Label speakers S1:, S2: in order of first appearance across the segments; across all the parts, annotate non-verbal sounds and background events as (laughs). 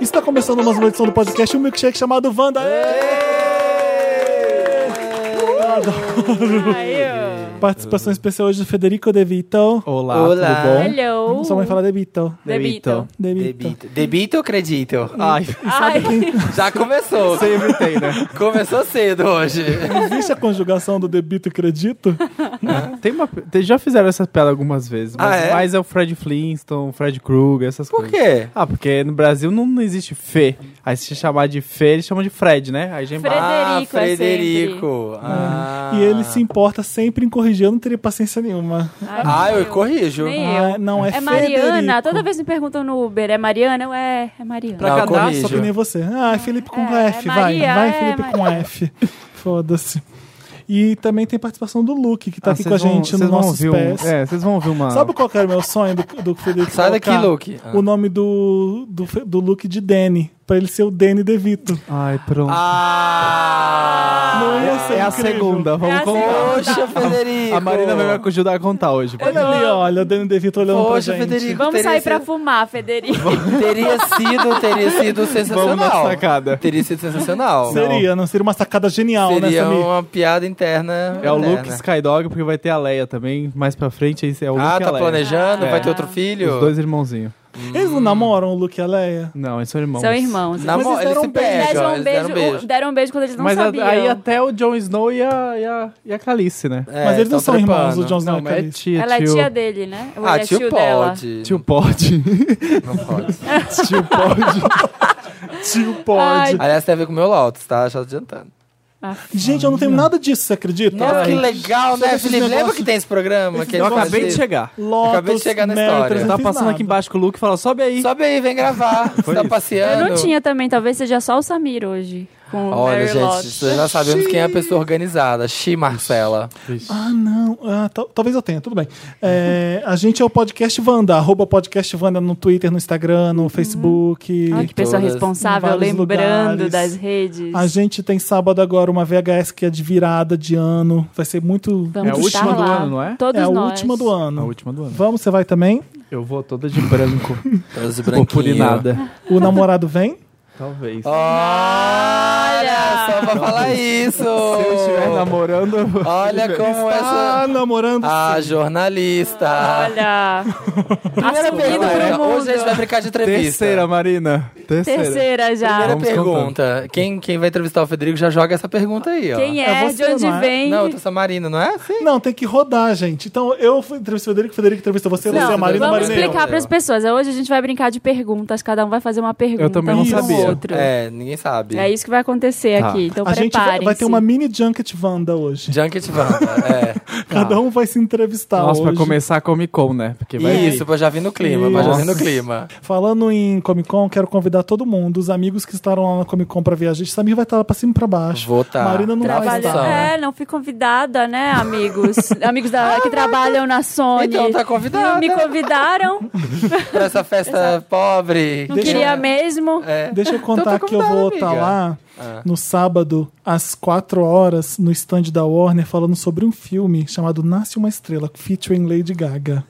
S1: está começando mais uma edição do podcast, um milkshake chamado Wanda.
S2: Aí, ó.
S1: Participação especial hoje do Federico De Vito.
S3: Olá,
S4: Olá.
S3: tudo bom?
S2: Hello.
S1: Só vai falar De Vito.
S2: Debito.
S1: De Vito.
S4: Debito. Debito ou credito? Ai,
S2: Ai,
S4: já começou.
S3: Sempre tem, né?
S4: Começou cedo hoje.
S1: Existe a conjugação do debito e credito?
S3: Tem uma, te- já fizeram essa piada algumas vezes, mas
S4: Ah, é?
S3: mais é o Fred Flintstone, o Fred Krueger, essas
S4: Por
S3: coisas.
S4: quê?
S3: Ah, porque no Brasil não, não existe Fê. Aí se chamar de Fê, eles chamam de Fred, né? Aí já
S2: Fred.
S3: embaixo.
S4: ah,
S2: Frederico, é
S4: Frederico. Ah.
S1: E ele se importa sempre em corrigir, eu não teria paciência nenhuma.
S4: Ah,
S2: meu
S4: eu
S2: Deus.
S4: corrijo.
S2: Nem eu.
S1: Ah, não, é,
S2: É Mariana.
S1: Federico.
S2: Toda vez me perguntam no Uber, é Mariana? Eu, é, é Mariana.
S4: Pra cá,
S3: Não,
S4: dá,
S1: Só
S4: só
S1: que nem
S4: que
S1: você. Ah, é Felipe com
S2: É,
S1: F,
S2: é
S1: vai.
S2: Maria,
S1: vai,
S2: é
S1: Felipe com F. Foda-se. E também tem participação do Luke, que tá aqui com a
S3: Ah, vocês vão-
S1: gente
S3: vocês
S1: no
S3: vão
S1: nosso
S3: ouvir um-
S1: pés.
S3: É, vocês vão ouvir uma...
S1: Sabe qual que era o meu sonho do, do Federico?
S4: Ah. Sai daqui,
S1: colocar
S4: Luke. Ah.
S1: O nome do, do, Fe- do Luke de Danny, pra ele ser o Danny DeVito.
S3: Ai, pronto.
S4: Ah!
S1: Não ia ser
S3: é a
S1: incrível.
S3: segunda, vamos
S2: É a
S3: contar.
S4: Poxa, Federico.
S3: A Marina vai me ajudar a contar hoje.
S1: Olha ali, olha, o Danny DeVito olhando
S4: Poxa,
S1: pra gente.
S4: Federico.
S2: Vamos
S4: teria
S2: sair
S4: sido-
S2: pra fumar, Federico.
S4: Teria sido, teria sido
S3: Vamos tá na
S4: sensacional.
S3: sacada.
S4: Teria sido sensacional.
S1: Seria, não seria uma sacada genial, né,
S4: Seria um-
S1: Samir?
S4: uma piada interna.
S3: É o
S4: interna.
S3: Luke Skydog, porque vai ter a Leia também, mais pra frente. aí É o
S4: Ah,
S3: Luke e a
S4: tá
S3: Leia.
S4: planejando?
S3: É.
S4: Vai ter outro filho?
S3: Os dois irmãozinhos.
S1: Eles não namoram o Luke e a Leia?
S3: Não, eles são irmãos.
S2: São irmãos.
S4: Na
S1: Mas
S4: mo-
S1: eles
S4: eles
S1: deram
S4: se
S1: um beijo.
S2: Eles
S4: pegam, eles deram um beijo.
S2: deram um beijo quando eles não
S3: Mas a-
S2: sabiam.
S3: aí até o Jon Snow e a, e a, e a Clarice, né?
S4: É,
S1: Mas eles não
S4: tão
S1: são irmãos,
S4: trepando.
S1: o Jon Snow
S3: Não,
S1: e a
S3: mas é
S1: Khaleesi.
S3: tia,
S2: Ela é
S3: tio.
S2: tia dele, né? Ou
S4: Ah,
S2: ele é
S4: tio,
S2: dela.
S4: pode.
S3: Tio pode.
S4: (laughs) Não pode.
S3: (laughs) tio (laughs) pode.
S1: Tio pode.
S4: Aliás, tem a ver com o meu Lotus, tá? Já adiantando.
S1: Gente, eu não tenho
S3: né?
S1: nada disso, você acredita?
S4: Nossa,
S3: É.
S4: que legal,
S1: Sobre
S4: né,
S1: esses
S4: Felipe? Lembra
S1: negócios-
S4: que tem esse programa? Que
S3: Eu
S4: eles
S3: acabei de
S4: fazem?
S3: chegar.
S1: Lotus,
S4: Acabei de chegar na história.
S1: Mertras,
S3: Eu
S1: não
S3: tava
S1: fiz
S3: Tá passando
S1: nada.
S3: aqui embaixo com o Luke e falou, sobe aí.
S4: Sobe aí, vem gravar.
S3: (laughs)
S4: Você tá
S3: isso.
S4: passeando.
S2: Eu não tinha também, talvez seja só o Samir hoje.
S3: um
S2: Com o
S4: Olha,
S2: Mary
S4: gente,
S2: Lott.
S4: vocês já sabemos quem é a pessoa organizada. Xi Marcela.
S1: Ah, não. Ah, tal- talvez eu tenha, tudo bem. É, a gente é o Podcast Wanda, arroba Podcast Wanda no Twitter, no Instagram,
S3: Uhum.
S1: no Facebook.
S3: Ah,
S2: Olha que pessoa
S4: todas,
S2: responsável,
S1: em vários
S2: lembrando
S1: lugares.
S2: das redes.
S1: A gente tem sábado agora uma VHS que é de virada de ano. Vai ser muito.
S2: Vamos
S3: É a última
S2: estar
S3: do
S2: lá.
S3: ano, não é?
S2: Todos
S1: é a
S2: nós.
S1: última do
S3: A
S1: ano.
S3: última do ano.
S1: Vamos, você vai também?
S3: Eu vou toda de branco.
S4: Todos
S3: Purpurinada.
S2: (laughs)
S1: O namorado vem?
S3: Talvez.
S4: Oh. Olha, só pra falar isso.
S3: Se eu estiver namorando... eu vou- (laughs)
S4: Olha como
S1: Ah,
S4: essa...
S1: namorando.
S3: Ah,
S4: A jornalista.
S2: Olha. Assumindo pro mundo.
S4: é, né? Hoje a gente vai brincar de entrevista.
S3: Terceira, Marina. Terceira.
S2: Terceira já.
S4: Primeira
S3: Vamos
S4: pergunta. Quem, quem vai entrevistar o Federico já joga essa pergunta aí, ó.
S2: Quem
S1: É
S2: é?
S1: você,
S2: de onde
S1: não é?
S2: vem?
S4: Não, eu tô Samarina, não é? Sim.
S1: Não, tem que rodar, gente. Então, eu fui- entrevistei o Federico, o Federico entrevistou você,
S4: Não,
S1: você, a é Marina, a Marina. e
S2: Vamos
S1: eu.
S2: explicar para as pessoas. Hoje a gente vai brincar de perguntas. Cada um vai fazer uma pergunta.
S3: Eu também não
S2: um pro
S3: sabia.
S2: Outro. É.
S4: É, ninguém sabe.
S2: isso que vai acontecer
S3: Tá.
S2: aqui. Então
S1: A gente vai,
S2: preparem-se.
S1: vai ter uma mini Junket Wanda hoje.
S4: Junket Vanda, é.
S1: Cada um vai se entrevistar
S3: Ah. Nossa,
S1: hoje.
S3: pra começar a Comic Con, né? Porque vai...
S4: Isso, pô, já vi no clima, pô, já vi no clima.
S1: Falando em Comic Con, quero convidar todo mundo, os amigos que estarão lá na Comic Con pra ver a gente. Samir vai estar lá pra cima e pra baixo.
S4: Vou tá.
S1: Marina não vai
S4: Trabalhando.
S1: estar.
S4: produção.
S2: É, não fui convidada, né, amigos? amigos da- que trabalham na Sony.
S4: Então tá convidada.
S2: Não me convidaram.
S4: Pra essa festa pobre.
S2: Não
S1: Deixa eu-
S2: queria mesmo.
S4: É.
S1: Deixa eu contar
S4: Então tá
S1: que eu vou
S4: convidada,
S1: estar
S4: amiga.
S1: lá
S4: Ah.
S1: no sábado, às 4 horas, no stand da Warner, falando sobre um filme chamado Nasce uma Estrela, featuring Lady Gaga.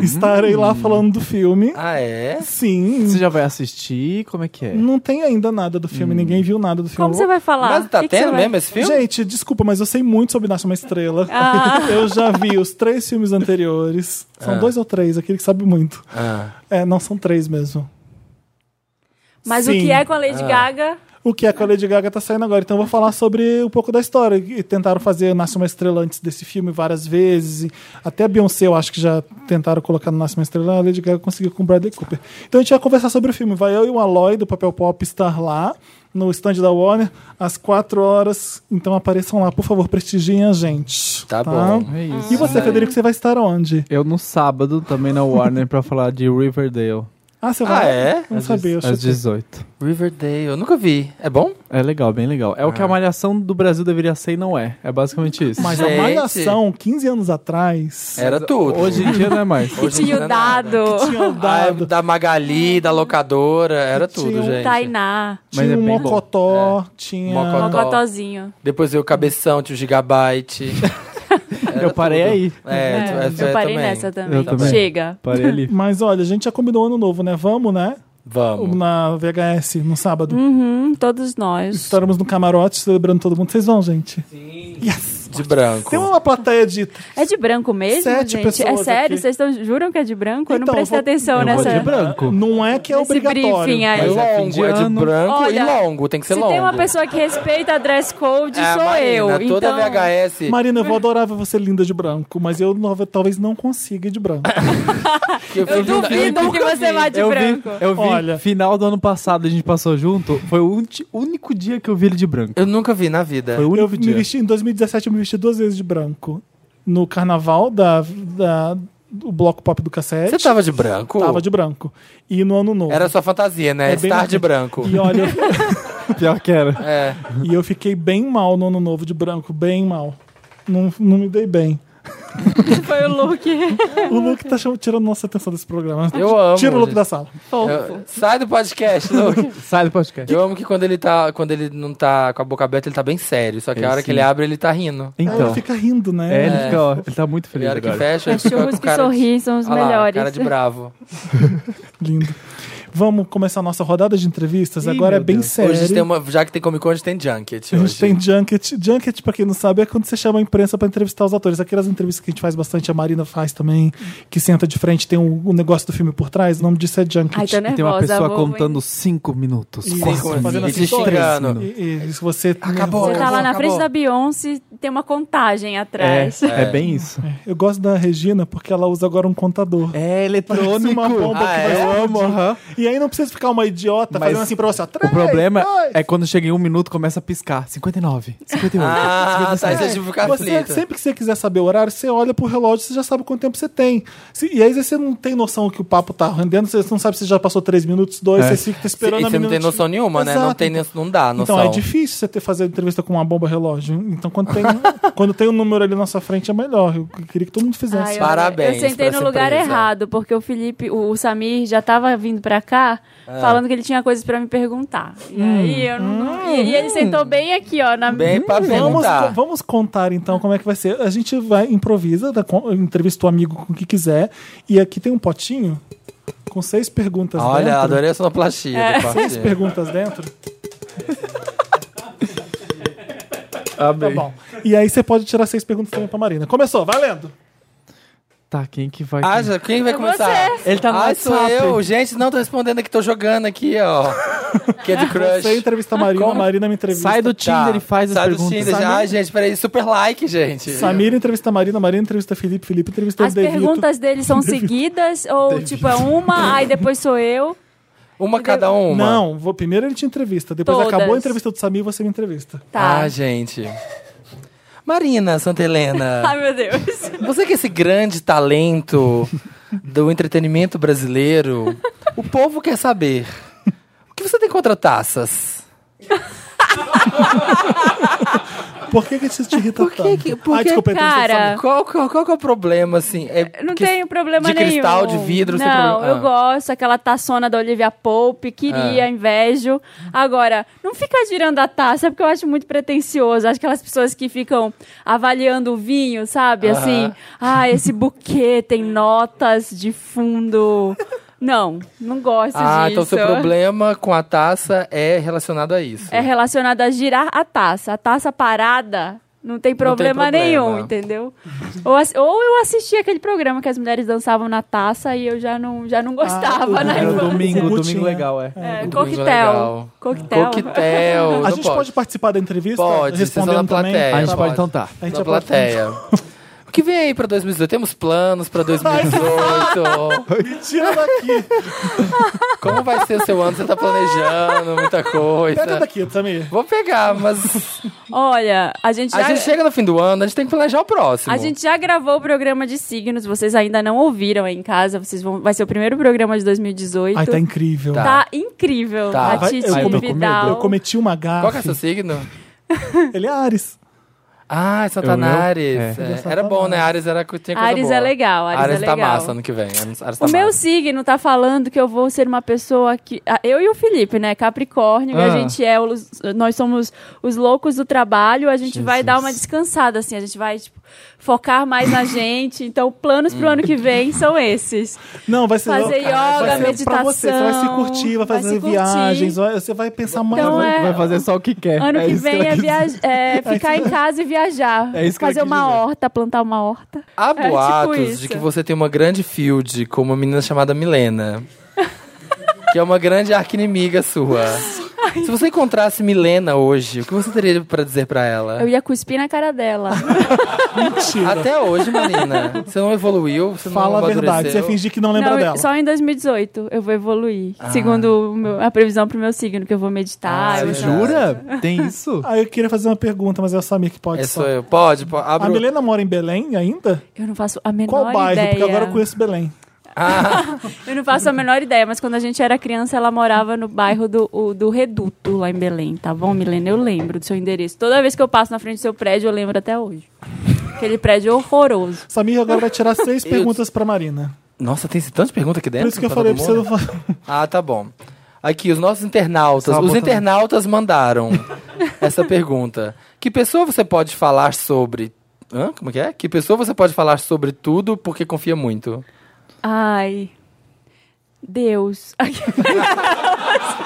S1: Estarei lá falando do filme.
S4: Ah, é?
S1: Sim.
S3: Você já vai assistir? Como é que é?
S1: Não tem ainda nada do filme, ninguém viu nada do filme.
S2: Como você vai falar?
S4: Mas tá
S2: Que que você
S4: tendo
S2: vai-
S4: mesmo esse filme?
S1: Gente, desculpa, mas eu sei muito sobre Nasce uma Estrela.
S2: Ah.
S1: (laughs) Eu já vi os três filmes anteriores. São
S4: Ah.
S1: dois ou três, aquele que sabe muito.
S4: Ah.
S1: É, não, são três mesmo.
S2: Mas
S1: Sim.
S2: o que é com a Lady Gaga?
S1: O que é com a Lady Gaga tá saindo agora. Então eu vou falar sobre um pouco da história. E tentaram fazer Nasce uma Estrela antes desse filme várias vezes. E até a Beyoncé, eu acho que já tentaram colocar no Nasce uma Estrela. A Lady Gaga conseguiu com o Bradley Cooper. Então a gente vai conversar sobre o filme. Vai eu e o Aloy do Papel Pop estar lá no stand da Warner às quatro horas. Então apareçam lá, por favor, prestigiem a gente.
S4: Tá bom.
S3: É isso.
S1: E você, Federico, você vai estar onde?
S3: Eu no sábado também na Warner pra falar de Riverdale.
S1: Ah, você
S4: Ah,
S1: vai?
S4: é?
S1: Não sabia, eu
S3: Às
S1: chutei.
S3: 18.
S4: Riverdale. Eu nunca vi. É bom?
S3: É legal, bem legal. É o
S4: Ah.
S3: que a malhação do Brasil deveria ser e não é. É basicamente isso. (laughs)
S1: Mas
S4: Gente.
S1: a Malhação, 15 anos atrás,
S4: Era tudo.
S3: Hoje em dia não é mais.
S4: Hoje em dia não
S2: Tio
S4: é nada.
S2: Dado,
S1: tinha
S4: Ah, é
S1: dado.
S4: da Magali, da locadora, era tudo,
S1: Tinha um
S4: gente.
S2: Tainá,
S3: Mas
S1: tinha
S3: é
S1: um
S3: bem bom. É.
S1: mocotó, tinha...
S4: Mocotó.
S2: Mocotózinho.
S4: Depois veio o Cabeção, tinha o Gigabyte. Era
S3: Eu parei
S4: tudo.
S3: aí.
S4: É, tu-
S2: É,
S4: essa
S2: eu parei
S4: também.
S2: nessa também.
S3: também.
S2: Chega.
S1: (laughs)
S3: Parei ali.
S1: Mas olha, a gente já combinou ano novo, né? Vamos, né?
S4: Vamos.
S1: na VHS no sábado.
S2: Uhum, todos nós.
S1: Estaremos no camarote celebrando todo mundo. Vocês vão, gente? Sim. Yes!
S4: De branco.
S1: Tem uma plateia de.
S2: É de branco mesmo,
S1: Sete
S2: gente?
S1: pessoas
S2: é sério?
S1: aqui.
S2: Vocês tão, juram que é de branco? eu não
S1: Então,
S2: prestei
S1: vou-
S2: atenção
S3: Eu vou
S2: nessa.
S3: de branco.
S1: Não é que é
S2: Esse
S1: obrigatório.
S2: briefing aí.
S4: Mas é
S3: longo,
S4: fim de- é de
S3: ano.
S4: branco
S2: Olha,
S4: e longo, tem que ser
S2: Se
S4: longo.
S2: tem uma pessoa que respeita a dress code,
S4: É, a
S2: sou
S4: Marina,
S2: eu.
S4: Toda
S2: então,
S4: VHS.
S1: Marina, eu vou adorar ver você linda de branco, mas eu nova- talvez não consiga ir de branco.
S3: É
S4: que eu
S2: eu
S4: fiz-
S2: duvido que você vá de
S3: eu
S2: branco.
S3: vi, eu vi
S1: Olha.
S3: final do ano passado, a gente passou junto. Foi o unti- único dia que eu vi ele
S4: (laughs)
S3: de branco.
S4: Eu nunca vi na vida.
S3: Foi o
S1: Eu
S3: único
S1: me
S3: dia.
S1: vesti, em 2017 eu me vesti duas vezes de branco. No carnaval da, da- do bloco pop do cassete.
S4: Você tava de branco?
S1: Tava de branco. E no ano novo.
S4: Era sua fantasia, né?
S1: É bem
S4: Estar
S1: mais-
S4: de branco. (laughs)
S1: E olha,
S3: Pior que era.
S4: É.
S1: e eu fiquei bem mal no ano novo de branco, bem mal. Não, não me dei bem.
S2: Foi o look.
S1: O Luke tá cham- tirando nossa atenção desse programa.
S4: Eu amo,
S1: Tira o Luke
S4: gente.
S1: da sala.
S4: Eu- Sai do podcast, Luke.
S3: Sai do podcast.
S4: Eu amo que quando ele tá. Quando ele não tá com a boca aberta, ele tá bem sério. Só que a
S3: É,
S4: hora
S3: sim.
S4: que ele abre, ele tá rindo.
S1: Ela
S3: Então.
S1: fica rindo,
S3: É,
S1: né?
S3: ele, fica, ó, ele tá muito
S4: E
S3: feliz
S4: a hora que
S3: agora.
S4: fecha, ele fica (laughs)
S2: Cachorros
S4: com
S2: que
S4: cara de-
S2: sorriem são os
S4: Olha lá,
S2: melhores.
S4: cara de
S1: (laughs)
S4: bravo.
S1: Lindo. Vamos começar a nossa rodada de entrevistas.
S3: Ih,
S1: Agora é
S3: meu
S1: bem
S3: Deus.
S1: sério.
S4: Hoje tem uma. Já que tem Comic Con, a gente tem Junket.
S1: A
S4: Hoje.
S1: gente tem junket. Junket, pra quem não sabe, é quando você chama a imprensa pra entrevistar os atores. Aquelas entrevistas que a gente faz bastante, a Marina faz também, que senta de frente, tem o o negócio do filme por trás. O nome disso é junket.
S2: (laughs) Ai, tô
S4: tá
S2: nervosa.
S3: E tem uma pessoa
S2: vou-
S3: contando cinco minutos.
S1: Isso,
S3: quatro
S4: fazendo
S3: minutos.
S4: assim,
S3: três
S4: xingando.
S3: minutos.
S1: E, e se você
S4: Acabou.
S2: Você tá lá na
S4: Acabou.
S2: frente da Beyoncé, tem uma contagem
S3: É,
S2: atrás.
S3: é bem isso.
S1: Eu gosto da Regina porque ela usa agora um contador.
S3: É
S1: (laughs) Parece uma bomba
S4: Ah,
S1: que
S4: é?
S1: vai
S3: Eu amo,
S1: explodir.
S3: aham.
S1: E aí não precisa ficar uma idiota
S3: Mas
S1: fazendo assim pra você. ó,
S3: O
S1: três,
S3: problema
S1: dois.
S3: é quando chega em um minuto começa a piscar. 59, 58.
S4: Ah, tá. Aí você tipo, fica
S1: Você,
S4: aflito.
S1: sempre que você quiser saber o horário, você olha pro relógio, você já sabe quanto tempo você tem. Se- e aí você não tem noção que o papo tá rendendo, você não sabe se já passou três minutos, dois,
S3: É.
S1: você fica esperando
S4: E
S1: a
S4: você não
S1: menina
S4: tem
S1: te-
S4: noção nenhuma, né? Não,
S1: Exato.
S4: tem, não dá noção.
S1: Então é difícil você ter fazer entrevista com uma bomba relógio. Então quando tem, quando tem um (laughs) número ali na sua frente é melhor. Eu queria que todo mundo fizesse.
S2: Ai, olha,
S4: Parabéns
S2: Eu sentei
S4: pra
S2: no
S4: essa
S2: lugar
S4: empresa.
S2: errado, porque o Felipe, o, o Samir já tava vindo pra cá
S4: Ah.
S2: falando que ele tinha coisas pra me perguntar. E aí eu não. não- e, e ele sentou bem aqui, ó, na
S4: Hum. Bem pra
S1: Hum, Vamos,
S4: perguntar.
S1: co- vamos contar então como é que vai ser. A gente vai improvisa, dá con- entrevista o amigo com o que quiser. E aqui tem um potinho com seis perguntas
S4: Olha,
S1: dentro.
S4: adorei a sonoplastia. É.
S1: Seis perguntas dentro. Tá bom. E aí você pode tirar seis perguntas também pra Marina. Começou, valendo!
S3: Tá, quem que vai?
S4: Ah, já- quem vai
S2: É
S4: começar?
S2: você.
S3: Ele tá no
S4: Ah, sou
S3: WhatsApp.
S4: eu. Gente, não tô respondendo aqui, tô jogando aqui,
S1: (laughs)
S4: ó. Candy Crush. Tá.
S1: Você entrevista a Marina, a Marina me entrevista.
S3: Sai do Tinder e faz as
S4: Sai do
S3: perguntas.
S4: Tinder.
S1: Samir-
S4: Ai, gente, peraí. Super like, gente.
S1: Samira entrevista a Marina, Marina entrevista Felipe, Felipe entrevista
S2: As
S1: o Devito.
S2: perguntas dele são seguidas? Ou, tipo, é uma, aí depois sou eu?
S4: Uma cada uma.
S1: Não, vou, primeiro ele te entrevista, depois
S2: Todas.
S1: acabou a entrevista do Samir, você me entrevista.
S2: Tá.
S4: Ah, gente. Marina Santa Helena,
S2: (laughs) Ai, meu Deus.
S4: você que é esse grande talento do entretenimento brasileiro, o povo quer saber. O que você tem contra taças?
S1: Por que que isso te irrita
S4: Por que
S1: tanto?
S4: que- por
S1: ah,
S4: que,
S1: desculpa, eu entrevistei o
S2: cara?
S1: Samir.
S4: Qual, qual, qual que é o problema, assim? É
S2: Não
S4: que-
S2: tenho problema
S4: de
S2: nenhum.
S4: cristal, de vidro, sem
S2: Não,
S4: problema.
S2: eu
S4: Ah. É.
S2: gosto. Aquela taçona da Olivia Pope, queria, invejo. Agora, não fica girando a taça, porque eu acho muito pretencioso. Acho que aquelas pessoas que ficam avaliando o vinho, sabe?
S4: Aham.
S2: Assim, ah, esse buquê tem notas de fundo. Não, não gosto
S4: Ah,
S2: disso.
S4: então seu problema com a taça é relacionado a isso.
S2: É relacionado a girar a taça. A taça parada não tem problema,
S4: problema.
S2: nenhum, entendeu? ou, ass- ou eu assisti aquele programa que as mulheres dançavam na taça e eu já não, já não gostava
S1: o-
S2: na
S3: É o
S2: infância.
S3: domingo,
S1: Putinha.
S3: domingo legal, é.
S2: É,
S4: Domingo
S2: coquetel.
S4: legal.
S2: Coquetel.
S4: Coquetel.
S1: A
S4: não
S1: gente pode. participar da entrevista?
S4: Pode, vocês
S1: respondendo
S4: são da
S1: também?
S4: plateia.
S3: A gente
S4: pode.
S3: pode então tá.
S1: A gente
S4: na
S1: já pode-
S4: plateia. O que vem aí pra 2018? Temos planos
S1: (laughs)
S4: pra 2018?
S1: Tira daqui.
S4: Como vai ser o seu ano? Você tá planejando muita
S1: Pega
S4: coisa?
S1: daqui, Samir.
S4: Vou pegar, mas
S2: (laughs) Olha, a gente já. é-
S4: a gente é chega no fim do ano, a gente tem que planejar o próximo.
S2: A gente já gravou o programa de signos, vocês ainda não ouviram aí em casa, vocês vão, vai ser o primeiro programa de 2018.
S1: Ai, tá incrível. Ah,
S2: Tá incrível.
S4: Tá.
S2: A
S1: Vai-
S2: Titi
S1: eu, cometi,
S2: Vidal.
S1: eu cometi uma gafe.
S4: Qual que é o seu signo?
S1: Ele é Ares.
S4: Ah, é
S3: Eu, eu?
S4: Santanares.
S3: É.
S4: É. Era bom, né? Ares era, tinha coisa
S2: Ares
S4: boa.
S2: é legal, Ares é
S4: tá
S2: legal.
S4: massa ano que vem. Ares tá
S2: O meu
S4: massa.
S2: signo tá falando que eu vou ser uma pessoa que. ah, Eu e o Felipe, né? Capricórnio, e a
S3: Ah.
S2: gente é. os- Nós somos os loucos do trabalho, a gente vai dar uma descansada, assim, a gente vai, tipo. focar
S1: (laughs)
S2: mais na gente. Então, planos pro ano que vem são esses.
S1: Não, vai ser
S2: Fazer yoga,
S1: vai ser pra
S2: meditação.
S1: você. Você vai se curtir, vai
S2: Vai
S1: fazer
S2: se curtir.
S1: viagens, é. vai- você vai pensar mais.
S2: Então é-
S3: Vai fazer só o que quer.
S2: Ano
S3: É
S2: que
S3: isso
S2: vem
S3: ela
S2: é,
S3: quis
S2: viaja-
S1: (laughs)
S2: é ficar em casa e viajar.
S3: É isso que ela
S2: fazer
S3: quis
S2: uma
S3: dizer.
S2: horta, plantar uma horta.
S4: Há
S2: tipo
S4: boatos
S2: isso.
S4: de que você tem uma grande field com uma menina chamada
S2: (laughs)
S4: Milena. que é uma grande arquinimiga sua. Se você encontrasse Milena hoje, o que você teria pra dizer pra ela?
S2: Eu ia cuspir na cara dela.
S1: (laughs) Mentira.
S4: Até hoje, menina. Você não evoluiu, você não
S1: Fala a verdade. Você
S4: amadureceu.
S1: ia fingir que não lembra
S2: Não,
S1: dela. Ah.
S2: Só em 2018 eu vou evoluir. Segundo o meu- a previsão pro meu signo, que eu vou meditar.
S4: Ah,
S2: eu
S4: é
S2: vou chorar.
S3: Jura? Tem
S2: (laughs)
S3: isso?
S1: Ah, eu queria fazer uma pergunta, mas é o Samir que pode Ah,
S4: É
S1: só.
S4: só eu. Pode, pode.
S1: A
S4: Abre o-
S1: Milena mora em Belém ainda?
S2: Eu não faço a menor
S1: Qual bairro?
S2: ideia.
S1: Porque agora eu conheço Belém.
S2: Eu não faço a menor ideia, mas quando a gente era criança, ela morava no bairro do, o- do Reduto, lá em Belém, tá bom, Milena? Eu lembro do seu endereço. Toda vez que eu passo na frente do seu prédio, eu lembro até hoje. Aquele prédio horroroso.
S1: Samir agora vai tirar seis
S4: (laughs) Eu-
S1: perguntas pra Marina.
S4: Nossa, tem tanta pergunta aqui dentro?
S1: Por isso que eu
S4: pra
S1: falei
S4: todo
S1: pra você
S4: mundo?
S1: não falar.
S4: Ah, tá bom. Aqui, os nossos internautas.
S3: Só
S4: Os
S3: botando-
S4: internautas
S1: (laughs)
S4: mandaram essa pergunta. Que pessoa você pode falar sobre. Hã? Como que é? Que pessoa você pode falar sobre tudo porque confia muito?
S2: Ai. Deus. (laughs)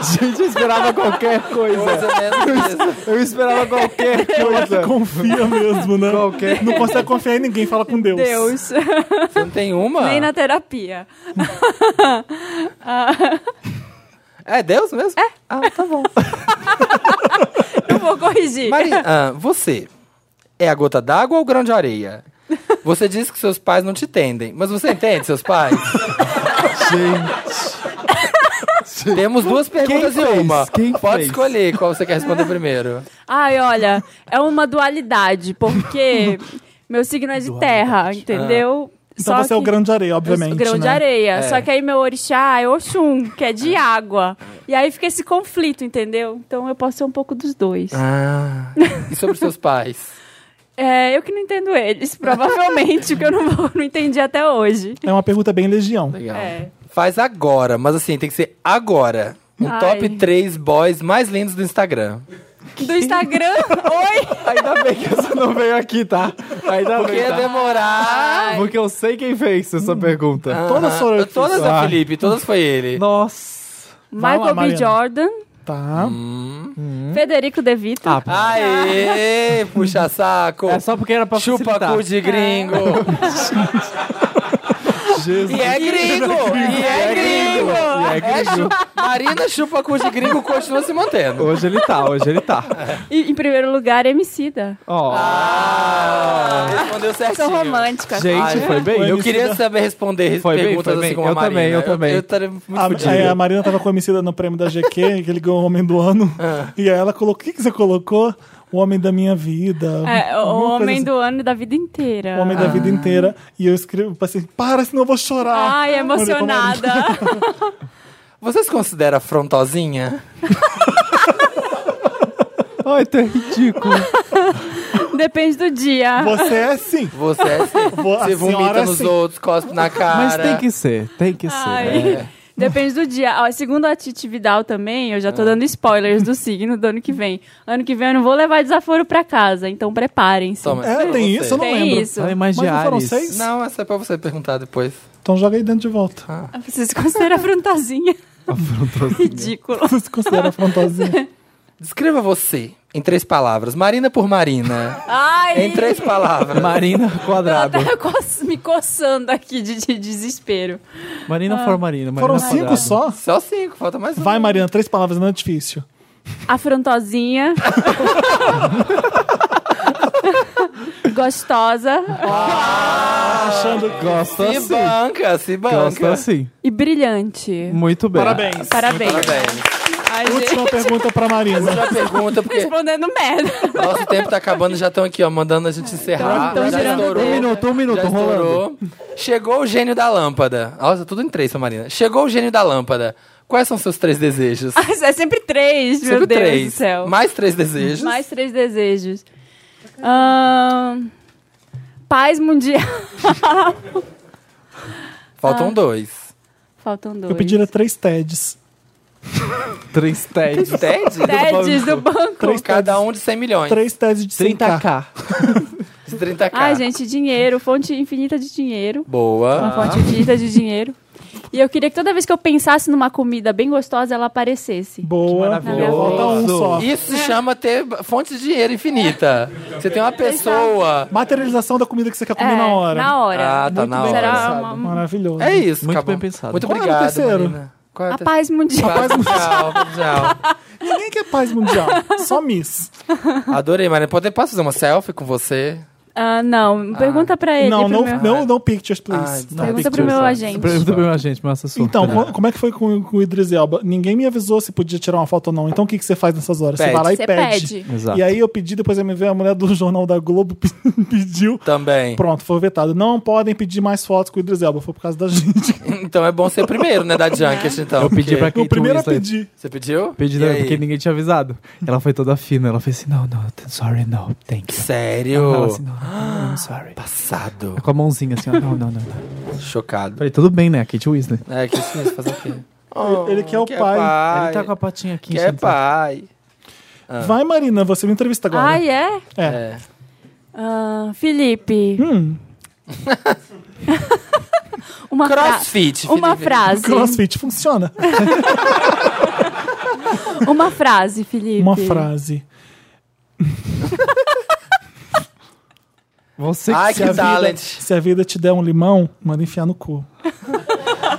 S3: Gente, eu esperava qualquer coisa.
S4: é (laughs)
S3: Eu esperava qualquer coisa.
S1: (laughs) Confia mesmo, né?
S4: é?
S3: Qualquer.
S1: Não consegue confiar em ninguém, fala com Deus. Ah.
S2: Deus.
S4: Você não tem uma?
S2: Nem na terapia. Ah,
S4: É Deus mesmo? É. Ah, tá bom.
S2: eu vou corrigir.
S4: Marina, ah, você é a gota d'água ou o grão de areia? Você diz que seus pais não te entendem, mas você entende seus pais?
S3: (laughs)
S4: Temos duas perguntas
S3: Quem
S4: e
S3: fez?
S4: uma.
S3: Quem
S4: Pode
S3: fez?
S4: escolher qual você quer responder primeiro.
S2: Ai, olha, é uma
S1: (laughs)
S2: dualidade, porque meu signo é de terra, entendeu?
S1: Ah. Então
S2: Só
S1: você é o
S2: que-
S1: grão de areia,
S2: Eu sou
S1: obviamente.
S2: grão de
S1: né?
S2: areia. Só que aí meu orixá é Oxum, que é de água. E aí fica esse conflito, entendeu? Então eu posso ser um pouco dos dois.
S4: Ah. E sobre seus pais?
S2: É, eu que não entendo eles, (laughs) provavelmente, porque eu não, vou- não entendi até hoje.
S1: É uma pergunta bem legião.
S4: Legal.
S2: É.
S4: Faz agora, mas assim, tem que ser agora. Um
S2: Ai.
S4: top 3 boys mais lindos do Instagram.
S1: (laughs)
S2: Do Instagram, oi!
S3: Ainda bem que essa não veio aqui, tá? Ainda
S4: Porque é
S3: bem.
S4: ia
S3: tá?
S4: demorar.
S1: Ah,
S3: Porque eu sei quem fez
S2: Hum.
S3: essa
S4: Ah.
S3: pergunta.
S1: Todas foram eu que
S4: Todas
S1: fiz.
S4: é
S1: Ah,
S4: o Felipe, todas foi ele.
S3: Nossa.
S1: Vai lá,
S2: Michael B.
S1: Mariana.
S2: Jordan,
S1: Tá.
S2: Hum. Federico De Vito.
S3: Ah, pô.
S4: Aê, puxa saco.
S3: É só porque era pra
S4: Chupa
S3: facilitar. É.
S4: cu de gringo.
S3: Jesus. (laughs)
S4: E é gringo! E é gringo!
S3: E é gringo.
S4: Marina chupa cu de gringo continua se
S1: (laughs)
S4: mantendo.
S3: Hoje ele tá, hoje ele tá.
S2: E em primeiro lugar, Emicida.
S3: Ó,
S4: Ah, respondeu
S2: Eu sou
S4: certinho.
S2: romântica.
S3: gente,
S4: Ah,
S3: foi bem. né?
S1: foi
S4: Eu queria saber responder
S3: Foi bem,
S4: perguntas
S3: foi bem.
S4: assim como a
S3: Eu
S4: Marina.
S3: também, eu também.
S4: Eu estaria muito
S1: A,
S4: fodido.
S1: é, a Marina tava com a Emicida no prêmio da GQ, que ele ganhou o Homem
S4: (laughs)
S1: do Ano.
S4: Ah.
S1: E aí ela colocou... O que, que você colocou? O Homem da Minha Vida.
S2: É, o
S1: alguma coisa
S2: homem
S1: assim.
S2: do ano e da vida inteira.
S1: O Homem da
S4: Ah.
S1: Vida inteira. E eu escrevo assim, para, senão eu vou chorar.
S2: Ah, Ai,
S1: Mandei pra Marina.
S2: emocionada.
S4: Você se considera afrontosinha?
S3: Ai, tá ridículo.
S2: (laughs) Depende do dia.
S1: Você é sim.
S4: Você é assim.
S1: Vo- a
S4: Você
S1: senhora
S4: vomita
S1: é
S4: nos
S1: assim.
S4: outros, cospe na cara.
S3: Mas tem que ser, tem que
S4: Ah,
S3: ser.
S2: Ai,
S1: é.
S2: Depende do dia. Ó, segundo a Titi Vidal também, eu já
S1: É.
S2: tô dando spoilers do signo do ano que vem. Ano que vem eu não vou levar desaforo pra casa, então preparem-se.
S4: Toma, essa
S1: É,
S4: pra
S1: tem
S4: você.
S1: isso? Eu não
S2: Tem
S1: lembro. Tá
S2: isso.
S3: Ai,
S1: Mas
S3: mas de
S1: não foram
S3: Ares.
S1: seis?
S4: Não, essa é pra você perguntar depois.
S1: Então joga aí dentro de volta.
S4: Ah.
S2: Ah, Você se considera afrontazinha.
S1: (laughs)
S2: Ridículo.
S1: Você se considera afrontosinha.
S4: Descreva você em três palavras. Marina por
S2: (laughs)
S4: Marina.
S2: Ai,
S4: Em três palavras.
S3: Marina
S2: ela (laughs)
S3: Quadrado.
S2: tá co- me coçando aqui de, de desespero.
S4: Ah.
S3: Marina for Marina. Marina
S1: Foram cinco
S3: Quadrado.
S1: só?
S4: Só cinco, falta mais um.
S1: Vai, Marina, três palavras, não é difícil.
S2: Afrontosinha. (laughs) Gostosa
S1: Achando
S3: Gosta
S4: Ah, Se
S3: sim.
S4: banca, se banca.
S3: Gosta sim.
S2: e brilhante.
S3: assim. Muito bem.
S1: Parabéns.
S2: Parabéns.
S4: Parabéns.
S2: Ai, gente,
S1: Última pergunta pra Marina.
S4: Última pergunta, porque
S2: respondendo merda.
S4: nosso tempo tá acabando, já estão aqui, ó, mandando a gente encerrar.
S2: Tão- tão
S4: já
S2: girando
S4: estourou.
S2: o
S3: Um minuto, um
S4: já
S3: minuto, rolando.
S4: estourou. Chegou o gênio da lâmpada. Nossa, tudo em três, sua Marina. Chegou o gênio da lâmpada. Quais são seus três desejos?
S2: (laughs) É sempre três, meu
S4: Sempre
S2: Deus
S4: três.
S2: do céu.
S4: Mais três desejos.
S2: Mais três desejos. Ahn, paz mundial. (laughs) ah.
S4: Faltam dois.
S2: Faltam dois.
S1: Eu pediria três TEDs.
S3: Três TEDs.
S4: Ted?
S2: TEDs do banco.
S4: Cada um de 100 milhões.
S1: Três TEDs de 100K.
S3: 30k.
S4: 30k.
S2: Ai, gente, dinheiro, fonte infinita de dinheiro.
S1: Tá.
S2: Uma
S4: Boa.
S2: fonte infinita Um de dinheiro. E eu queria que toda vez que eu pensasse numa comida bem gostosa, ela aparecesse.
S1: Boa.
S3: maravilhoso.
S1: Falta um só.
S4: Isso se chama ter fonte de dinheiro infinita. Você tem uma pessoa.
S1: Materialização da comida que você quer comer
S2: É,
S1: na hora.
S2: Na hora.
S4: Ah, tá
S1: Muito
S4: na
S1: bem
S4: hora.
S2: Será
S1: pensado.
S2: uma-
S1: Maravilhoso.
S4: É isso,
S3: Uhum. Muito
S4: acabou.
S3: bem pensado.
S4: Muito
S1: Qual era o
S4: obrigado,
S1: terceiro?
S4: Marina. Qual é
S2: A
S4: o
S2: paz mundial.
S4: terceiro? Mundial, mundial.
S1: Ninguém quer paz mundial. Só Miss.
S4: Adorei, Marina. Poder, posso fazer uma selfie com você?
S2: Ah, não, pergunta pra ele.
S1: não,
S2: pro
S1: não,
S2: meu-
S1: não, não pictures, please.
S4: Ah,
S1: Não
S2: Pergunta pro
S1: pictures.
S2: meu agente.
S3: Pergunta pra mim, a gente, mas assunto.
S1: Então, co- como é que foi com, com o Idris Elba? Ninguém me avisou se podia tirar uma foto ou não. Então o que, que você faz nessas horas? Você
S4: Pede.
S1: vai lá e
S2: Você
S1: pede.
S2: pede.
S3: Exato.
S1: E aí eu pedi, depois eu me veio a mulher do Jornal da Globo (laughs) pediu.
S4: Também.
S1: Pronto, foi vetado. Não podem pedir mais fotos com o Idris Elba. Foi por causa da gente.
S4: Então é bom ser primeiro, né,
S2: (laughs)
S4: da Junkets, então.
S3: eu pedi
S4: porque-
S3: pra quem
S1: o primeiro a pedir.
S4: Você pediu?
S3: Pedi
S4: E
S3: não,
S4: aí?
S3: porque ninguém tinha avisado. Ela foi toda fina. Ela fez assim: não, não, t- sorry, no, thank you. Ela
S4: Sério?
S3: assim: não, não, não, I'm sorry. Tá
S4: Passado.
S3: Com a mãozinha assim: ó, não, não, não, não.
S4: Chocado.
S3: Falei: tudo bem, né? Kate Weasley.
S4: É, que isso, fazer o quê?
S1: Ele quer o
S4: Quer
S1: pai.
S4: pai.
S3: é Ele tá com a patinha aqui.
S4: Quer
S3: enchendo o saco.
S4: pai.
S1: Vai, Marina, você me entrevista agora.
S2: Ai, é?
S1: é.
S4: É.
S2: Ah, Felipe,
S1: Hum,
S2: (laughs) uma, fra-
S4: Crossfit.
S2: uma
S4: Felipe.
S2: frase.
S1: crossfit funciona.
S2: Uma frase, Felipe.
S1: Uma frase.
S3: Você que
S4: Ai,
S3: se
S4: que
S3: avisa.
S4: talent.
S1: Se a vida te der um limão, manda enfiar no cu.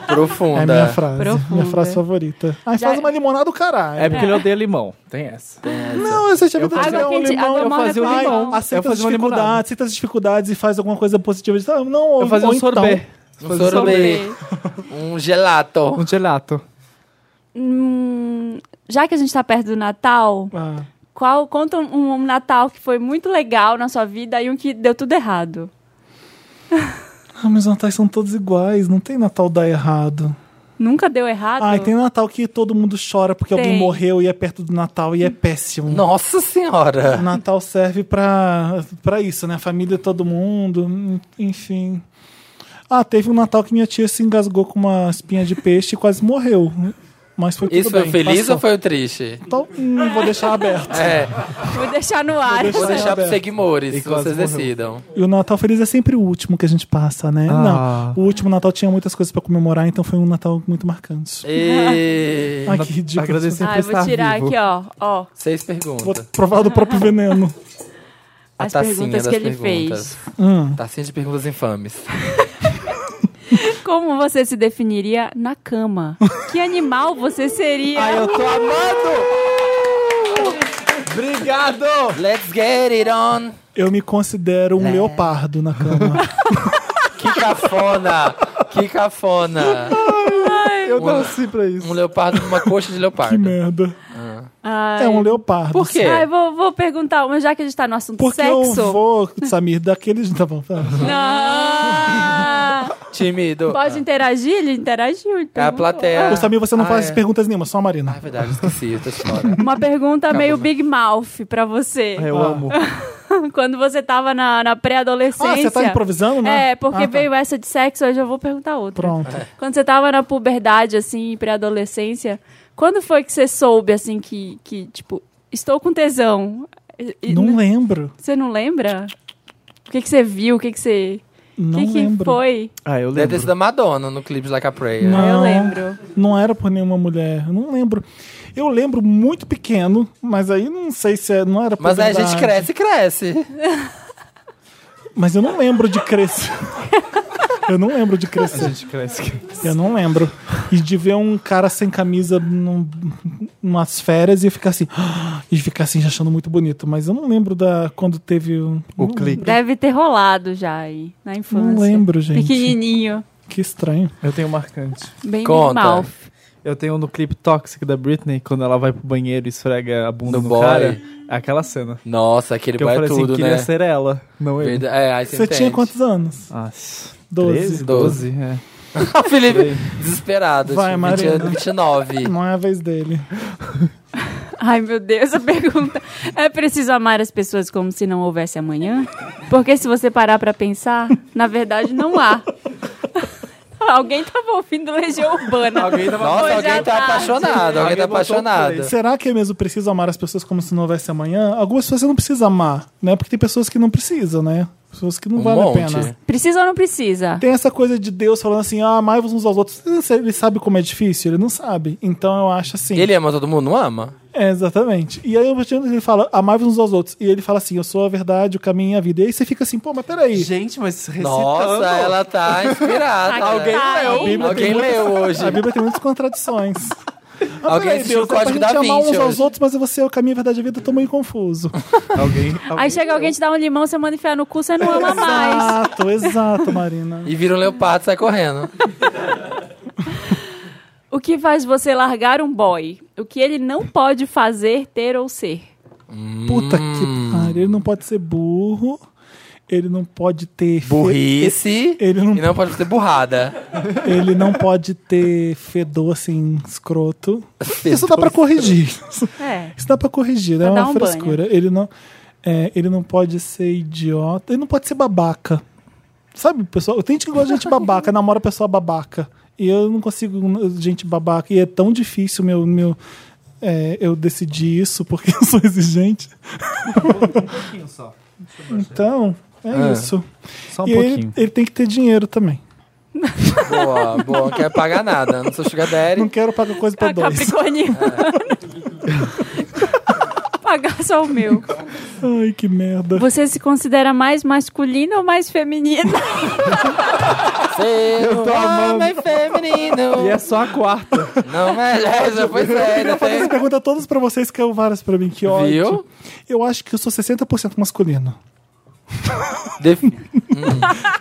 S4: Profunda.
S1: É a minha frase.
S2: Profunda.
S1: Minha frase favorita. Aí
S2: Já-
S1: faz uma limonada do caralho.
S3: É porque ele odeia limão. Tem essa.
S1: Não, essa é a vida
S3: Eu
S1: te der
S2: água
S1: um
S2: quente,
S1: limão.
S2: água
S1: eu
S2: morna
S3: fazia
S2: com
S3: o
S1: Ai,
S3: limão.
S2: limão.
S3: Eu
S1: aceita
S3: fazia
S1: as
S3: uma limonada.
S1: dificuldades, aceita as dificuldades e faz alguma coisa positiva. Ah, Não, ou,
S3: Eu fazia
S1: ou
S3: um sorbet.
S1: Então,
S4: Um sorvete. Um gelato.
S3: Um gelato.
S2: Hum, já que a gente tá perto do Natal,
S1: Ah,
S2: qual conta um, um Natal que foi muito legal na sua vida e um que deu tudo errado?
S1: ah, mas os natais são todos iguais, não tem Natal dar errado.
S2: Nunca deu errado?
S1: Ah, e tem Natal que todo mundo chora porque alguém
S2: Tem.
S1: morreu e é perto do Natal e é péssimo.
S4: Nossa senhora.
S1: Natal serve pra, pra isso, né? Família, todo mundo, enfim. Ah, teve um Natal que minha tia se engasgou com uma espinha de peixe e quase morreu. Mas foi tudo
S4: Isso
S1: bem.
S4: foi o feliz
S1: passou.
S4: ou foi o triste?
S1: Então, hum, vou deixar aberto.
S4: É,
S2: Vou deixar no ar.
S1: um- Vou
S4: vou
S1: Isso é
S4: deixar pros
S1: aberto.
S4: seguidores,
S3: E
S4: que
S3: quase
S4: vocês
S3: morreu.
S4: decidam.
S1: E o Natal feliz é sempre o último que a gente passa, né?
S3: Ah.
S1: Não. O último Natal tinha muitas coisas pra comemorar, então foi um Natal muito
S4: (laughs)
S1: marcante.
S4: E...
S1: Ai, que ridículo.
S3: Agradecer.
S2: Ah, eu vou
S3: Sempre
S2: tirar
S3: está vivo.
S2: aqui, ó. ó
S4: Seis perguntas.
S1: Vou provar do próprio veneno.
S4: A
S2: as
S4: tacinha
S2: perguntas
S4: das
S2: que ele
S4: perguntas.
S2: fez.
S1: Hum.
S4: Tacinha de perguntas infames.
S2: Como você se definiria na cama? que animal você seria?
S3: Ai, eu tô amando! Obrigado!
S4: Let's get it on!
S1: Eu me considero um leopardo na cama.
S4: Que cafona! que cafona!
S3: Eu nasci pra isso.
S4: Um leopardo numa coxa de
S1: que
S4: leopardo.
S1: merda.
S2: Ai.
S1: É um leopardo.
S4: Por quê?
S2: Ai, vou, vou perguntar uma, já que a gente tá no assunto
S1: Porque
S2: sexo.
S1: eu vou, Samir, daqueles. Tá bom. tá.
S2: Não!
S4: Timido.
S2: Ah! Pode interagir? Ele interagiu,
S4: É
S2: então.
S4: a plateia.
S1: Ô, Samir, você não
S4: Ah,
S1: faz
S4: é.
S1: perguntas nenhuma, só a
S4: Ah, é
S1: Marina.
S4: verdade, esqueci, tô fora.
S2: Uma pergunta meio
S4: né?
S2: Big Mouth pra você.
S3: Eu
S1: Ah.
S3: amo.
S2: Quando você tava na, na pré-adolescência.
S1: Ah, você tá improvisando, né?
S2: É, porque
S1: Ah, tá.
S2: veio É. essa de sexo, hoje eu vou perguntar outra.
S1: Pronto.
S2: Quando você tava na puberdade, assim, pré-adolescência, quando foi que você soube, assim, que, que tipo, estou com tesão? E- e-
S1: Não lembro.
S2: Você não lembra? O que, que você viu? O que, que você. O
S1: Não
S2: que, que
S1: lembro.
S2: foi?
S3: Ah, eu
S4: Deve ter
S3: lembro.
S4: sido a Madonna no clipe de Like a Prayer.
S1: Não.
S2: Ah, eu lembro.
S1: Não era por nenhuma mulher. Eu Não lembro. Eu lembro muito pequeno, mas aí não sei se é, não era por
S4: Mas aí a
S1: verdade.
S4: gente cresce, cresce.
S1: Mas eu não lembro de crescer. (laughs) Eu não lembro de
S3: A
S1: crescer.
S3: gente cresce.
S1: Eu não lembro. E de ver um cara sem camisa num, numas férias e ficar assim. (gasps) E ficar assim, achando muito bonito. Mas eu não lembro da quando teve. um O
S3: O clique.
S2: Deve ter rolado já aí, na infância.
S1: Não lembro, gente.
S2: Pequenininho.
S1: Que estranho.
S3: Eu tenho um marcante.
S2: Bem
S4: Conta.
S2: mal.
S3: Eu tenho um no clipe Toxic da Britney, quando ela vai pro banheiro e esfrega a bunda
S4: Do
S3: do,
S4: boy.
S3: cara. É Aquela cena.
S4: Nossa, aquele
S3: Que eu
S4: boy é
S3: falei
S4: tudo,
S3: assim, queria
S4: né?
S3: ser ela, não ele.
S4: Verdade- É, aí
S1: Você tinha quantos anos?
S3: Ah,
S1: Doze.
S3: 13,
S4: Doze.
S3: 12, é.
S4: O (laughs) Felipe, desesperado.
S1: Vai,
S4: tipo,
S1: Marina.
S4: 20, 29.
S1: Não é a vez dele.
S2: Ai, meu Deus, a pergunta. É preciso amar as pessoas como se não houvesse amanhã? Porque se você parar pra pensar, na verdade não há. (laughs) Alguém tava ouvindo Legião Urbana.
S3: (laughs) Alguém tava-
S4: Nossa,
S2: Hoje
S4: alguém
S2: à
S4: tá
S2: tarde.
S4: apaixonado, alguém
S3: né? Alguém
S4: tá
S3: botou um
S4: apaixonado.
S3: play.
S1: Será que é mesmo preciso amar as pessoas como se não houvesse amanhã? Algumas pessoas você não precisa amar, né? Porque tem pessoas que não precisam, né? Pessoas que não
S4: Um
S1: valem
S4: monte.
S1: a pena. assim.
S2: Precisa ou não precisa?
S1: Tem essa coisa de Deus falando assim, ah, amai-vos uns aos outros. Ele sabe como é difícil? Ele não sabe. Então eu acho assim.
S4: Ele ama todo mundo, não ama?
S1: É, exatamente. E aí a partir do que ele fala, amai-vos uns aos outros. E ele fala assim, eu sou a verdade, o caminho e a vida. E aí você fica assim, pô, mas peraí.
S3: Gente, mas recitando.
S4: Nossa, ela tá inspirada.
S2: Alguém Tá, leu. hein?
S1: A Bíblia
S4: Alguém
S1: tem muitas-
S4: leu hoje.
S1: A Bíblia tem muitas contradições. Mas
S4: Alguém
S1: peraí,
S4: assistiu
S1: Deus,
S4: o Código
S1: é pra
S4: da
S1: gente amar
S4: Vinci
S1: uns aos
S4: hoje.
S1: outros, mas você é o caminho, a verdade e a vida, eu tô meio confuso.
S3: Alguém,
S2: Aí chega alguém te dá um limão, você manda enfiar no cu, você não ama mais.
S1: Exato, exato, Marina.
S4: E vira um leopardo e sai correndo.
S2: O que faz você largar um boy? O que ele não pode fazer, ter ou ser?
S4: Hum.
S1: Puta que pariu. Ele não pode ser burro. Ele não pode ter... fe-
S4: Burrice.
S1: Ele não-
S4: E não pode ser burrada.
S1: Ele não pode ter fedor, assim, escroto. Isso dá pra
S4: (laughs)
S1: corrigir.
S2: É.
S1: Isso dá pra corrigir, né?
S2: Pra
S1: É
S2: dar
S1: uma
S2: um
S1: frescura. Ele não, é, ele não pode ser idiota. Ele não pode ser babaca. Sabe, pessoal? Tem gente que gosta de gente
S2: (laughs)
S1: babaca, namora pessoa babaca. E eu não consigo hum, gente babaca. E é tão difícil meu, meu, é, eu decidir isso porque (laughs) eu sou exigente. Então, é
S3: Ah,
S1: isso.
S3: Só um
S1: e ele,
S3: pouquinho.
S1: ele tem que ter dinheiro também.
S4: Boa, boa. Não quero pagar nada. Não sou sugar daddy.
S2: É.
S1: Não quero pagar coisa pra
S2: A
S1: Tá dois.
S2: Capricorniano. Pagar só o meu.
S1: (laughs) Ai, que merda.
S2: Você se considera mais masculino ou mais feminino?
S1: tá.
S4: Ser um homem feminino.
S3: E é só a quarta.
S4: Não,
S3: (laughs)
S4: mas é, já
S3: um
S4: foi sério.
S1: Fazer essa pergunta todas pra vocês que é várias pra mim, que ótimo.
S4: Viu?
S1: Eu acho que eu sou 60% masculino.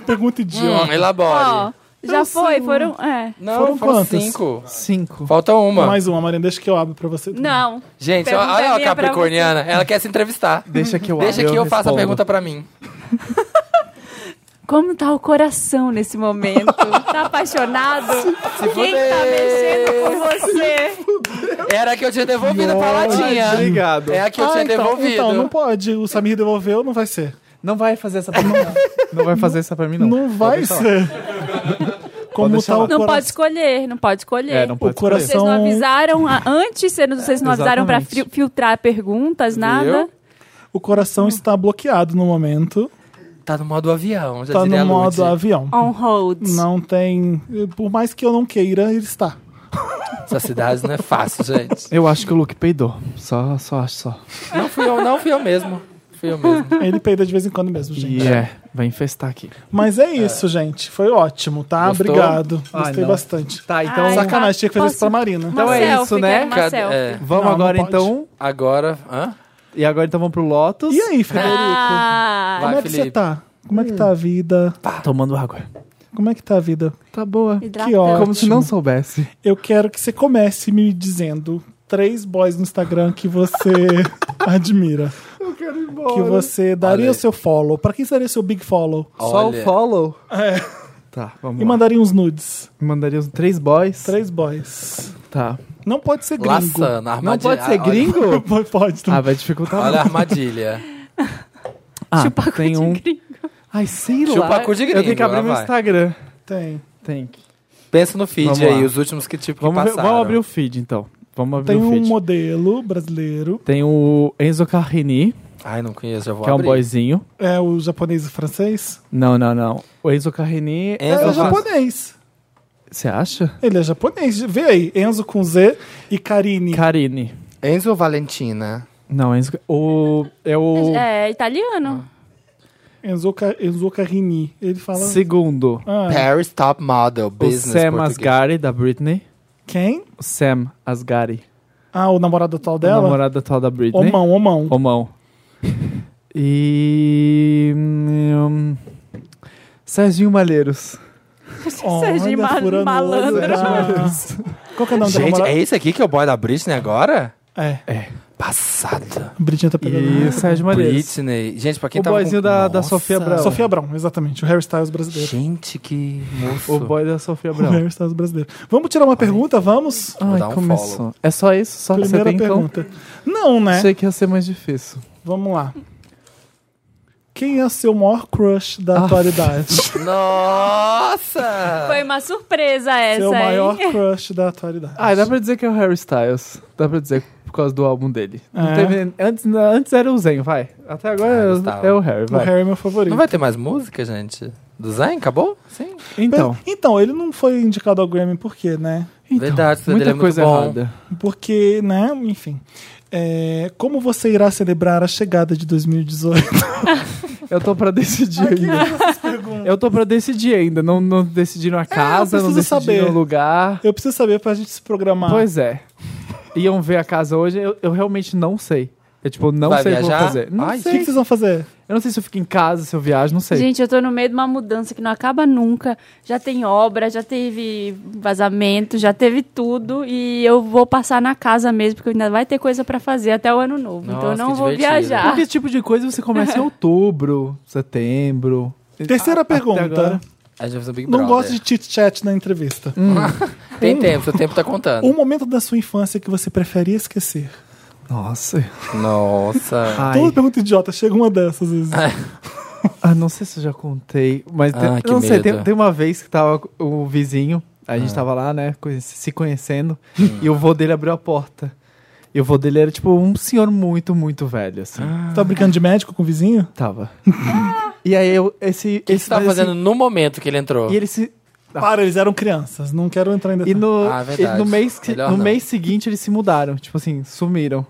S1: Pergunta idiota.
S4: Hum, elabore.
S2: Ó, já foi, foram. É.
S4: Não,
S1: Foram
S4: foram,
S1: quantos?
S4: cinco.
S3: Cinco.
S4: Falta uma.
S1: Mais uma, Marina, deixa que eu abro pra você.
S2: Não.
S4: Gente,
S2: Pergunta
S4: olha a
S2: minha pra
S4: Capricorniana. Ela quer se entrevistar.
S3: Deixa que eu
S4: Deixa
S3: abro,
S4: que eu faça a
S3: respondo.
S4: pergunta pra mim.
S2: Como tá o coração nesse momento? (laughs) Tá apaixonado? Quem tá mexendo com você?
S4: Era a que eu tinha devolvido a paladinha.
S3: Obrigado.
S4: É a que eu tinha
S1: Ah, então,
S4: devolvido.
S1: então, não pode. O Samir devolveu, não vai ser.
S3: Não vai fazer essa pra mim, não. Não vai fazer essa pra mim, não.
S1: Não,
S3: Pode
S1: vai
S3: deixar lá.
S1: ser. Como
S3: deixar
S1: tá o
S3: lá.
S2: Não
S1: cora-
S2: pode escolher, não pode escolher.
S3: É, não
S1: O
S3: pode
S1: coração-
S3: escolher.
S2: Vocês não avisaram a- antes, vocês não- vocês não avisaram pra
S3: Exatamente.
S2: fri- filtrar perguntas, nada.
S1: O
S2: Hum.
S1: coração está bloqueado no momento.
S4: Tá no modo avião, já
S1: Tá
S4: diria
S1: no
S4: a Lud.
S1: modo avião.
S2: On hold.
S1: Não tem. Por mais que eu não queira, ele está.
S4: Essa cidade não é fácil, gente.
S3: Eu acho que o Luke peidou. Só, só acho, só.
S4: Não fui eu, não fui eu mesmo. Fui eu mesmo.
S1: Ele peida de vez em quando mesmo, gente.
S3: E é, vai infestar aqui.
S1: Mas é isso, gente. Foi ótimo, tá?
S4: Gostou?
S1: Obrigado.
S3: Ai,
S1: Gostei
S3: não.
S1: bastante.
S3: Tá, então.
S2: Ai,
S3: saca-
S1: Sacanagem, tinha que fazer isso
S2: Posso-
S1: pra Marina.
S3: Então é
S2: selfie,
S3: isso, né?
S2: quero uma
S4: Cadê-
S2: selfie.
S4: é,
S3: Vamos
S1: Não, não
S3: agora,
S1: pode.
S3: então.
S4: agora. Hã?
S3: E agora então vamos pro Lotus.
S1: E aí, Felipe?
S2: Ah, Hum.
S4: Vai,
S1: Como é que você
S4: Felipe.
S1: tá? Como é que tá a vida?
S3: Tomando água.
S1: Como é que tá a vida?
S3: Tá boa.
S2: hidratante.
S1: que ótimo.
S3: Como se não soubesse.
S1: Eu quero que você comece me dizendo três boys no Instagram que você
S3: (laughs)
S1: admira.
S3: Eu quero ir
S1: Que você daria
S4: Olha.
S1: o seu follow. Pra quem seria o seu big follow?
S3: Só
S4: Olha.
S3: o follow?
S1: É.
S3: Tá, vamos
S1: E
S3: lá.
S1: mandaria uns nudes.
S3: Mandaria os três boys.
S1: Três boys.
S3: Tá.
S1: Não pode ser gringo.
S4: Laçando, armadilha.
S3: Não pode ser
S4: Ah, olha-
S3: gringo?
S1: Pode, pode.
S3: (laughs) ah, vai dificultar
S4: Olha a
S3: muito.
S4: armadilha.
S3: Ah,
S2: chupa cu
S3: tem
S2: de
S3: um...
S2: gringo.
S3: Ai, (laughs) sei lá.
S4: Chupa cu de gringo,
S3: Eu tenho que abrir
S4: lá
S3: meu
S4: vai.
S3: Instagram.
S1: Tem.
S3: Tem que.
S4: Pensa no feed
S3: Vamos
S4: aí,
S3: lá.
S4: os últimos que tipo que
S3: Vamos, ver-
S4: passaram.
S3: vamos abrir o feed, então. Vamos abrir
S1: Tem
S3: o
S1: um
S3: feed.
S1: modelo brasileiro.
S3: Tem o Enzo Carrini,
S4: Ai, não conheço, já vou
S3: que é um
S4: abrir.
S3: boyzinho.
S1: É o japonês e o francês?
S3: Não, não, não. O Enzo Carrini...
S4: Enzo
S1: é o
S4: Carrini.
S1: japonês.
S3: Você acha?
S1: Ele é japonês. Vê aí. Enzo com Z e Karine.
S3: Carine.
S4: Enzo Valentina.
S3: Não, Enzo... O... É o Ah.
S2: É italiano.
S1: Enzo, Ca- Enzo Carrini. Ele fala...
S3: segundo.
S1: Ah,
S4: Paris Top Model
S3: O
S4: Business
S3: Sam
S4: português.
S3: Asghari, da Britney.
S1: Quem?
S3: O Sam Asghari.
S1: Ah, o namorado atual
S3: O
S1: dela?
S3: namorado atual da Britney.
S1: Omão, omão.
S3: Omão. E. hum, Serginho Malheiros.
S1: Olha,
S2: Serginho Ma-
S1: furando
S2: Malandro.
S1: olho da- Qual que é o nome da
S4: Gente, é
S1: namorada?
S4: esse aqui que é o boy da Britney agora?
S1: É.
S4: Passada.
S1: Britney tá pegando.
S3: E Sérgio Malheiros.
S4: Britney. Gente, pra quem
S3: O
S4: tava
S3: boyzinho
S4: com...
S3: da- da
S4: Nossa.
S3: Sofia Abrão.
S1: Sofia Abrão, exatamente. O Harry Styles brasileiro.
S4: Gente, que moço.
S3: O boy da Sofia
S1: O
S3: Abrão.
S1: Harry Styles brasileiro. Vamos tirar uma pergunta? Vamos?
S4: Vou
S3: Ai,
S4: dar um
S3: começou.
S4: follow.
S3: É só isso? Só que você
S1: Primeira
S3: tem cão?
S1: pergunta. Não, né?
S3: Achei que ia ser mais difícil.
S1: Vamos lá. Quem é o seu maior crush
S3: Ah.
S1: da
S3: (laughs)
S1: atualidade?
S4: Nossa!
S2: Foi uma surpresa essa,
S1: seu
S4: (laughs)
S1: maior
S2: hein?
S1: crush da atualidade.
S3: Ah, dá pra dizer que é o Harry Styles. Dá pra dizer. por causa do álbum dele. Não
S1: É.
S3: teve- antes, antes era o Zen, vai. Até
S4: Ah,
S3: agora é o-
S4: Gustavo.
S3: é o Harry,
S1: O
S3: vai.
S1: Harry é meu favorito.
S4: Não vai ter mais música, gente? Do Zen? Acabou? Sim.
S3: Então,
S1: então, ele não foi indicado ao Grammy por quê, né?
S3: então,
S4: Verdade, isso dele é
S3: muita
S4: muito
S3: coisa
S4: bom.
S3: errada.
S1: Porque, né, enfim. É, como você irá celebrar a chegada de 2018?
S3: Eu tô pra decidir
S1: (laughs)
S3: ainda.
S1: perguntas.
S3: Eu tô pra decidir ainda. Não, não decidiram a casa, não
S1: É, preciso
S3: decidiram
S1: saber. Ah.
S3: o lugar.
S1: Eu preciso saber pra gente se programar.
S3: Pois é. Iam ver a casa hoje, eu, eu realmente não sei. Eu, tipo, não
S4: Vai
S3: sei o que eu
S4: viajar?
S3: vou fazer. Não
S4: Ai,
S1: O que,
S3: sei.
S1: que vocês vão fazer?
S3: Eu não sei se eu fico em casa, se eu viajo, não sei.
S2: Gente, eu tô no meio de uma mudança que não acaba nunca. Já tem obra, já teve vazamento, já teve tudo. E eu vou passar na casa mesmo, porque ainda vai ter coisa pra fazer até o ano novo. então eu
S4: Nossa,
S2: não
S4: que
S2: vou
S4: divertido.
S2: viajar.
S4: (laughs)
S3: Porque esse tipo de coisa você começa em outubro, setembro.
S1: Terceira
S3: A- até agora.
S1: pergunta.
S4: A gente vai fazer um Big
S1: Não
S4: Brother.
S1: gosto de chit-chat na entrevista.
S3: Hum. um.
S4: Tem tempo, seu tempo tá contando.
S1: Um momento da sua infância que você preferia esquecer.
S3: Nossa.
S4: Nossa.
S3: Ai.
S1: Toda pergunta idiota, chega uma dessas às vezes.
S3: Ah, não sei se eu já contei, mas tem-
S4: Ah, que
S3: não sei,
S4: medo. Ah.
S3: tem, tem uma vez que tava o vizinho, a gente tava lá, né, conhe- se conhecendo,
S4: Hum.
S3: e o vô dele abriu a porta. E o vô dele era tipo um senhor muito, muito velho, assim.
S4: Ah.
S1: Tá brincando de médico com o vizinho?
S3: Tava. (laughs) e aí eu, esse.
S4: O que
S3: esse
S4: você tava
S3: mas, assim,
S4: fazendo no momento que ele entrou?
S3: E ele se. Ah.
S1: Para, eles eram crianças. Não quero entrar em
S3: E
S1: detalhes.
S3: no,
S4: Ah,
S3: e
S4: verdade.
S3: no, mês, que-
S4: Melhor
S3: no
S4: não.
S3: mês seguinte eles se mudaram, tipo assim, sumiram.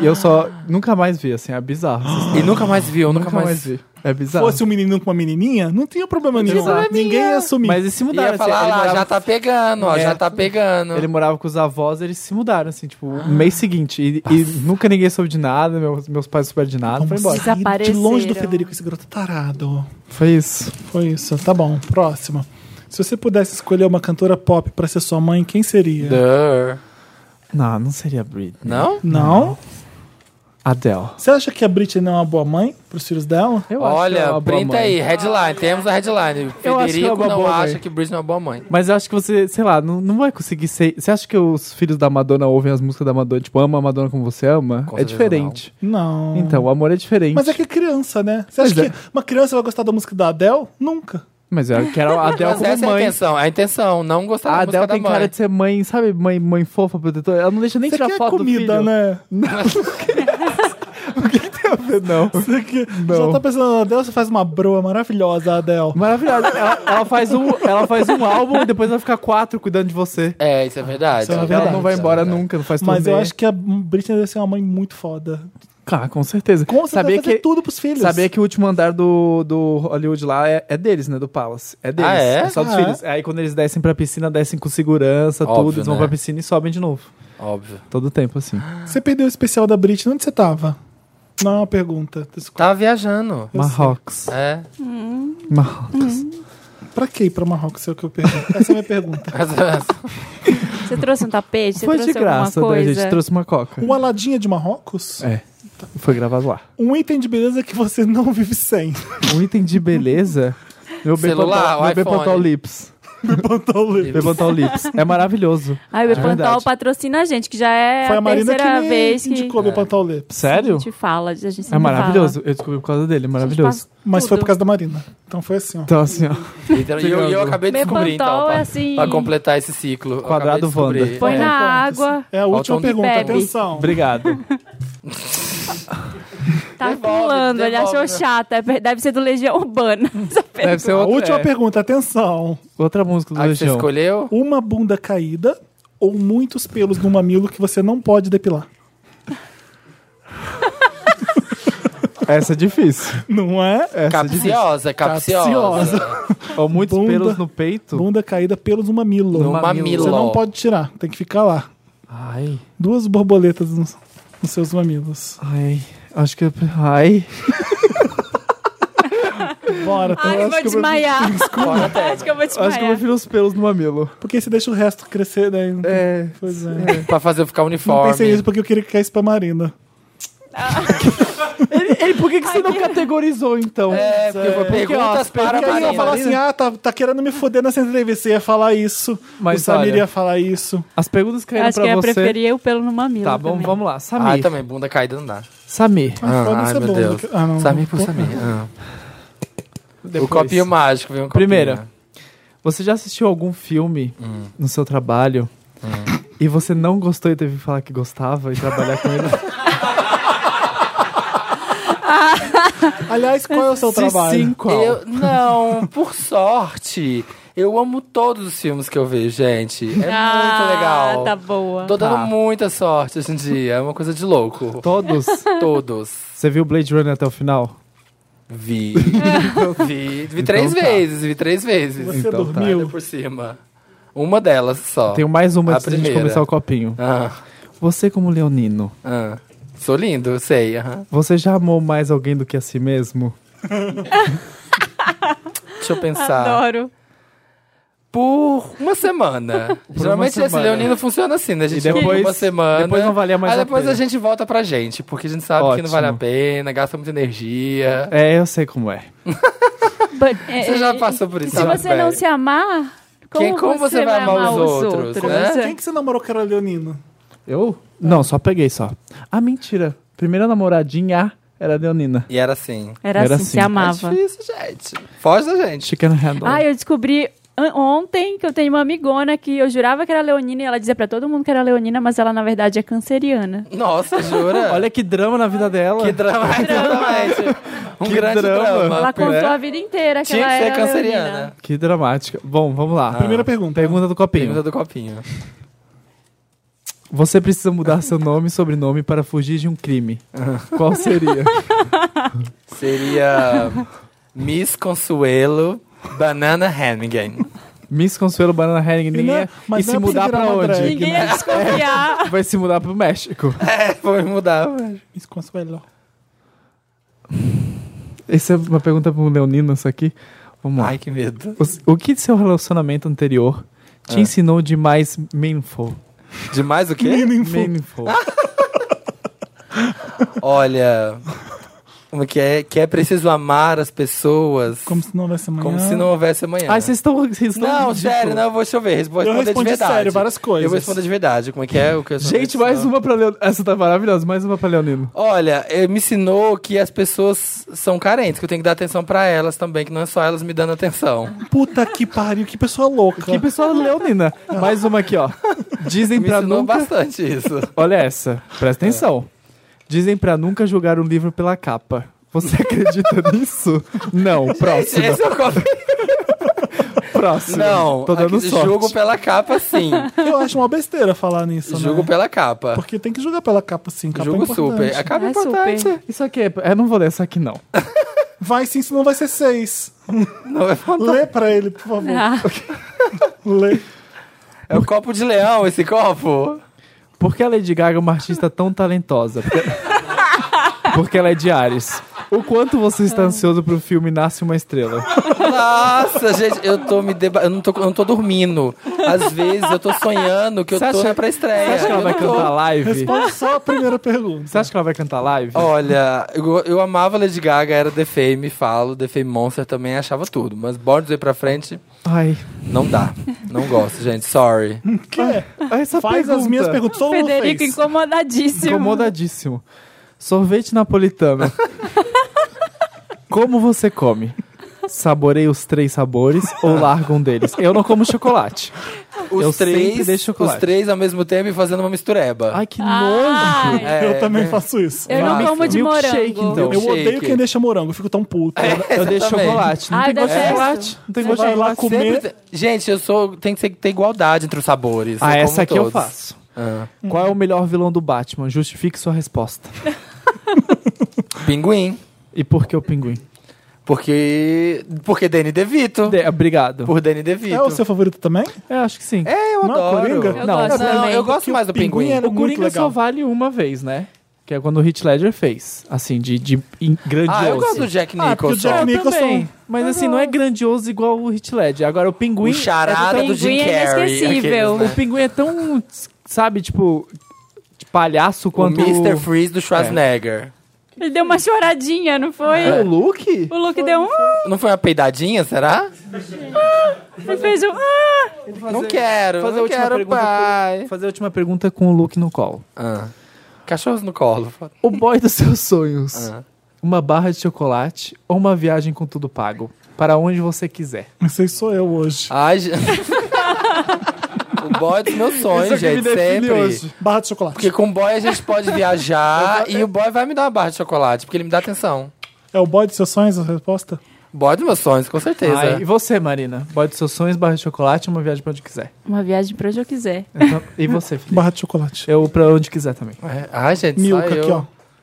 S3: E eu só nunca mais vi, assim, é bizarro. essa história.
S4: E nunca mais viu, Ah. (gasps) nunca, mais... viu.
S3: vi. É
S1: Se
S3: bizarro. Tipo,
S1: fosse um menino com uma menininha, não tinha problema nenhum.
S3: Exato.
S1: Ninguém ia assumir.
S3: Mas eles se
S4: Ia
S3: mudaram. assim,
S4: falar,
S3: ele
S4: lá,
S3: morava
S4: já tá pegando, ó,
S3: É.
S4: já tá pegando.
S3: Ele morava com os avós, eles se mudaram, assim, tipo,
S4: Ah.
S3: no mês seguinte. E, e nunca ninguém soube de nada, meus, meus pais souberam de nada, foi
S1: Vamos
S3: embora.
S1: sair de longe do
S2: Desapareceram.
S1: Federico, esse garoto é tarado.
S4: assim?
S3: Foi isso.
S1: Foi isso. Tá bom. Próxima. Se você pudesse escolher uma cantora pop pra ser sua mãe, quem seria?
S4: Durr.
S3: Não, não seria a Britney.
S4: Não?
S1: Não?
S3: Adele.
S1: Você acha que a Britney não é uma boa mãe pros filhos dela?
S3: Eu acho que ela é
S4: Olha,
S3: uma boa
S4: printa
S3: mãe.
S4: aí, headline, temos a headline.
S3: Eu acho que ela é
S4: Federico
S3: uma
S4: não
S3: boa
S4: acha
S3: mãe.
S4: que Britney é uma boa mãe.
S3: Mas eu acho que você, sei lá, não, não vai conseguir ser. Você acha que os filhos da Madonna ouvem as músicas da Madonna, tipo, ama a Madonna como você ama?
S4: Com
S3: é
S4: certeza
S3: diferente.
S1: Não.
S3: Então, o amor é diferente.
S1: Mas é que é criança, né? Você acha
S3: Pois é.
S1: que uma criança vai gostar da música da Adele? Nunca.
S3: Mas eu quero
S1: (laughs)
S3: a Adele
S4: Mas
S3: como
S4: essa é a
S3: mãe.
S4: intenção, a intenção, não gostar
S3: a
S4: da música
S3: Adele tem
S4: da mãe.
S3: cara de ser mãe, sabe? Mãe, mãe fofa, protetora. Ela não deixa nem
S1: Você
S3: tirar
S1: quer
S3: foto do
S1: é comida,
S3: filho.
S1: né?
S3: (laughs) Não.
S1: (laughs) Você quer...
S3: Não.
S1: Já tá pensando na Adele, você faz uma broa maravilhosa, Adele.
S3: Maravilhosa. Ela, ela faz um, ela faz um álbum e depois vai ficar quatro cuidando de você.
S4: É, isso é verdade.
S1: Isso é
S4: isso é
S1: verdade.
S3: Ela não vai
S4: isso é
S3: embora
S4: verdade.
S3: nunca, não faz
S1: Mas eu
S3: turnê.
S1: acho que a Britney deve ser uma mãe muito foda.
S3: Cara, com certeza.
S1: Com certeza
S3: sabia
S1: vai fazer
S3: que,
S1: tudo pros filhos.
S3: sabia que o último andar do, do Hollywood lá é, é deles, né? Do Palace. É deles.
S4: Ah, é?
S3: só dos
S1: Ah,
S3: filhos. Aí quando eles descem pra piscina, descem com segurança,
S4: Óbvio,
S3: tudo. Eles vão
S4: né?
S3: pra piscina e sobem de novo.
S4: Óbvio.
S3: Todo tempo, assim.
S1: Você perdeu o especial da Britney, onde você tava? Não é uma pergunta. Desculpa.
S4: Tava Tá viajando.
S3: Marrocos.
S4: É. (laughs)
S3: Marrocos.
S1: Pra que ir pra Marrocos é o que eu pergunto? Essa é a minha pergunta. (laughs)
S2: Você trouxe um tapete? Você
S3: Foi
S2: trouxe
S3: de graça,
S2: alguma
S3: né,
S2: coisa?
S3: gente? Trouxe uma coca.
S1: Uma ladinha de Marrocos?
S3: É. Foi gravado lá.
S1: Um item de beleza que você não vive
S3: (laughs)
S1: sem.
S3: Um item de beleza. Meu bem
S4: Celular,
S3: meu bem
S4: iPhone.
S3: pontual lips.
S1: Pantolê.
S3: Levantar o lips.
S2: (laughs)
S3: É maravilhoso.
S2: Ai, o
S3: De
S2: Epantal
S3: É verdade.
S2: patrocina a gente, que já é
S1: Foi a
S2: a
S1: Marina
S2: terceira
S1: que me
S2: vez que
S1: indicou
S3: É.
S1: meu Pantolê.
S3: Sério?
S2: a gente fala. A gente sempre fala.
S3: É maravilhoso. Eu descobri por causa dele, é maravilhoso.
S1: Mas foi
S2: Tudo.
S1: por causa da Marina. Então foi assim, ó.
S3: Então, assim, ó.
S4: Então, E eu, e eu acabei de descobrir, então,
S2: Bepantol
S4: pra,
S2: é assim-
S4: pra completar esse ciclo. Eu
S3: Quadrado
S4: acabei de
S3: Wanda.
S4: descobrir.
S2: Põe
S4: É.
S2: na água,
S1: É a última
S4: um
S1: pergunta,
S2: bebe.
S1: atenção.
S3: Obrigado.
S2: tá
S4: Devolve,
S2: pulando, ele
S4: devolve. né?
S2: achou chata. é- Deve ser do
S4: (laughs)
S2: Legião Urbana. essa
S3: Deve ser
S1: A
S3: outra,
S1: última
S3: é,
S1: pergunta, atenção.
S3: outra música do
S4: A que você
S3: Legião.
S4: escolheu?
S1: Uma bunda caída ou muitos pelos no mamilo que você não pode depilar?
S3: Essa é difícil.
S1: Não é?
S3: Essa é difícil.
S4: Capciosa, capciosa.
S1: Capciosa.
S3: Ou muitos
S1: Bunda-
S3: pelos no peito.
S1: Bunda caída, pelos no mamilo.
S4: No
S1: Você não
S4: mamilo.
S1: pode tirar, tem que ficar lá.
S3: Ai,
S1: Duas borboletas nos, nos seus mamilos.
S3: ai. Acho que. eu- Ai.
S1: Bora,
S2: Ai,
S1: tá?
S2: vou desmaiar. Acho que eu vou
S3: Acho que eu
S2: desmaiar.
S3: prefiro os pelos no mamilo.
S1: Porque você deixa o resto crescer, né?
S3: É.
S1: Pois é.
S4: Pra fazer eu ficar
S1: Não pensei
S4: uniforme.
S1: nisso porque eu queria que isso pra Marina.
S3: Ele, por que, que você não categorizou, então?
S4: É, porque foi perguntas para
S1: Porque aí eu ia falar
S4: Marina.
S1: assim, ah, tá, tá querendo me foder nessa entrevista. Você ia falar isso.
S3: Mas
S1: o Samir
S3: olha-
S1: ia falar isso.
S3: As perguntas caíram
S2: Acho
S3: pra
S2: que eu
S3: você.
S2: preferia o pelo no mamilo.
S3: Tá bom,
S2: também.
S3: vamos lá. Samir.
S4: Ah, também, bunda caída não dá.
S3: Samir.
S1: Ah, foda-se
S4: ai,
S1: a
S4: meu
S1: bunda.
S4: Deus.
S1: Ah, não.
S4: Samir por Samir. ah. O
S3: Depois.
S4: copinho mágico, viu? Um copinho.
S3: Primeira. Você já assistiu algum filme no seu trabalho E você não gostou e teve que falar que gostava e trabalhar com ele.
S1: Aliás, qual é o seu
S3: Se
S1: trabalho?
S3: sim, qual?
S4: Eu, não, por sorte. Eu amo todos os filmes que eu vejo, gente. É muito legal.
S2: Ah, tá boa.
S4: Tô dando
S3: Tá.
S4: muita sorte hoje em dia. É uma coisa de louco.
S3: Todos?
S4: Todos.
S3: Você viu Blade Runner até o final?
S1: (laughs)
S4: Vi. vi. Vi três
S3: Então tá.
S4: vezes, vi três vezes.
S1: Você
S3: Então tá.
S1: dormiu.
S4: Ainda por cima. Uma delas só.
S3: Tenho mais uma
S4: A
S3: antes de gente
S4: primeira.
S3: começar o copinho.
S4: Ah,
S3: Você, como leonino,
S4: ah. Sou lindo, eu sei. aham.
S3: você já amou mais alguém do que a si mesmo?
S4: Deixa eu pensar.
S2: Adoro.
S4: Por uma
S3: (laughs)
S4: semana. Geralmente
S3: uma
S4: esse
S3: semana.
S4: leonino funciona assim, né? A gente
S3: E depois-
S4: fica uma semana.
S3: depois não valia mais
S4: Aí
S3: a
S4: depois a,
S3: pena.
S4: gente volta pra gente, porque a gente sabe que
S3: Ótimo.
S4: não vale a pena, gasta muita energia.
S3: É, eu sei como é.
S2: But, é,
S4: Você
S2: é,
S4: já
S2: é,
S4: passou por isso.
S2: Se
S4: né,
S2: você não
S4: velho?
S2: se amar, como,
S4: Quem- como você vai amar os outros, né?
S2: Você-
S1: Ah, Quem que você namorou que era leonino?
S3: Eu? Não, só peguei só. Ah, mentira. Primeira namoradinha era a leonina.
S4: E era assim.
S2: Era,
S3: Era
S2: assim,
S3: assim.
S2: se amava.
S4: É difícil, gente. Foge da gente.
S3: Chicken Handle.
S2: Ah, eu descobri an- ontem que eu tenho uma amigona que eu jurava que era leonina e ela dizia pra todo mundo que era leonina, mas ela na verdade é canceriana.
S4: Nossa, jura?
S3: (laughs) Olha que drama na vida dela.
S4: que drama, exatamente. Um
S3: Que
S4: grande
S3: drama. é.
S4: drama.
S2: Ela contou
S4: né?
S2: a vida inteira que
S4: Tinha
S2: ela
S4: que ser
S2: era
S4: canceriana.
S2: leonina.
S3: Que dramática. Bom, vamos lá.
S1: Primeira pergunta.
S3: Pergunta do
S4: Pergunta
S3: copinho.
S4: do copinho.
S3: Você precisa mudar seu nome e sobrenome para fugir de um crime. Qual seria?
S4: Seria Miss Consuelo Banana Hannigan.
S3: Miss Consuelo Banana Herring.
S1: E não-
S3: Ninguém
S1: mas
S3: e se
S1: não é pra
S3: mudar
S1: virar
S3: pra
S1: uma
S3: onde?
S1: drag. né?
S2: Ninguém ia desconfiar.
S3: Vai se mudar pro México.
S4: (laughs) É, foi mudar. mas-
S1: Miss (laughs) Consuelo.
S3: Essa é uma pergunta pro Leonino, isso aqui. Vamos lá.
S4: Ai, que medo.
S3: O, o que de seu relacionamento anterior te
S4: Ah.
S3: ensinou de mais meaningful?
S4: Demais o quê?
S3: Meaningful.
S4: Ah, Olha, como que é, que é preciso amar as pessoas
S1: Como
S4: como,
S1: se não houvesse amanhã.
S4: se não houvesse amanhã.
S3: Ah, vocês estão. vocês estão
S4: Não,
S3: ridículos.
S4: sério, não, eu vou deixa eu ver. Vou responder
S1: Eu
S4: de
S1: respondi
S4: verdade.
S1: sério várias coisas.
S4: Eu vou responder de verdade. Como é que é o que eu
S3: Gente, mais uma pra Leonino. Essa tá maravilhosa. Mais uma pra Leonino.
S4: Olha, eh, me ensinou que as pessoas são carentes, que eu tenho que dar atenção pra elas também, que não é só elas me dando atenção.
S1: Puta que pariu, que pessoa louca.
S3: Que pessoa leonina. Mais uma aqui, ó. Dizem
S4: Tá. Me
S3: pra
S4: ensinou
S3: nunca.
S4: bastante É. isso.
S3: Olha essa, presta atenção. Dizem pra nunca julgar um livro pela capa. Você (laughs) acredita nisso? Não, próximo,
S4: Esse é o copo.
S3: próximo.
S4: é- Não,
S3: tô dando
S4: aqui,
S3: sorte.
S4: julgo pela capa, sim.
S1: Eu acho uma besteira falar nisso,
S4: julgo
S1: né?
S4: pela capa.
S1: Porque tem que jogar pela capa, sim. Capa é
S4: Julgo
S1: importante.
S4: super. A capa é
S2: É
S4: importante.
S2: super.
S3: Isso aqui é. Eu não vou ler essa aqui, não.
S1: Vai sim, senão vai ser seis.
S4: (laughs) Não, é fantástico.
S1: Lê pra ele, por favor.
S2: (laughs) Ah,
S1: Lê.
S4: É o copo de leão, esse copo.
S3: Por que a Lady Gaga é uma artista tão talentosa? Porque, Porque ela é de Ares. O quanto você está ansioso pro filme Nasce uma Estrela?
S4: Nossa, gente, eu tô me deba... eu, não tô, eu não tô dormindo. Às vezes eu tô sonhando que eu
S3: Você
S4: tô
S3: acha-
S4: na pré-estreia.
S3: Você acha que ela
S4: Eu
S3: vai
S4: não tô.
S3: cantar live?
S1: Responde só a primeira pergunta.
S3: Você acha que ela vai cantar live?
S4: Olha, eu, eu amava Lady Gaga, era The Fame, falo, The Fame Monster também achava tudo. Mas Born Day pra frente,
S3: Ai,
S4: não dá. Não gosto, gente. Sorry.
S1: que é?
S3: essa
S1: Faz
S3: pergunta.
S1: as minhas perguntas. Todo mundo
S2: Federico
S1: fez.
S2: incomodadíssimo.
S3: Incomodadíssimo. Sorvete napolitano. Como você come? Saboreia os três sabores ou larga um deles? Eu não como chocolate.
S4: Os
S3: (laughs) Eu sempre
S4: três.
S3: deixo chocolate.
S4: os três ao mesmo tempo e fazendo uma mistureba.
S3: Ai, que
S2: Ah! Ai,
S3: nojo.
S1: Eu
S4: É,
S1: também faço isso.
S2: Eu não
S4: Vai.
S2: como de morango.
S3: Milkshake, então.
S1: Eu odeio
S4: Shake. É.
S1: quem deixa morango, eu fico tão puto.
S3: Eu deixo
S4: exatamente.
S3: chocolate. Não
S2: Ai,
S3: tem gosto de
S2: detesto.
S3: chocolate. Não tem gosto de
S1: vai lá
S3: chocolate.
S1: comer.
S4: Sempre tem- Gente, eu sou. Tem que ser- ter igualdade entre os sabores.
S3: Ah,
S4: como
S3: essa aqui eu
S4: todos.
S3: faço.
S4: Ah.
S3: Qual é o melhor vilão do Batman? Justifique sua resposta.
S4: Pinguim.
S3: E por que o pinguim?
S4: Porque. Porque Danny DeVito.
S3: De- Obrigado.
S4: Por Danny DeVito.
S1: É o seu favorito também?
S3: É, acho que sim.
S4: É, eu
S1: Não,
S4: adoro.
S1: Coringa?
S2: Eu
S3: Não.
S2: gosto
S4: Não,
S2: também.
S4: eu gosto mais do
S1: Porque o
S4: pinguim.
S1: pinguim era-
S3: O
S1: muito
S3: Coringa só
S1: legal.
S3: vale uma vez, né? Que é quando o Heath Ledger fez. Assim, de, de in- grandioso.
S4: Ah, eu gosto do Jack
S1: Ah, porque o
S4: Nicholson.
S1: Jack
S3: Eu
S1: Nicholson.
S3: É, também. Mas assim, não é grandioso igual o Heath Ledger. Agora, o Pinguim... é
S4: o charada
S2: Pinguim
S4: do Jim
S2: é
S4: Carrey.
S2: inesquecível.
S4: aqueles,
S3: O Pinguim é tão, sabe, tipo... de palhaço quanto...
S4: né? O Mr. Freeze do Schwarzenegger.
S2: Ele deu uma choradinha, não foi?
S3: É o Luke?
S2: O Luke deu um...
S4: Não foi uma peidadinha, será?
S2: E fez um... Ah!
S4: não quero,
S3: Fazer a
S4: não
S3: última
S4: quero,
S3: pergunta
S4: pai.
S3: Fazer a última pergunta com o Luke no colo.
S4: Ah. Cachorros no colo. foda.
S3: O boy dos seus sonhos.
S4: Ah.
S3: Uma barra de chocolate ou uma viagem com tudo pago? Para onde você quiser.
S1: Não sei se sou eu hoje.
S4: Ai, gente. O boy dos meus sonhos,
S3: Isso é o que me
S4: gente,
S3: define
S4: sempre.
S3: hoje.
S1: Barra de chocolate.
S4: Porque com o boy a gente pode viajar e o boy vai me dar uma barra de chocolate, porque ele me dá atenção.
S1: É o boy dos seus sonhos a resposta?
S4: Boy dos meus sonhos, com certeza.
S3: Ai, e você, Marina? Boy dos seus sonhos, barra de chocolate, uma viagem pra onde quiser.
S2: Uma viagem pra onde eu quiser.
S3: Então, e você, Felipe?
S1: Barra de chocolate.
S3: Eu pra onde quiser também.
S4: É, Ai, gente,
S1: Milka
S4: só eu.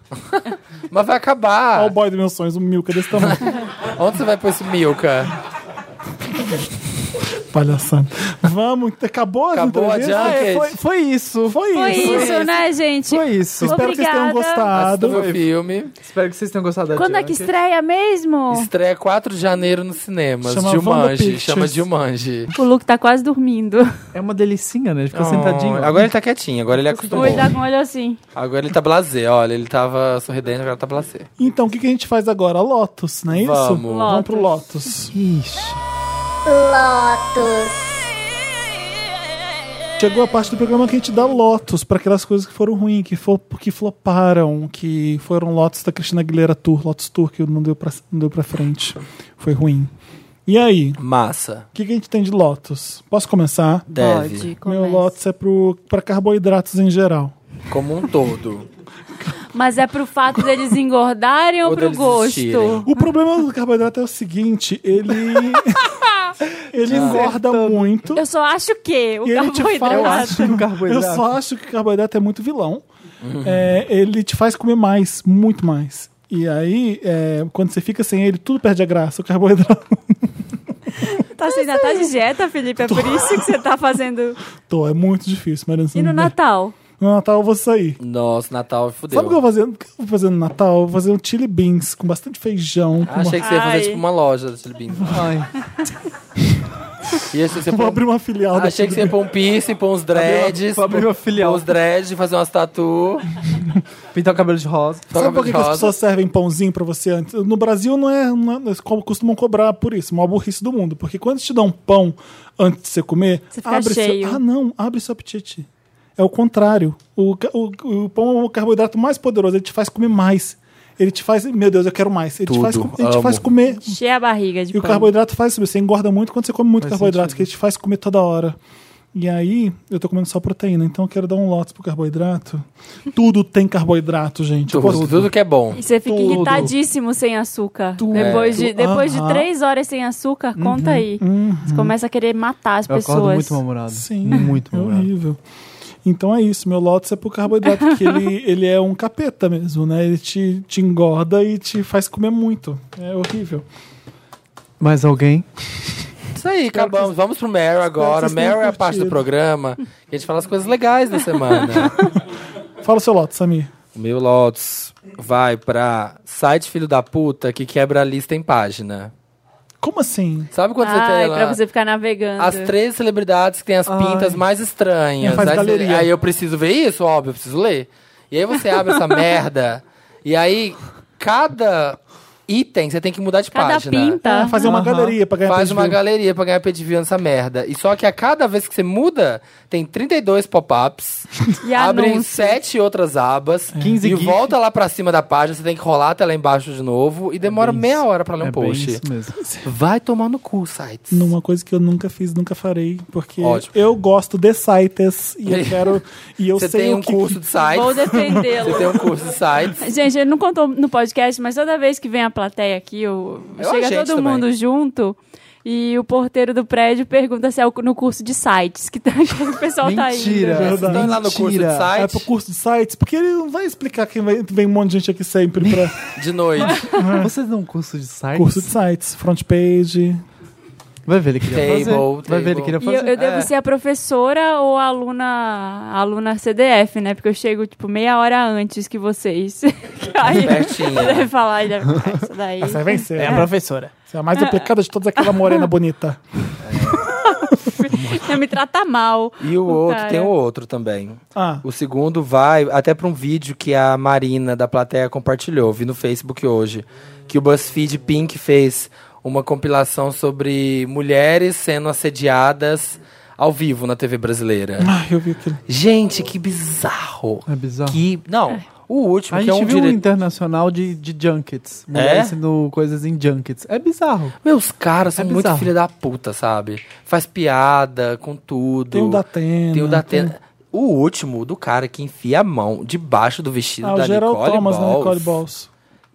S4: Ah.
S1: aqui, ó.
S4: Mas vai acabar.
S1: Olha o boy dos meus sonhos, o Milka desse tamanho.
S4: (laughs) Onde você vai pôr esse Milka?
S1: Palhaçada. Vamos, acabou as
S4: Acabou a
S1: entrevistas? Ah,
S4: jam-
S3: É,
S4: Gente.
S3: foi, foi isso. Foi
S2: Foi isso, né, gente?
S3: Foi isso.
S1: Espero que vocês tenham
S2: Obrigada.
S4: Assista o
S1: gostado.
S4: meu filme.
S3: Espero que vocês tenham gostado da né?
S2: Quando é que
S3: Junkie.
S2: estreia mesmo?
S4: Estreia 4 de janeiro nos cinemas.
S1: Chama Wanda
S4: Dilmanji.
S1: Pictures.
S4: Chama Dilmanji.
S2: O Luke tá quase dormindo.
S3: É uma delicinha, né? Ele fica sentadinho.
S4: Oh,
S3: (laughs)
S4: Agora ele tá quietinho, agora ele acostumou.
S2: Hoje tá com o olho assim.
S4: Agora ele tá blazer, olha. Ele tava sorridente, agora tá blazer.
S1: Então, o que, que a gente faz agora? Lotus, não é isso?
S4: Vamos.
S1: Vamos pro Lotus.
S3: Ixi.
S5: Lotus.
S1: Chegou a parte do programa que a gente dá Lotus pra aquelas coisas que foram ruins, que, fo- que floparam, que foram Lotus da Cristina Aguilera Tour, Lotus Tour, que não deu pra, não deu pra frente. Foi ruim. E aí,
S4: Massa.
S1: o que, que a gente tem de Lotus? Posso começar?
S4: Deve.
S2: Pode,
S1: Meu
S2: começa.
S1: Lotus é pro, pra carboidratos em geral.
S4: Como um todo.
S2: Mas é pro fato deles engordarem ou,
S4: Ou
S2: pro
S4: deles
S2: gosto?
S4: existirem.
S1: O problema do carboidrato é o seguinte, ele. (laughs) ele engorda muito.
S2: Eu só acho que o
S1: E ele te fala- assim.
S2: carboidrato.
S3: Eu acho que o
S1: Eu
S3: carboidrato.
S1: só acho que o carboidrato é muito vilão. É, ele te faz comer mais, muito mais. E aí, é, quando você fica sem ele, tudo perde a graça, o carboidrato. (laughs)
S2: Tá sem Natal de dieta, Felipe? É por isso que você tá fazendo.
S1: Tô, é muito difícil, Mariana. você
S2: E no
S1: não-
S2: Natal?
S1: No Natal eu vou sair.
S4: Nossa, Natal fudeu.
S1: Sabe o que eu vou fazer? O que eu vou fazer no Natal? Eu vou fazer um chili beans com bastante feijão. com uma-
S4: Achei que você ia fazer
S2: Ai.
S4: tipo uma loja da Chili Beans.
S3: Ai,
S4: E achei que você ia
S1: (laughs) Vou
S4: pôr- um-
S1: abrir uma filial da
S4: Achei que você ia pôr um piercing, pôr uns dreads.
S3: Vou abrir uma filial.
S4: Pôr uns dreads, fazer umas tatu.
S3: pintar o cabelo de rosa.
S1: Sabe por que, que as pessoas servem pãozinho pra você antes? No Brasil não é, não é- eles co- costumam cobrar por isso, uma burrice do mundo, porque quando te dão um pão antes de você comer,
S2: Você fica cheio.
S1: Seu, ah não, abre seu apetite. É o contrário. O, ca- o- o pão é o carboidrato mais poderoso, ele te faz comer mais. Ele te faz, meu Deus, eu quero mais. Ele, te
S4: Tudo,
S1: faz, com- ele te
S4: amo.
S1: faz comer.
S2: Cheia a barriga de
S1: E o
S2: pão.
S1: carboidrato faz isso, você engorda muito quando você come muito
S3: Faz
S1: carboidrato,
S3: sentido.
S1: que ele te faz comer toda hora. E aí, eu tô comendo só proteína, então eu quero dar um lote pro carboidrato. Tudo tem carboidrato, gente. Eu
S4: Tudo,
S1: posso-
S4: tudo, que é bom.
S2: E você fica
S1: Tudo.
S2: irritadíssimo sem açúcar. Depois, de,
S1: Tudo. É,
S2: depois de
S1: Aham. Uhum.
S2: três horas sem açúcar, conta aí. Você começa a querer matar as
S3: Eu acordo
S2: pessoas.
S3: muito mal-humorado.
S1: Sim.
S3: Muito
S1: É
S3: mal-humorado.
S1: horrível. Então é isso, meu Lotus é pro carboidrato,
S4: (laughs)
S1: porque ele, ele é um capeta mesmo, né? Ele te, te engorda e te faz comer muito. É horrível.
S3: Mais alguém?
S4: Isso aí, acabamos. Vamos pro Meryl agora.
S1: vocês tenham
S4: Meryl é a parte do
S1: curtido.
S4: programa. que A gente fala as coisas legais da semana.
S1: Fala o seu Lotus, Samir.
S4: o meu Lotus vai pra site filho da puta que quebra a lista em página.
S1: Como assim?
S4: Sabe quando você
S2: Ai,
S4: tem
S2: Ah, pra
S4: lá
S2: você ficar navegando.
S4: as três celebridades que têm as pintas
S3: Ai.
S4: mais estranhas?
S1: É, faz
S4: Aí, você-
S1: galeria.
S4: aí eu preciso ver isso, óbvio, eu preciso ler. E aí você abre essa merda. E aí, cada item você tem que mudar de
S2: Cada
S4: página.
S2: pinta.
S1: Ah, fazer uma
S3: Aham.
S1: galeria pra ganhar
S4: Faz
S1: page
S4: uma
S1: view.
S4: galeria pra ganhar PDV nessa merda. E só que a cada vez que você muda, tem 32 pop-ups. (laughs)
S2: E
S4: abrem
S2: anúncio.
S4: sete outras abas.
S3: 15
S4: E
S3: GIF.
S4: volta lá pra cima da página, você tem que rolar até lá embaixo de novo. E demora meia hora pra ler um
S3: é bem
S4: post.
S3: isso mesmo.
S4: Vai tomar no cu, sites.
S1: Numa coisa que eu nunca fiz, nunca farei, porque
S4: Ótimo.
S1: eu gosto de sites
S4: (laughs)
S1: e eu quero. E eu
S4: Você
S1: sei
S4: tem
S1: o
S4: um
S1: que-
S4: curso de
S2: Vou
S4: sites. Você
S2: defendê-lo.
S4: tem um curso de sites.
S2: Gente, ele não contou no podcast, mas toda vez que vem a plateia aqui, o...
S4: É uma
S2: chega
S4: gente
S2: todo
S4: também.
S2: mundo junto e o porteiro do prédio pergunta se é o- no curso de sites que, tá- (laughs) que o pessoal
S3: Mentira.
S2: tá indo.
S4: Vocês estão lá no curso de
S3: Mentira.
S1: É pro
S4: sites
S1: curso de sites, porque ele não vai explicar quem vai, vem um monte de gente aqui sempre pra
S4: (laughs) de
S1: (laughs)
S4: noite.
S3: Vocês dão um curso de sites?
S1: curso de sites, front page.
S3: Vai ver, ele queria
S4: Table,
S3: fazer. Vai ver,
S4: table.
S3: ele queria
S2: E eu,
S3: fazer.
S2: eu devo
S4: É.
S2: ser a professora ou a aluna, a aluna CDF, né? Porque eu chego, tipo, meia hora antes que vocês. (laughs) Aí (laughs)
S4: Pertinho.
S2: ele
S1: né?
S2: vai falar, ele vai falar, isso daí.
S1: Você vai vencer.
S3: É a professora.
S1: Você é a mais aplicada de todas aquela morena bonita.
S2: (laughs) Não me trata mal.
S4: E o outro,
S2: cara.
S4: tem o outro também.
S1: (laughs) Ah,
S4: O segundo vai até pra um vídeo que a Marina da plateia compartilhou, vi no Facebook hoje, que o BuzzFeed Pink fez uma compilação sobre mulheres sendo assediadas ao vivo na TV brasileira.
S1: ah, eu vi aquilo.
S4: Gente, que bizarro.
S3: É bizarro.
S4: Que, não, O último,
S3: A
S4: que é
S3: gente
S4: um É?
S3: viu um
S4: diretor.
S3: internacional de, de junkets. Mulheres sendo coisas em junkets. É bizarro.
S4: Meus caras são
S3: É
S4: muito
S3: bizarro.
S4: filha da puta, sabe? Faz piada com tudo.
S1: Tem o da Tena.
S4: Tem o da Tena. O último do cara que enfia a mão debaixo do vestido
S1: Ah, o
S4: da
S1: Gerald
S4: Nicole
S1: Thomas,
S4: Balls.
S1: né? Nicole Balls.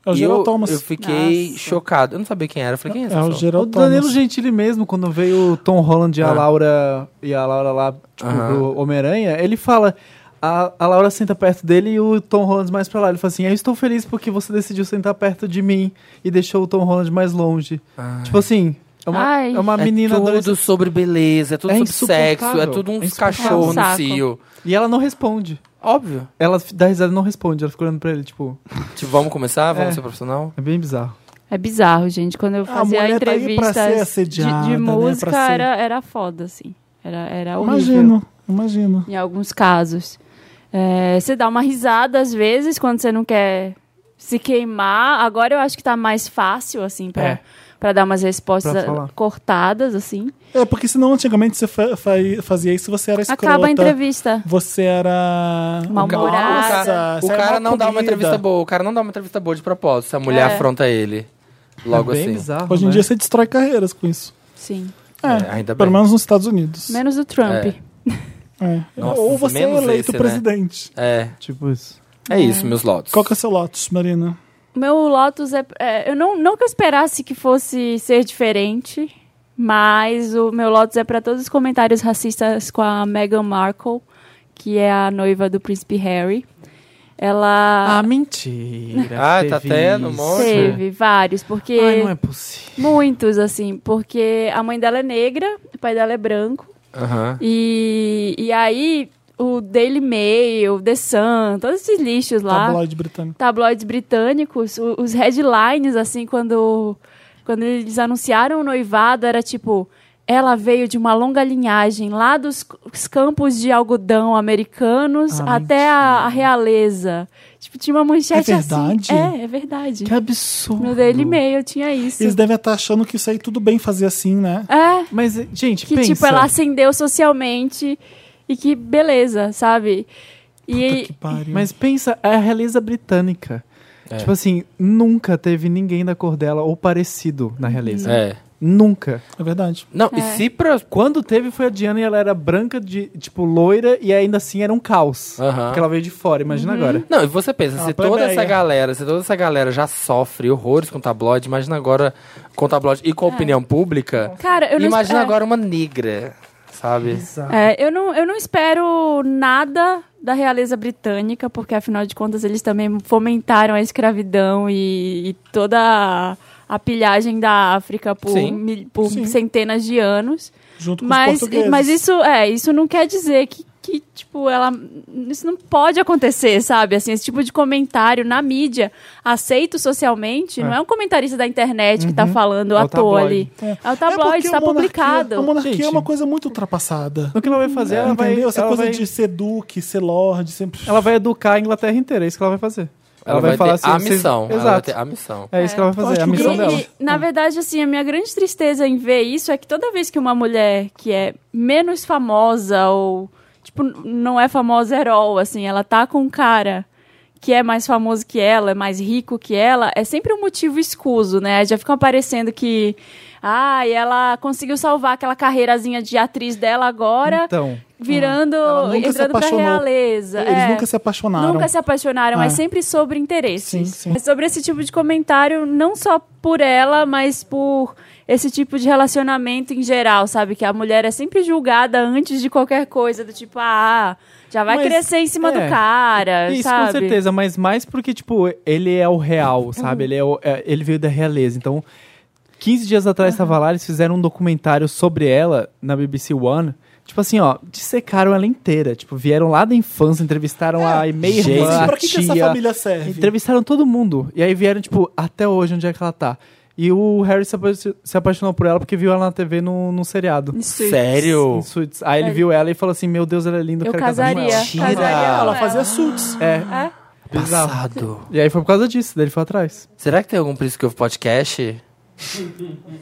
S1: É o
S4: E
S1: Gerald
S4: eu,
S1: Thomas.
S4: Eu fiquei
S2: Nossa.
S4: chocado. Eu não sabia quem era. Eu falei, quem é essa
S1: É o
S4: pessoa?
S1: Gerald
S3: o Danilo
S1: Thomas.
S3: Gentili mesmo, quando veio o Tom Holland e a
S4: Ah.
S3: Laura e a Laura lá, tipo,
S4: Aham.
S3: do Homem-Aranha, ele fala. A, a Laura senta perto dele e o Tom Holland mais pra lá. Ele fala assim: Eu estou feliz porque você decidiu sentar perto de mim e deixou o Tom Holland mais longe.
S4: Ai.
S3: Tipo assim, é uma,
S2: Ai.
S3: é uma
S4: É
S3: menina
S4: tudo
S3: adolescente.
S4: sobre beleza, é tudo
S3: É
S4: sobre sexo, é
S3: insuportável.
S4: tudo uns
S3: É
S4: cachorros
S2: insuportável.
S4: no cio.
S3: E ela não responde.
S4: Óbvio.
S3: Ela f- dá risada e não responde. Ela fica olhando pra ele, tipo,
S4: Tipo, vamos começar? Vamos
S3: É.
S4: ser profissional?
S3: é bem bizarro.
S2: É bizarro, gente. Quando eu
S1: A
S2: fazia
S1: mulher tá aí
S2: entrevistas
S1: pra ser
S2: de-
S1: assediada,
S2: de,
S1: né? Pra
S2: música,
S1: ser-
S2: era, era foda, assim. Era,
S4: é
S2: era horrível.
S1: Imagino, imagino.
S2: Em alguns casos. É, você dá uma risada às vezes quando você não quer se queimar. Agora eu acho que tá mais fácil, assim, pra,
S3: É.
S2: pra dar umas respostas
S3: Pra falar.
S2: cortadas, assim.
S1: É, porque senão antigamente você fa- fa- fazia isso, você era escrota.
S2: Acaba a entrevista.
S1: Você era...
S2: Mal-humorada.
S1: grossa,
S4: o
S1: você era
S4: cara
S1: mal
S4: não dá uma
S1: polida.
S4: entrevista boa, o cara não dá uma entrevista boa de propósito. Se a mulher
S2: É.
S4: afronta ele. Logo
S3: é bem
S4: assim.
S3: bizarro.
S1: Hoje em
S3: né?
S1: dia você destrói carreiras com isso.
S2: Sim.
S1: É,
S4: É, ainda
S1: pelo
S4: bem.
S1: menos nos Estados Unidos.
S2: Menos o Trump.
S4: É.
S1: É.
S4: Nossa,
S1: Ou você é
S4: menos
S1: eleito
S4: esse, né?
S1: presidente.
S4: É.
S3: Tipo isso.
S4: É isso, meus lotes.
S1: Qual que é o seu Lotus, Marina?
S2: O meu Lotus é. é, eu não, não que eu esperasse que fosse ser diferente, mas o meu Lotus é para todos os comentários racistas com a Meghan Markle, que é a noiva do príncipe Harry. Ela
S3: Ah, mentira.
S4: Ah,
S3: teve
S4: tá até no
S3: isso.
S4: monte.
S2: teve vários, porque.
S3: Ai, não é possível.
S2: Muitos, assim, porque a mãe dela é negra, o pai dela é branco.
S4: Aham.
S2: E, e aí o Daily Mail, The Sun, todos esses lixos lá.
S1: Tabloide britânico.
S2: tabloides britânicos, o- os headlines, assim, quando, quando eles anunciaram o noivado, era tipo. Ela veio de uma longa linhagem, lá dos c- os campos de algodão americanos
S3: Ah,
S2: até a, a realeza. Tipo, tinha uma manchete
S1: É verdade?
S2: assim. É, é verdade.
S3: Que absurdo.
S2: No Daily Mail tinha isso.
S1: Eles devem estar achando que isso aí tudo bem fazer assim, né?
S2: É,
S3: Mas, gente,
S2: que
S3: pensa.
S2: tipo, ela acendeu socialmente e que beleza, sabe?
S1: Puta
S2: E
S1: que pariu.
S3: Mas pensa, é a realeza britânica.
S4: É.
S3: Tipo assim, nunca teve ninguém da cor dela ou parecido na realeza.
S4: É.
S3: Nunca.
S1: É verdade.
S4: Não, e
S2: É.
S4: se pra.
S3: Quando teve foi a Diana e ela era branca, de tipo, loira e ainda assim era um caos.
S4: Aham.
S3: Porque ela veio de fora, imagina
S2: Uhum.
S3: agora.
S4: Não, e você pensa,
S1: É uma
S4: se toda
S1: plebeia.
S4: essa galera, se toda essa galera já sofre horrores com tabloide, imagina agora com tabloide e com opinião pública.
S2: cara, É. eu não
S4: imagina
S2: é.
S4: agora uma negra, sabe?
S2: É, eu, não, eu não espero nada da realeza britânica, porque afinal de contas eles também fomentaram a escravidão e, e toda a, a pilhagem da África por,
S4: Sim.
S2: mil- por
S1: Sim.
S2: centenas de anos.
S1: Junto com os
S2: Mas,
S1: portugueses.
S2: mas isso é isso não quer dizer que, que, tipo ela isso não pode acontecer sabe assim esse tipo de comentário na mídia aceito socialmente não é um comentarista da internet que tá falando
S3: É o
S2: à toa ali
S1: É.
S2: é o
S1: porque
S2: tabloide
S1: a
S2: está
S1: monarquia- A
S2: publicado
S1: monarquia é
S3: Gente.
S1: uma coisa muito ultrapassada.
S3: O que ela vai fazer? Ela vai,
S1: Entendeu? Essa
S3: ela
S1: coisa
S3: vai-
S1: de ser duque, ser lorde, sempre.
S3: ela vai educar a Inglaterra inteira, é isso que ela vai fazer.
S4: Ela, vai,
S3: falar
S4: ter
S3: assim,
S4: a
S3: vocês-
S4: missão. Ela vai
S3: Exato.
S4: ter a missão.
S3: É isso que ela vai fazer,
S1: Eu
S3: é a
S1: acho que
S3: missão
S1: o
S2: E-
S1: grande-
S3: dela.
S2: e, na verdade, assim, a minha grande tristeza em ver isso é que toda vez que uma mulher que é menos famosa ou, tipo, n- não é famosa at all, assim, ela tá com um cara que é mais famoso que ela, é mais rico que ela, é sempre um motivo escuso, né? Já ficam aparecendo que, ai, ela conseguiu salvar aquela carreirazinha de atriz dela agora,
S3: Então,
S2: virando,
S1: Ela nunca se
S2: entrando pra
S1: apaixonou.
S2: realeza.
S1: Eles
S2: É.
S1: nunca se apaixonaram.
S2: Nunca se apaixonaram, é
S1: É.
S2: sempre sobre interesses.
S1: Sim, sim.
S2: É sobre esse tipo de comentário, não só por ela, mas por esse tipo de relacionamento em geral, sabe? Que a mulher é sempre julgada antes de qualquer coisa, do tipo, ah, já vai
S3: Mas,
S2: crescer em cima
S3: é.
S2: do cara,
S3: Isso,
S2: sabe?
S3: com certeza, mas mais porque, tipo, ele é o
S1: Uhum.
S3: real, sabe? Ele, é o- é- ele veio da realeza. Então, 15 dias atrás
S1: Uhum.
S3: estava lá, eles fizeram um documentário sobre ela na BBC One. Tipo assim, ó, dissecaram ela inteira. Tipo, vieram lá da infância, entrevistaram a
S1: É. Gente,
S3: meia-irmã, a
S1: pra que, que essa
S3: tia,
S1: família
S4: É
S1: serve?
S3: Entrevistaram todo mundo. E aí vieram, tipo, até hoje, onde é que ela tá? E o Harry se, apa- se apaixonou por ela porque viu ela na TV num num seriado.
S2: Isso.
S4: Sério?
S3: Em Suits. Aí ele viu ela e falou assim: Meu Deus, ela é linda,
S2: É. Eu
S3: quero casar com
S2: casaria.
S3: ela.
S4: Mentira.
S2: casaria
S1: Ah,
S2: com
S1: ela fazia suits.
S3: É,
S2: É.
S3: bizarro.
S4: Passado.
S3: E aí foi por causa disso, daí ele foi atrás.
S4: Será que tem algum príncipe que ouve podcast?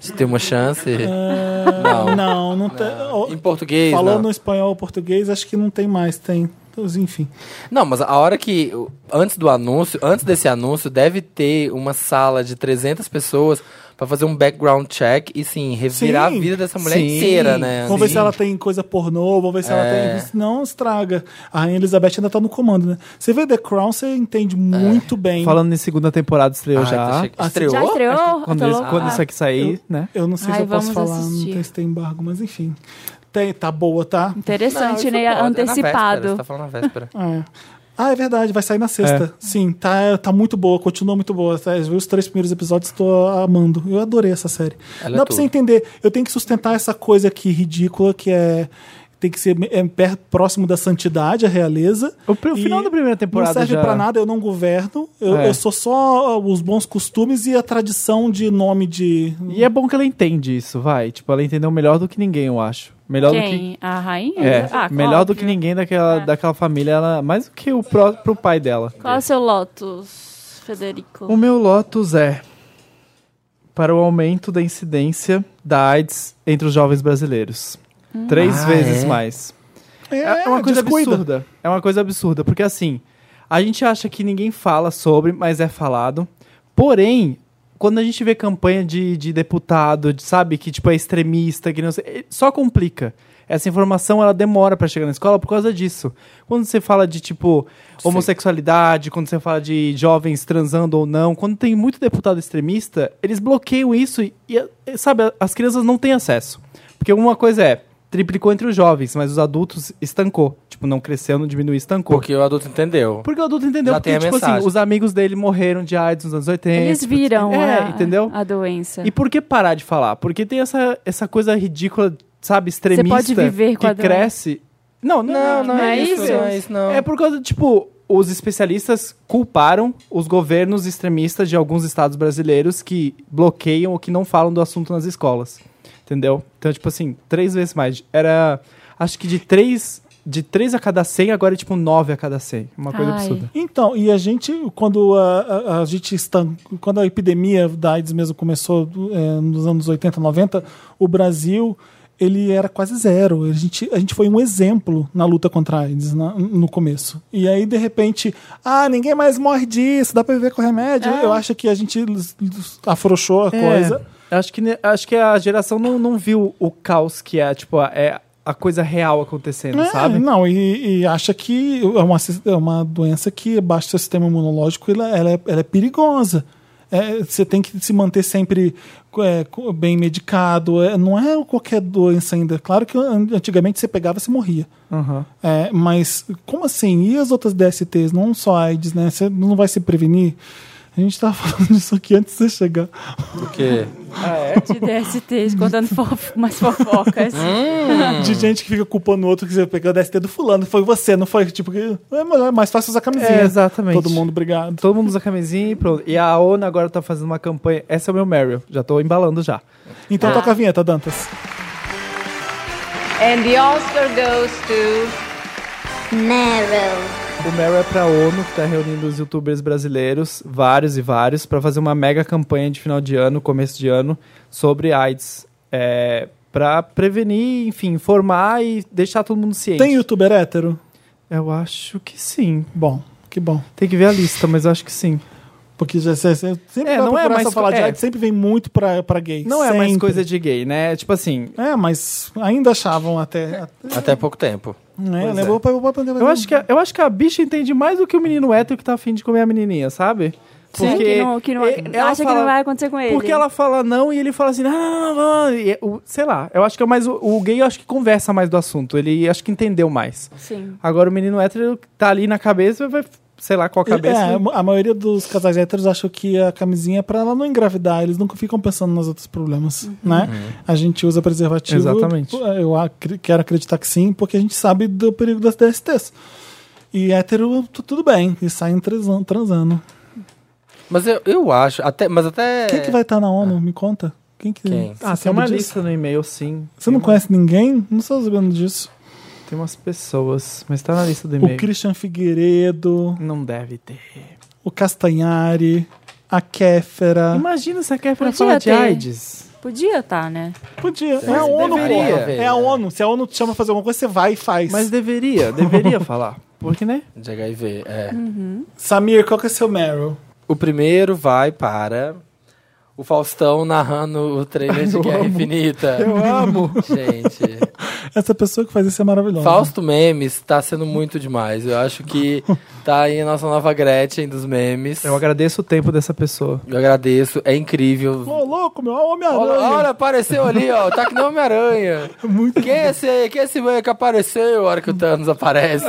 S4: Se tem uma chance?
S1: Ah,
S4: Não.
S1: Não, não tem. oh,
S4: Em português?
S1: Falando
S4: não.
S1: espanhol ou português, acho que não tem mais, tem. Então, enfim.
S4: Não, mas a hora que. Antes do anúncio, antes desse anúncio, deve ter uma sala de 300 pessoas pra fazer um background check e sim, revirar
S1: Sim.
S4: a vida dessa mulher
S3: Sim.
S4: inteira, né? É.
S1: Vamos ver se ela tem coisa pornô, vamos ver se ela tem. Não estraga. A Rainha Elizabeth ainda tá no comando, né? Você vê The Crown, você entende
S4: É.
S1: muito bem.
S3: Falando em segunda temporada, estreou
S4: Ai,
S3: já.
S4: tá che- Estreou?
S2: Já estreou?
S3: Quando,
S2: Eu tô
S3: isso,
S2: louca.
S3: quando isso aqui sair, né?
S1: Eu não sei
S2: Ai,
S1: se eu posso
S2: vamos
S1: falar,
S2: assistir.
S1: não tem se tem embargo, mas enfim. Tem, tá boa, tá?
S4: Não,
S2: Interessante,
S4: isso
S2: né?
S4: pode, é na véspera,
S2: Antecipado.
S4: você tá falando na véspera.
S1: É. Ah, é verdade, vai sair na sexta. Sim, tá, tá muito boa, continua muito boa. Tá? Eu vi os três primeiros episódios, tô amando. Eu adorei essa série.
S4: Ela é
S1: Dá pra você
S4: tudo.
S1: entender, eu tenho que sustentar essa coisa aqui ridícula que é. Tem que ser é, per- próximo da santidade, a realeza.
S3: O pri- o final da primeira temporada
S1: Não serve
S3: já-
S1: pra nada, eu não governo. Eu,
S3: É.
S1: eu sou só uh, os bons costumes e a tradição de nome de.
S3: E é bom que ela entende isso, vai. Tipo, ela entendeu melhor do que ninguém, eu acho. Melhor do que.
S2: Quem? A rainha?
S3: É,
S2: Ah,
S3: melhor do
S2: óbvio. É.
S3: que ninguém daquela, daquela família, ela, mais do que o pró- pro pai dela.
S2: Qual é o seu Lotus, Federico?
S3: O meu Lotus é para o aumento da incidência da AIDS entre os jovens brasileiros. Três
S4: Ah,
S3: vezes
S4: é?
S3: mais. É, uma coisa
S1: descuida.
S3: absurda. É uma coisa absurda, porque assim, a gente acha que ninguém fala sobre, mas é falado. Porém, quando a gente vê campanha de, de deputado, de, sabe, que tipo é extremista, que não sei, eh, só complica. Essa informação ela demora pra chegar na escola por causa disso. Quando você fala de tipo homossexualidade, quando você fala de jovens transando ou não, quando tem muito deputado extremista, eles bloqueiam isso e, e, eh, sabe, as crianças não têm acesso. Porque uma coisa é, triplicou entre os jovens, mas os adultos estancou. Tipo, não cresceu, não diminuiu, estancou.
S4: Porque o adulto entendeu.
S3: Porque o adulto entendeu
S4: Já
S3: porque,
S4: tem a
S3: tipo assim,
S4: mensagem.
S3: os amigos dele morreram de AIDS nos anos 80.
S2: Eles
S3: tipo,
S2: viram
S3: É,
S2: a,
S3: entendeu?
S2: a doença.
S3: E por que parar de falar? Porque tem essa, essa coisa ridícula, sabe, extremista
S2: pode viver com
S3: que
S2: a doença.
S3: cresce. Não, não,
S4: Não, não, é, isso, não é isso, não.
S3: É por causa, tipo, os especialistas culparam os governos extremistas de alguns estados brasileiros que bloqueiam ou que não falam do assunto nas escolas. Entendeu? Então, tipo assim, três vezes mais. Era. Acho que de três. De três a cada 100, agora é tipo nove a cada 100. Uma coisa
S2: Ai.
S3: absurda.
S1: Então, e a gente, quando a, a- a gente está, quando a epidemia da AIDS mesmo começou do- é, nos anos 80, 90, o Brasil ele era quase zero. A gente, a gente foi um exemplo na luta contra a AIDS na- no começo. E aí, de repente, ah, ninguém mais morre disso, dá pra viver com remédio. Eu acho que a gente l- l- afrouxou a coisa.
S3: É, acho que, ne- acho que a geração não, não viu o caos que é, tipo, a, é a coisa real acontecendo,
S1: É,
S3: sabe?
S1: Não, e, e acha que é uma, sis- é uma doença que baixa o seu sistema imunológico ela, ela, é, ela é perigosa. É, você tem que se manter sempre é, co- bem medicado. É, não é qualquer doença ainda. Claro que an- antigamente você pegava e você morria.
S3: Aham.
S1: É, mas como assim? E as outras DSTs? Não só a AIDS, né? Você não vai se prevenir? A gente tava (laughs) falando disso aqui antes de você chegar.
S4: Porque
S2: De DSTs, contando fofo, mais fofocas.
S1: (laughs)
S3: Hum.
S1: De gente que fica culpando o outro que você pegou a DST do fulano. Foi você, não foi? Tipo, que- é mais fácil usar camisinha.
S3: É, exatamente.
S1: Todo mundo, obrigado.
S3: Todo mundo usa camisinha e pronto. E a ONU agora tá fazendo uma campanha. Essa é o meu Meryl. Já tô embalando já. Ah.
S1: Então toca a vinheta, Dantas.
S5: And the Oscar goes to.
S6: Meryl.
S3: O Meryl é pra ONU, que tá reunindo os youtubers brasileiros, vários e vários, pra fazer uma mega campanha de final de ano, começo de ano, sobre AIDS. É, pra prevenir, enfim, informar e deixar todo mundo ciente.
S1: Tem youtuber hétero?
S3: Eu acho que sim.
S1: Bom, que bom.
S3: Tem que ver a lista, mas eu acho que sim.
S1: Porque já, você- você- sempre vai
S3: É, não é
S1: procurar
S3: mais
S1: só falar de
S3: co- é.
S1: AIDS, sempre vem muito pra, pra gay.
S3: Não é mais
S1: sempre.
S3: coisa de gay, né? Tipo assim,
S1: É, mas ainda achavam
S3: (laughs)
S1: até. até
S4: até pouco tempo.
S1: né? Levou pra, pra, pra-
S3: é. eu acho, que a, eu acho que a bicha entende mais do que o menino hétero que tá afim de comer a menininha, sabe?
S2: Sim, que não, que não,
S3: e- é- ela
S2: acha que
S3: fala-
S2: não vai acontecer com ele.
S3: Porque ela fala não e ele fala assim, não, não, não, não, não", e é o- sei lá, eu acho que é mais. O, o gay eu acho que conversa mais do assunto, ele acho que entendeu mais.
S2: Sim.
S3: Agora o menino hétero tá ali na cabeça, vai, sei lá, com a cabeça. né?
S1: É, a maioria dos casais héteros acham que a camisinha é pra ela não engravidar, eles nunca ficam pensando nos outros problemas,
S3: Uhum.
S1: né? A gente usa preservativo.
S3: Exatamente.
S1: Eu acri- quero acreditar que sim, porque a gente sabe do perigo das DSTs. E hétero, tu- tudo bem, e saem transan- transando.
S4: Mas eu, eu acho, até, mas até...
S1: Quem que vai estar na ONU? Me conta. Quem que.
S4: Quem?
S1: você
S3: É. ah, tem
S1: sabe
S3: uma
S1: disso?
S3: lista no e-mail, sim.
S1: Você não
S3: tem, uma-
S1: conhece ninguém? Não estou sabendo disso.
S3: tem umas pessoas, mas tá na lista do
S1: O
S3: e-mail.
S1: Christian Figueiredo,
S3: Não deve ter.
S1: o Castanhari, a Kéfera.
S3: Imagina se a Kéfera
S2: Podia
S3: fala de
S2: ter.
S3: AIDS.
S2: Podia tá, né?
S1: Podia. É a ONU,
S3: deveria.
S1: porra. É a ONU. Se a ONU te chama a fazer alguma coisa, você vai e faz.
S3: Mas deveria, deveria falar. Porque, né?
S4: De HIV, é.
S1: Samir, qual que é seu Meryl?
S4: O primeiro vai para o Faustão narrando o trailer
S1: (laughs)
S4: de Guerra Infinita. Eu amo! Gente,
S1: Essa pessoa que faz isso é maravilhosa.
S4: Fausto Memes tá sendo muito demais. Eu acho que tá aí a nossa nova Gretchen dos memes.
S3: (laughs) Eu
S4: Eu,
S3: agradeço o tempo dessa pessoa.
S4: agradeço, é incrível.
S1: Ô, louco, meu, ó, o
S4: Olha, olha,
S1: Homem-Aranha.
S4: apareceu ali, ó. Tá que nem Homem-Aranha.
S1: Muito
S4: Quem é esse aí? Quem é esse meio que apareceu a hora que o Thanos aparece?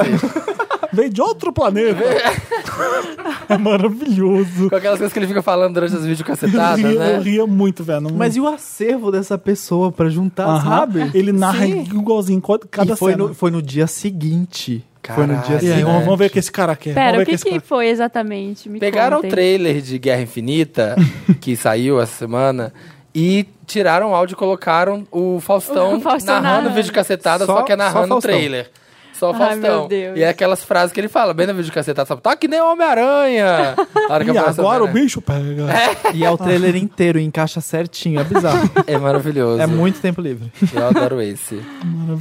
S1: Vem de outro planeta. (laughs) é maravilhoso.
S4: Com aquelas coisas que ele fica falando durante as
S1: Eu
S4: videocacetadas,
S1: ria, eu
S4: né?
S1: ria muito, velho.
S3: Hum. Mas e o acervo dessa pessoa pra juntar,
S1: Aham.
S3: sabe?
S1: Ele narra
S3: Sim.
S1: igualzinho co- cada
S3: E foi,
S1: cena.
S3: no, né? foi no dia seguinte. Foi no dia
S4: Caralho.
S1: E aí,
S3: seguinte.
S4: Sim.
S1: vamos ver o que esse cara quer.
S2: Pera,
S1: vamos ver
S2: o que,
S1: esse
S2: que
S1: cara-
S2: foi exatamente? Me
S4: Pegaram o
S2: contem.
S4: trailer de Guerra
S2: (laughs)
S4: Infinita, que saiu essa semana, e tiraram o áudio e colocaram o Faustão,
S2: (laughs) O Faustão
S4: narrando o
S2: narrando.
S4: vídeo cacetada, só,
S3: Só-
S4: que é
S3: só
S4: narrando o
S3: Faustão.
S4: trailer. Só o
S2: Ai,
S4: Faustão.
S2: meu Deus.
S4: E é aquelas frases que ele fala, bem no vídeo cacetada, sabe? Tá que nem o
S1: (laughs)
S4: Homem-Aranha! A hora que
S1: E
S4: aparece o
S1: agora o
S4: Homem-Aranha.
S1: bicho pega.
S3: E é o trailer inteiro, encaixa certinho. É (laughs) bizarro.
S4: É
S1: (laughs)
S4: maravilhoso.
S3: é muito tempo livre.
S4: Eu adoro esse.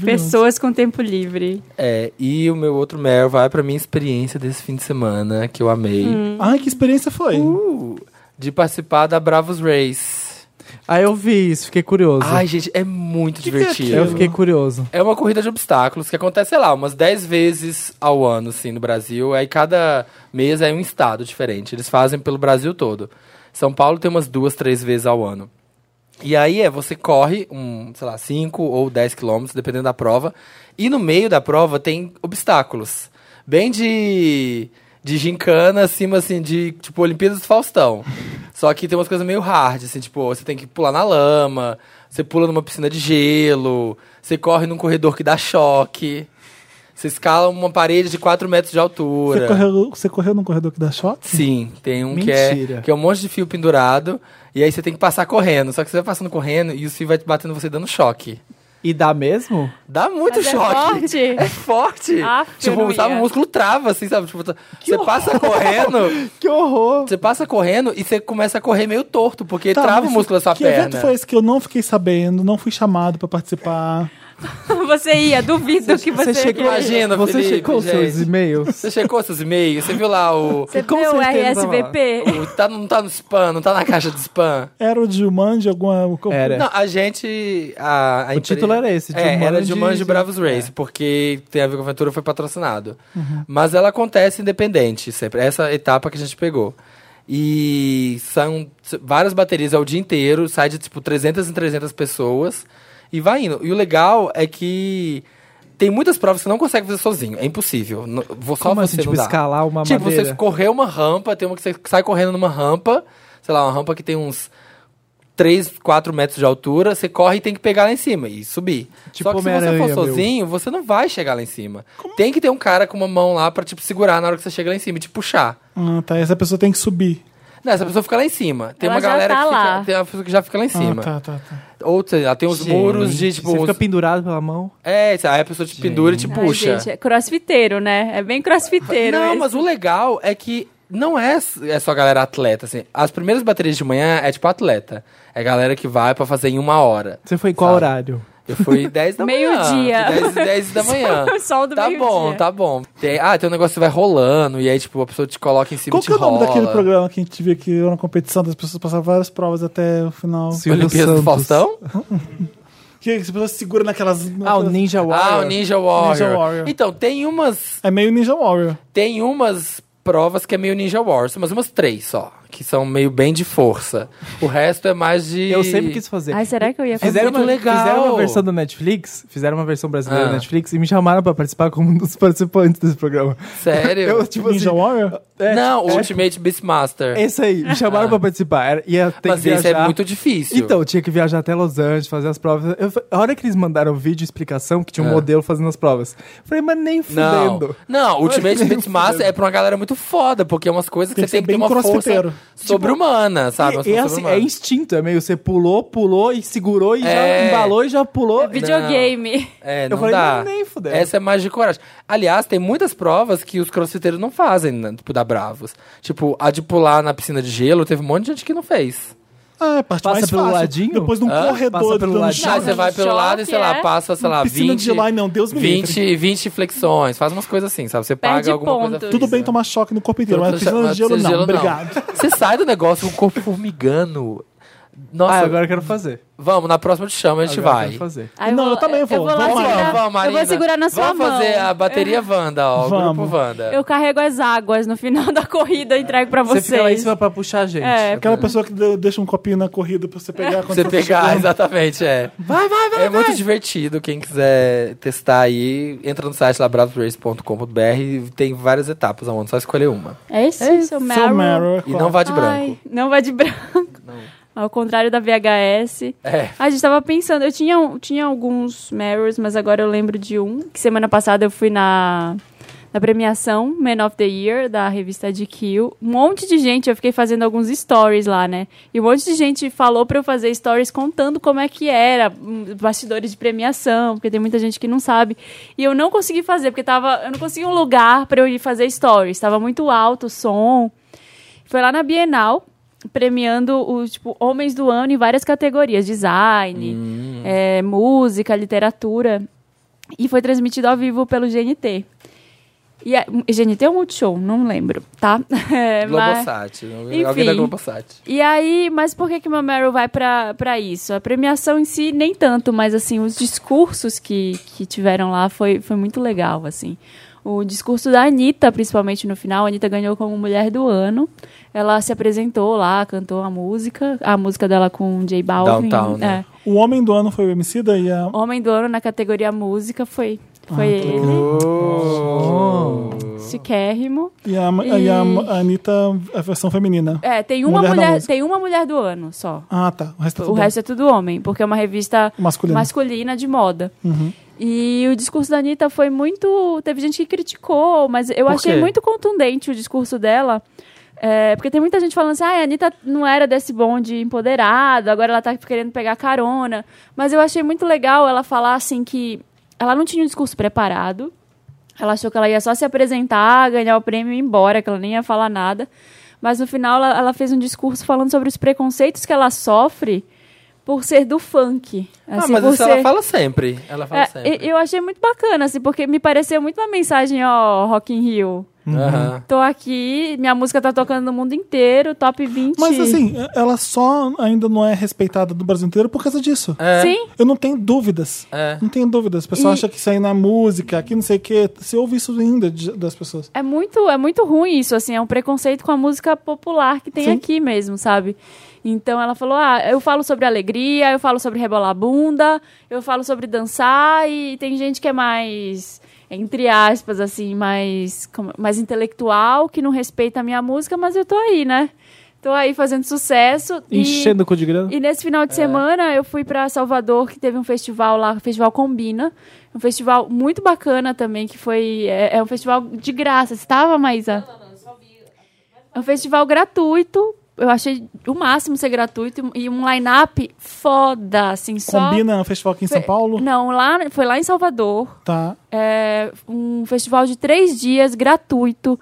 S2: Pessoas com tempo livre.
S4: É, e o meu outro Meryl vai pra minha experiência desse fim de semana, que eu amei.
S1: Ai, que experiência foi?
S2: Hum.
S4: Uh, de participar da Bravos Race.
S3: (laughs) Aí eu vi isso, fiquei curioso.
S4: Ai, gente, é muito
S1: Que que é
S4: divertido.
S3: eu fiquei curioso.
S4: É uma corrida de obstáculos que acontece, sei lá, umas 10 vezes ao ano, assim, no Brasil. Aí cada mês é um estado diferente. Eles fazem pelo Brasil todo. São Paulo tem umas duas, três vezes ao ano. E aí é, você corre, um, sei lá, 5 ou 10 quilômetros, dependendo da prova. E no meio da prova tem obstáculos. Bem de, de gincana, acima, assim, de, tipo, Olimpíadas do Faustão. Só que tem umas coisas meio hard, assim, tipo, você tem que pular na lama, você pula numa piscina de gelo, você corre num corredor que dá choque, você escala uma parede de 4 metros de altura.
S1: Você correu, você correu num corredor que dá shot?
S4: Sim, tem um que
S3: Mentira.
S4: é, que é um monte de fio pendurado, e aí você tem que passar correndo. Só que você vai passando correndo e o fio vai te batendo você dando choque.
S3: E dá mesmo?
S4: Dá muito
S2: Mas é
S4: choque.
S2: forte?
S4: (laughs) É forte.
S2: Ah,
S4: tipo,
S2: Peruia.
S4: sabe, o músculo trava, assim, sabe? Tipo, tá- você passa
S1: (laughs)
S4: correndo,
S3: Que horror!
S4: você passa correndo e você começa a correr meio torto, porque
S1: Tá,
S4: trava o
S1: mas
S4: músculo da sua
S1: que
S4: perna.
S1: evento foi esse que eu não fiquei sabendo, não fui chamado pra participar?
S2: (laughs) Você ia, duvido que você,
S4: chegou-
S2: ia.
S4: é Imagina,
S3: você
S4: Felipe,
S3: checou os seus
S4: gente.
S3: e-mails?
S4: Você checou seus e-mails? Você viu lá
S2: (laughs)
S4: o.
S2: Você
S3: Com
S2: vê o
S3: certeza
S2: RSVP?
S4: o tá, não tá no spam, não tá na caixa de spam.
S1: Era o Jumanji, alguma... o-
S3: Era.
S4: Não, a gente. A, a
S3: O título era esse,
S4: É, era
S3: Jumanji-
S4: Jumanji Bravos
S3: É.
S4: Race, porque tem a ver com a aventura, foi patrocinado.
S3: Uhum.
S4: Mas ela acontece independente sempre, essa etapa que a gente pegou. E são s- várias baterias, é o dia inteiro, sai de tipo 300 em 300 pessoas e vai indo. E o legal é que tem muitas provas que você não consegue fazer sozinho, é impossível. Não- vou- Só
S3: Como
S4: você
S3: assim,
S4: não
S3: tipo,
S4: dá.
S3: escalar uma
S4: Tipo,
S3: madeira?
S4: você correr uma rampa, tem uma que você sai correndo numa rampa, sei lá, uma rampa que tem uns 3, 4 metros de altura, você corre e tem que pegar lá em cima e subir. Só
S3: Tipo
S4: que se você
S3: Homem-Aranha,
S4: for
S3: meu.
S4: sozinho, você não vai chegar lá em cima. Tem que ter um cara com uma mão lá pra, tipo, segurar na hora que você chega lá em cima e te puxar.
S1: Ah, tá. Essa pessoa tem que subir.
S4: Não, essa pessoa fica lá em cima. Tem
S2: Ela
S4: uma
S2: já
S4: galera
S2: tá
S4: que fica-
S2: lá.
S4: tem uma pessoa que já fica lá em cima.
S1: Ah, tá, tá, tá.
S4: Ou, sei lá, tem uns muros de, tipo,
S3: Você fica
S4: uns-
S3: pendurado pela mão.
S4: É, aí a pessoa te pendura e te
S2: Ai,
S4: puxa.
S2: gente, é crossfiteiro, né? É bem crossfiteiro.
S4: Não,
S2: esse.
S4: mas o legal é que não é, s- é só galera atleta, assim. As primeiras baterias de manhã é tipo atleta. É galera que vai pra fazer em uma hora.
S3: Você foi em qual
S4: Sabe?
S3: horário?
S4: Eu
S2: (laughs)
S4: fui 10 da manhã.
S2: Meio-dia.
S4: 10, 10
S2: (laughs)
S4: da manhã.
S2: O sol do
S4: é tá
S2: meio-dia.
S4: bom, tá bom. Tem- ah, tem um negócio que vai rolando e aí, tipo, a pessoa te coloca em cima
S1: Qual
S4: e te
S1: que é o nome
S4: rola.
S1: daquele programa que a gente via que era uma competição das pessoas passavam várias provas até o final?
S4: Olimpíadas do Faustão?
S1: Que as pessoas seguram naquelas...
S3: Ah, o
S1: naquelas-
S3: Ninja Warrior.
S4: Ah, o Ninja Warrior.
S1: Ninja Warrior.
S4: Então, tem umas,
S1: É meio Ninja Warrior.
S4: tem umas provas que é meio Ninja Warrior, mas umas três só, que são meio bem de força. O resto é mais de...
S3: Eu sempre quis fazer.
S2: Ai, será que eu ia
S4: Fizeram
S3: Fizeram
S4: é muito
S3: uma,
S4: legal.
S3: fizeram uma versão da Netflix, fizeram uma versão brasileira
S4: Ah.
S3: da Netflix e me chamaram pra participar como um dos participantes desse programa.
S4: Sério?
S3: (laughs) Eu, tipo
S1: Ninja
S3: assim,
S1: Warrior?
S3: é,
S4: Não,
S3: é,
S4: Ultimate Beastmaster.
S3: é isso aí, me chamaram pra participar. Era, ia ter
S4: Mas
S3: que
S4: esse é
S3: viajar.
S4: muito difícil.
S3: Então, eu tinha que viajar até Los Angeles, fazer as provas. Eu fa- a hora que eles mandaram o vídeo explicação, que tinha um
S4: Ah.
S3: modelo fazendo as provas. eu Falei, mas nem
S4: não,
S3: fudendo.
S4: não,
S3: (laughs)
S4: Ultimate
S3: Fudendo.
S4: Beastmaster é pra uma galera muito foda, porque é umas coisas que
S1: Tem
S4: você tem
S1: que
S4: que ter
S1: ser
S4: uma
S1: bem
S4: força
S1: crossfiteiro.
S4: sobre-humana, sabe? Uma
S3: E- e
S4: força
S3: assim, é
S4: sobre-humana.
S3: instinto, é meio você pulou, pulou e segurou
S4: É.
S3: e já embalou e já pulou.
S2: Videogame.
S4: É,
S3: Eu
S4: não
S3: falei,
S4: dá.
S3: não, nem fudendo.
S4: Essa é mais de coragem. Aliás, tem muitas provas que os crossfiteiros não fazem, né, tipo, da Bravos. Tipo, a de pular na piscina de gelo, teve um monte de gente que não fez.
S1: Ah, é a parte
S3: Passa
S1: mais
S3: pelo
S1: fácil.
S3: ladinho?
S1: Depois de um
S4: Hã?
S1: corredor
S3: Passa
S1: de
S3: pelo
S1: dando
S3: ladinho?
S4: Não,
S1: chute.
S2: Não,
S4: você vai pelo
S2: choque,
S4: lado e, sei lá,
S2: é.
S4: passa, sei lá,
S1: Piscina
S4: 20.
S1: de lá, não, Deus me livre.
S4: 20, 20 flexões, faz umas coisas assim, sabe? Você paga
S2: Perde
S4: alguma coisa.
S2: pontos.
S1: Tudo
S4: fixa.
S1: bem tomar choque no corpo inteiro, mas
S4: Tudo-
S1: piscina de gelo
S4: é precisa
S1: não. Obrigado.
S4: Você sai do negócio com o corpo formigando. Nossa,
S3: Ah, agora eu quero fazer.
S4: vamos, na próxima te chama, a gente
S3: Agora eu
S4: vai.
S3: quero fazer.
S2: Aí
S1: Não, eu também vou.
S2: Eu vou lá
S1: Vamos lá.
S2: segurar,
S1: Vamos,
S2: eu vou segurar na sua
S4: Vamos
S2: mão.
S4: fazer a bateria Wanda, ó. O
S1: Vamos.
S4: grupo Wanda.
S2: Eu carrego as águas no final (laughs) da corrida e entrego (laughs) pra
S3: Você
S2: vocês.
S3: fica lá em cima pra puxar a gente.
S2: É,
S1: Aquela pessoa que de- deixa um copinho na corrida pra você pegar quando
S4: Você
S1: tá
S4: pegar,
S2: um-
S1: chegando.
S4: exatamente, é.
S3: Vai, vai, vai.
S4: É muito divertido. Quem quiser testar aí, entra no site labradorrace.com.br e tem várias etapas, Amanda. Só escolher uma.
S2: É esse, seu Meryl.
S1: Seu Meryl, é
S4: E
S1: claro.
S4: não vá de branco.
S2: Ai, não vai de branco. Ao contrário da VHS.
S4: É.
S2: A gente tava pensando, eu tinha, um- tinha alguns Meryls, mas agora eu lembro de um. Que semana passada eu fui na, na premiação Man of the Year, da revista GQ. Um monte de gente, eu fiquei fazendo alguns stories lá, né? E um monte de gente falou pra eu fazer stories contando como é que era, hum, bastidores de premiação, porque tem muita gente que não sabe. E eu não consegui fazer, porque tava, eu não consegui um lugar pra eu ir fazer stories. Tava muito alto o som. Foi lá na Bienal, premiando os tipo, homens do ano em várias categorias: design, eh, música, literatura. E foi transmitido ao vivo pelo GNT. E a- GNT é um Multishow, não lembro, tá? (laughs) É, mas-
S4: Globosat. Alguém
S2: Enfim.
S4: da Globosat.
S2: e aí, mas por que que meu Meryl vai pra pra isso? A premiação em si, nem tanto, mas assim, os discursos que, que tiveram lá foi, foi muito legal, assim. O discurso da Anitta, principalmente no final, a Anitta ganhou como Mulher do Ano. Ela se apresentou lá, cantou a música, a música dela com J Balvin.
S4: Downtown, né?
S2: é.
S1: O homem do ano foi o Emicida e a...
S2: Homem do Ano na categoria música foi,
S1: Ah,
S2: foi ele,
S4: Oh.
S2: chiquérrimo.
S1: E a, e a,
S2: E-
S1: a Anitta, a versão feminina.
S2: É, tem uma
S1: Mulher da
S2: mulher,
S1: música.
S2: tem uma Mulher do Ano só.
S1: Ah, tá. O resto tá
S2: O
S1: tudo
S2: resto é tudo homem, porque é uma revista
S1: Masculina.
S2: masculina de moda.
S1: Uhum.
S2: E o discurso da Anitta foi muito. Teve gente que criticou, mas eu
S4: Por
S2: achei
S4: quê?
S2: muito contundente o discurso dela. É, porque tem muita gente falando assim, ah, a Anitta não era desse bonde empoderado, agora ela tá querendo pegar carona. Mas eu achei muito legal ela falar assim que ela não tinha um discurso preparado. Ela achou que ela ia só se apresentar, ganhar o prêmio e ir embora, que ela nem ia falar nada. Mas no final ela, ela fez um discurso falando sobre os preconceitos que ela sofre por ser do funk.
S4: Ah,
S2: Assim,
S4: mas
S2: por
S4: isso
S2: ser-
S4: ela fala sempre. Ela fala
S2: é,
S4: sempre.
S2: e- eu achei muito bacana, assim, porque me pareceu muito uma mensagem, ó, Rock in Rio.
S4: Aham.
S2: Tô aqui, minha música tá tocando no mundo inteiro, top 20.
S1: Mas assim, ela só ainda não é respeitada do Brasil inteiro por causa disso.
S4: É.
S2: Sim,
S1: Eu não tenho dúvidas.
S4: É.
S1: Não tenho dúvidas. O pessoal
S2: E-
S1: acha que isso aí na música, que não sei o quê. Você ouve isso ainda de- das pessoas.
S2: é muito, é muito ruim isso, assim, é um preconceito com a música popular que tem
S1: Sim.
S2: aqui mesmo, sabe? Então ela falou: ah, eu falo sobre alegria, eu falo sobre rebolar a bunda, eu falo sobre dançar, e tem gente que é mais, entre aspas, assim, mais, como- mais intelectual, que não respeita a minha música, mas eu tô aí, né? Tô aí fazendo sucesso. e-
S3: Enchendo o cu de grana.
S2: E nesse final de semana eu fui pra Salvador, que teve um festival lá, o Festival Combina. Um festival muito bacana também, que foi. É, é um festival de graça. Você estava, Maísa? Não, não, não, É um festival gratuito. Eu achei o máximo ser gratuito e um line-up foda, assim, só.
S1: Combina um festival aqui em São
S2: Fe-
S1: Paulo?
S2: Não, lá, foi lá em Salvador.
S1: Tá.
S2: É um festival de três dias gratuito.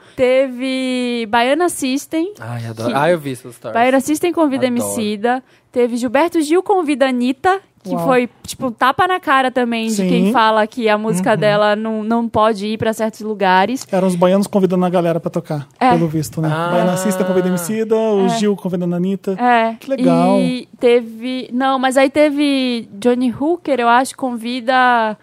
S2: Teve Baiana System.
S4: Ai, adoro.
S2: Que-
S4: Ah, eu vi essas stories.
S2: Baiana System convida
S4: Adoro.
S2: Emicida. Teve Gilberto Gil convida Anitta, que
S1: Uau.
S2: foi, tipo, um tapa na cara também
S1: Sim. Uhum.
S2: de quem fala que a música dela não, não pode ir pra certos lugares.
S1: Eram os baianos convidando a galera pra tocar,
S2: É.
S1: pelo visto, né?
S4: Ah.
S1: Baiana Assista convida a Emicida, o Gil convidando a Anitta.
S2: É.
S1: Que legal.
S2: E teve. Não, mas aí teve Johnny Hooker, eu acho, convida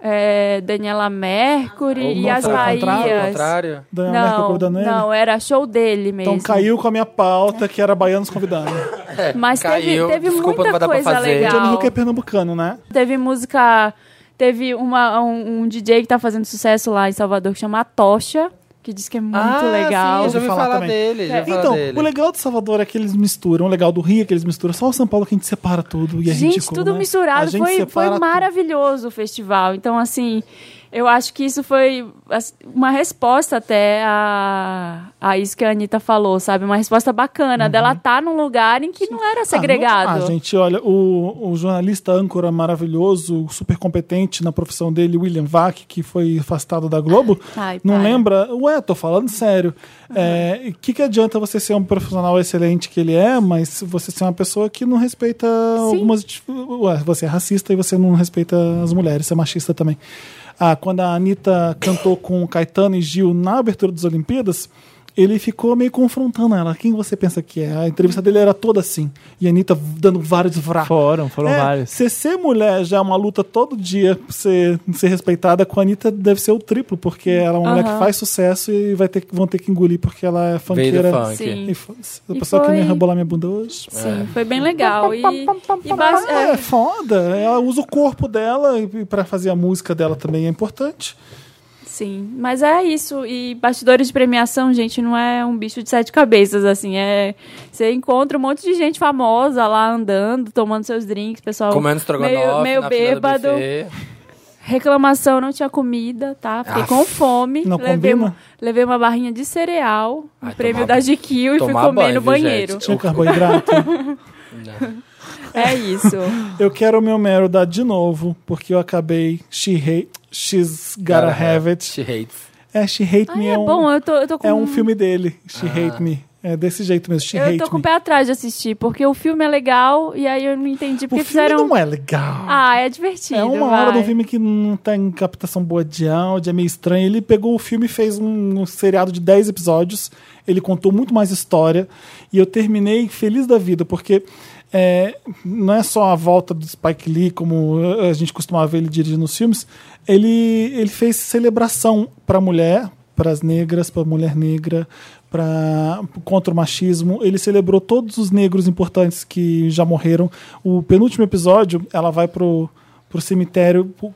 S2: é, Daniela Mercury
S4: Ou
S2: e
S4: não
S2: as
S4: foi ao contrário, ao
S2: Bahias.
S4: contrário.
S1: Daniel Mercury
S2: Não,
S1: convidando ele.
S2: não, era show dele mesmo.
S1: Então caiu com a minha pauta, que era baianos
S2: (laughs)
S1: convidando.
S4: É,
S2: Mas teve-
S4: caiu.
S2: teve
S4: Desculpa,
S2: muita
S4: não vai dar
S2: coisa
S4: pra fazer.
S2: legal.
S1: Johnny Hook é pernambucano, né?
S2: Teve música. Teve uma, um, um DJ que tá fazendo sucesso lá em Salvador que chama Tocha, que diz que é muito
S4: ah,
S2: legal.
S4: Sim, eu já ouvi
S1: Falar
S4: falar,
S1: também.
S4: dele. Já ouvi falar
S1: Então,
S4: dele.
S1: o legal de Salvador é que eles misturam, o legal do Rio é que eles misturam, só o São Paulo que a gente separa tudo e é
S2: gente,
S1: ridículo,
S2: tudo
S1: né? A
S2: misturado.
S1: gente
S2: Foi,
S1: separa
S2: foi
S1: tudo.
S2: maravilhoso o festival. Então, assim, Eu acho que isso foi as- uma resposta até a, a isso que a Anitta falou, sabe? Uma resposta bacana
S1: Uhum.
S2: dela tá num lugar em que não era segregado.
S1: Ah, gente, olha, o, o jornalista âncora maravilhoso, super competente na profissão dele, William Vac, que foi afastado da Globo,
S2: Ai,
S1: não
S2: para. Uhum.
S1: lembra? Ué, tô falando sério. O que, que adianta você ser um profissional excelente que ele é, mas você ser uma pessoa que não respeita algumas. Ué, você é racista e você não respeita as mulheres, você é machista também. Ah, quando a Anitta cantou com o Caetano e Gil na abertura das Olimpíadas, ele ficou meio confrontando ela. Quem você pensa que é? A entrevista dele era toda assim. E a Anitta dando vários vracos.
S3: Foram, foram
S1: É,
S3: vários.
S1: Se ser mulher já é uma luta todo dia pra ser, ser respeitada, com a Anitta deve ser o triplo, porque ela é uma mulher que faz sucesso e vai ter, que- vão ter que engolir porque ela é
S4: Veio do
S1: funkeira.
S4: funk.
S2: Sim.
S1: E foda-se. a
S2: E
S1: pessoa que
S2: foi-
S1: me rebolar minha bunda hoje.
S2: Sim, foi bem legal. E, e bas-
S1: É,
S2: é,
S1: foda. Ela usa o corpo dela e para fazer a música dela também é importante.
S2: sim, mas é isso. E bastidores de premiação, gente, não é um bicho de sete cabeças, assim. É, você encontra um monte de gente famosa lá andando, tomando seus drinks, pessoal
S4: Comendo estrogonofe
S2: meio, meio
S4: na
S2: bêbado.
S4: fila do buffet.
S2: Reclamação, não tinha comida, tá? Fiquei
S4: Aff.
S2: com fome.
S1: Não
S2: levei,
S1: combina?
S2: uma, levei uma barrinha de cereal, um
S4: Ai,
S2: prêmio
S4: tomar-
S2: da GQ e fui
S4: tomar
S2: comer
S4: banho,
S2: no
S4: viu,
S2: banheiro.
S4: gente?
S1: Tinha (laughs) carboidrato.
S4: (laughs)
S2: É isso.
S1: Eu quero o meu Meryl dar de novo, porque eu acabei She Hate, She's Gotta Have It.
S4: She hates.
S1: É, She Hate
S2: Ai,
S1: Me
S2: é
S1: um,
S2: bom, eu tô, eu tô com
S1: é um filme dele, She Hate Me. É desse jeito mesmo, She
S2: Eu
S1: Hate
S2: tô com
S1: Me.
S2: o pé atrás de assistir, porque o filme é legal e aí eu não entendi
S1: o filme
S2: porque fizeram.
S1: não é legal.
S2: Ah, é divertido.
S1: é uma hora
S2: vai.
S1: do filme que não tem captação boa de áudio, é meio estranho. Ele pegou o filme e fez um, um seriado de 10 episódios. Ele contou muito mais história. E eu terminei feliz da vida, porque é, não é só a volta do Spike Lee, como a gente costumava ver ele dirigindo nos filmes. Ele, ele fez celebração pra mulher, para as negras, para mulher negra, para contra o machismo. Ele celebrou todos os negros importantes que já morreram. O penúltimo episódio, ela vai pro pro cemitério pro-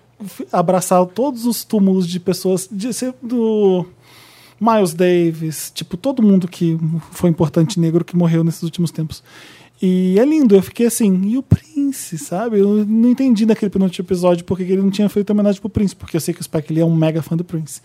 S1: abraçar todos os túmulos de pessoas de, do Miles Davis, tipo todo mundo que foi importante negro que morreu nesses últimos tempos. E é lindo, eu fiquei assim, e o Prince, sabe? Eu não entendi naquele penúltimo episódio porque ele não tinha feito homenagem pro Prince, porque eu sei que o Spike Lee é um mega fã do Prince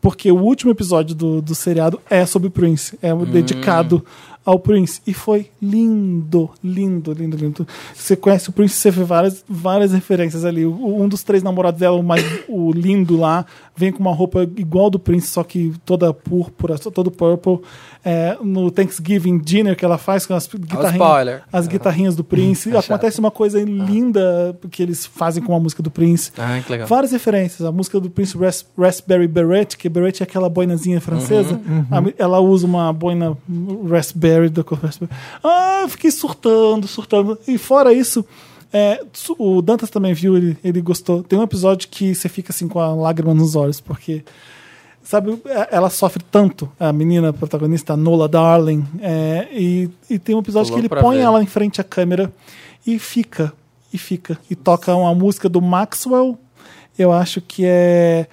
S1: porque o último episódio do, do seriado é sobre Prince, é dedicado ao Prince. E foi lindo, lindo, lindo, lindo. Você conhece o Prince, você vê várias, várias referências ali. O- Um dos três namorados dela, o, mais, o lindo lá, vem com uma roupa igual do Prince, só que toda púrpura, só todo purple. É, no Thanksgiving Dinner que ela faz com as guitarrinhas,
S4: spoiler.
S1: as guitarrinhas do Prince. Acontece uma coisa linda que eles fazem com a música do Prince.
S4: Ai, Ah, que legal.
S1: Várias referências. A música do Prince Ras- Raspberry Beret, que Beret é aquela boinazinha francesa. A mi- ela usa uma boina raspberry da cor raspberry. Ah, eu fiquei surtando, surtando. E fora isso, é, su- o Dantas também viu, ele, ele gostou. Tem um episódio que você fica assim com a lágrima nos olhos, porque sabe, é, ela sofre tanto, a menina protagonista, a Nola Darling, é, e, e tem um episódio
S4: Tô louco
S1: que ele
S4: pra
S1: põe
S4: ver.
S1: ela em frente à câmera e fica, e fica, e toca uma música do Maxwell, eu acho que é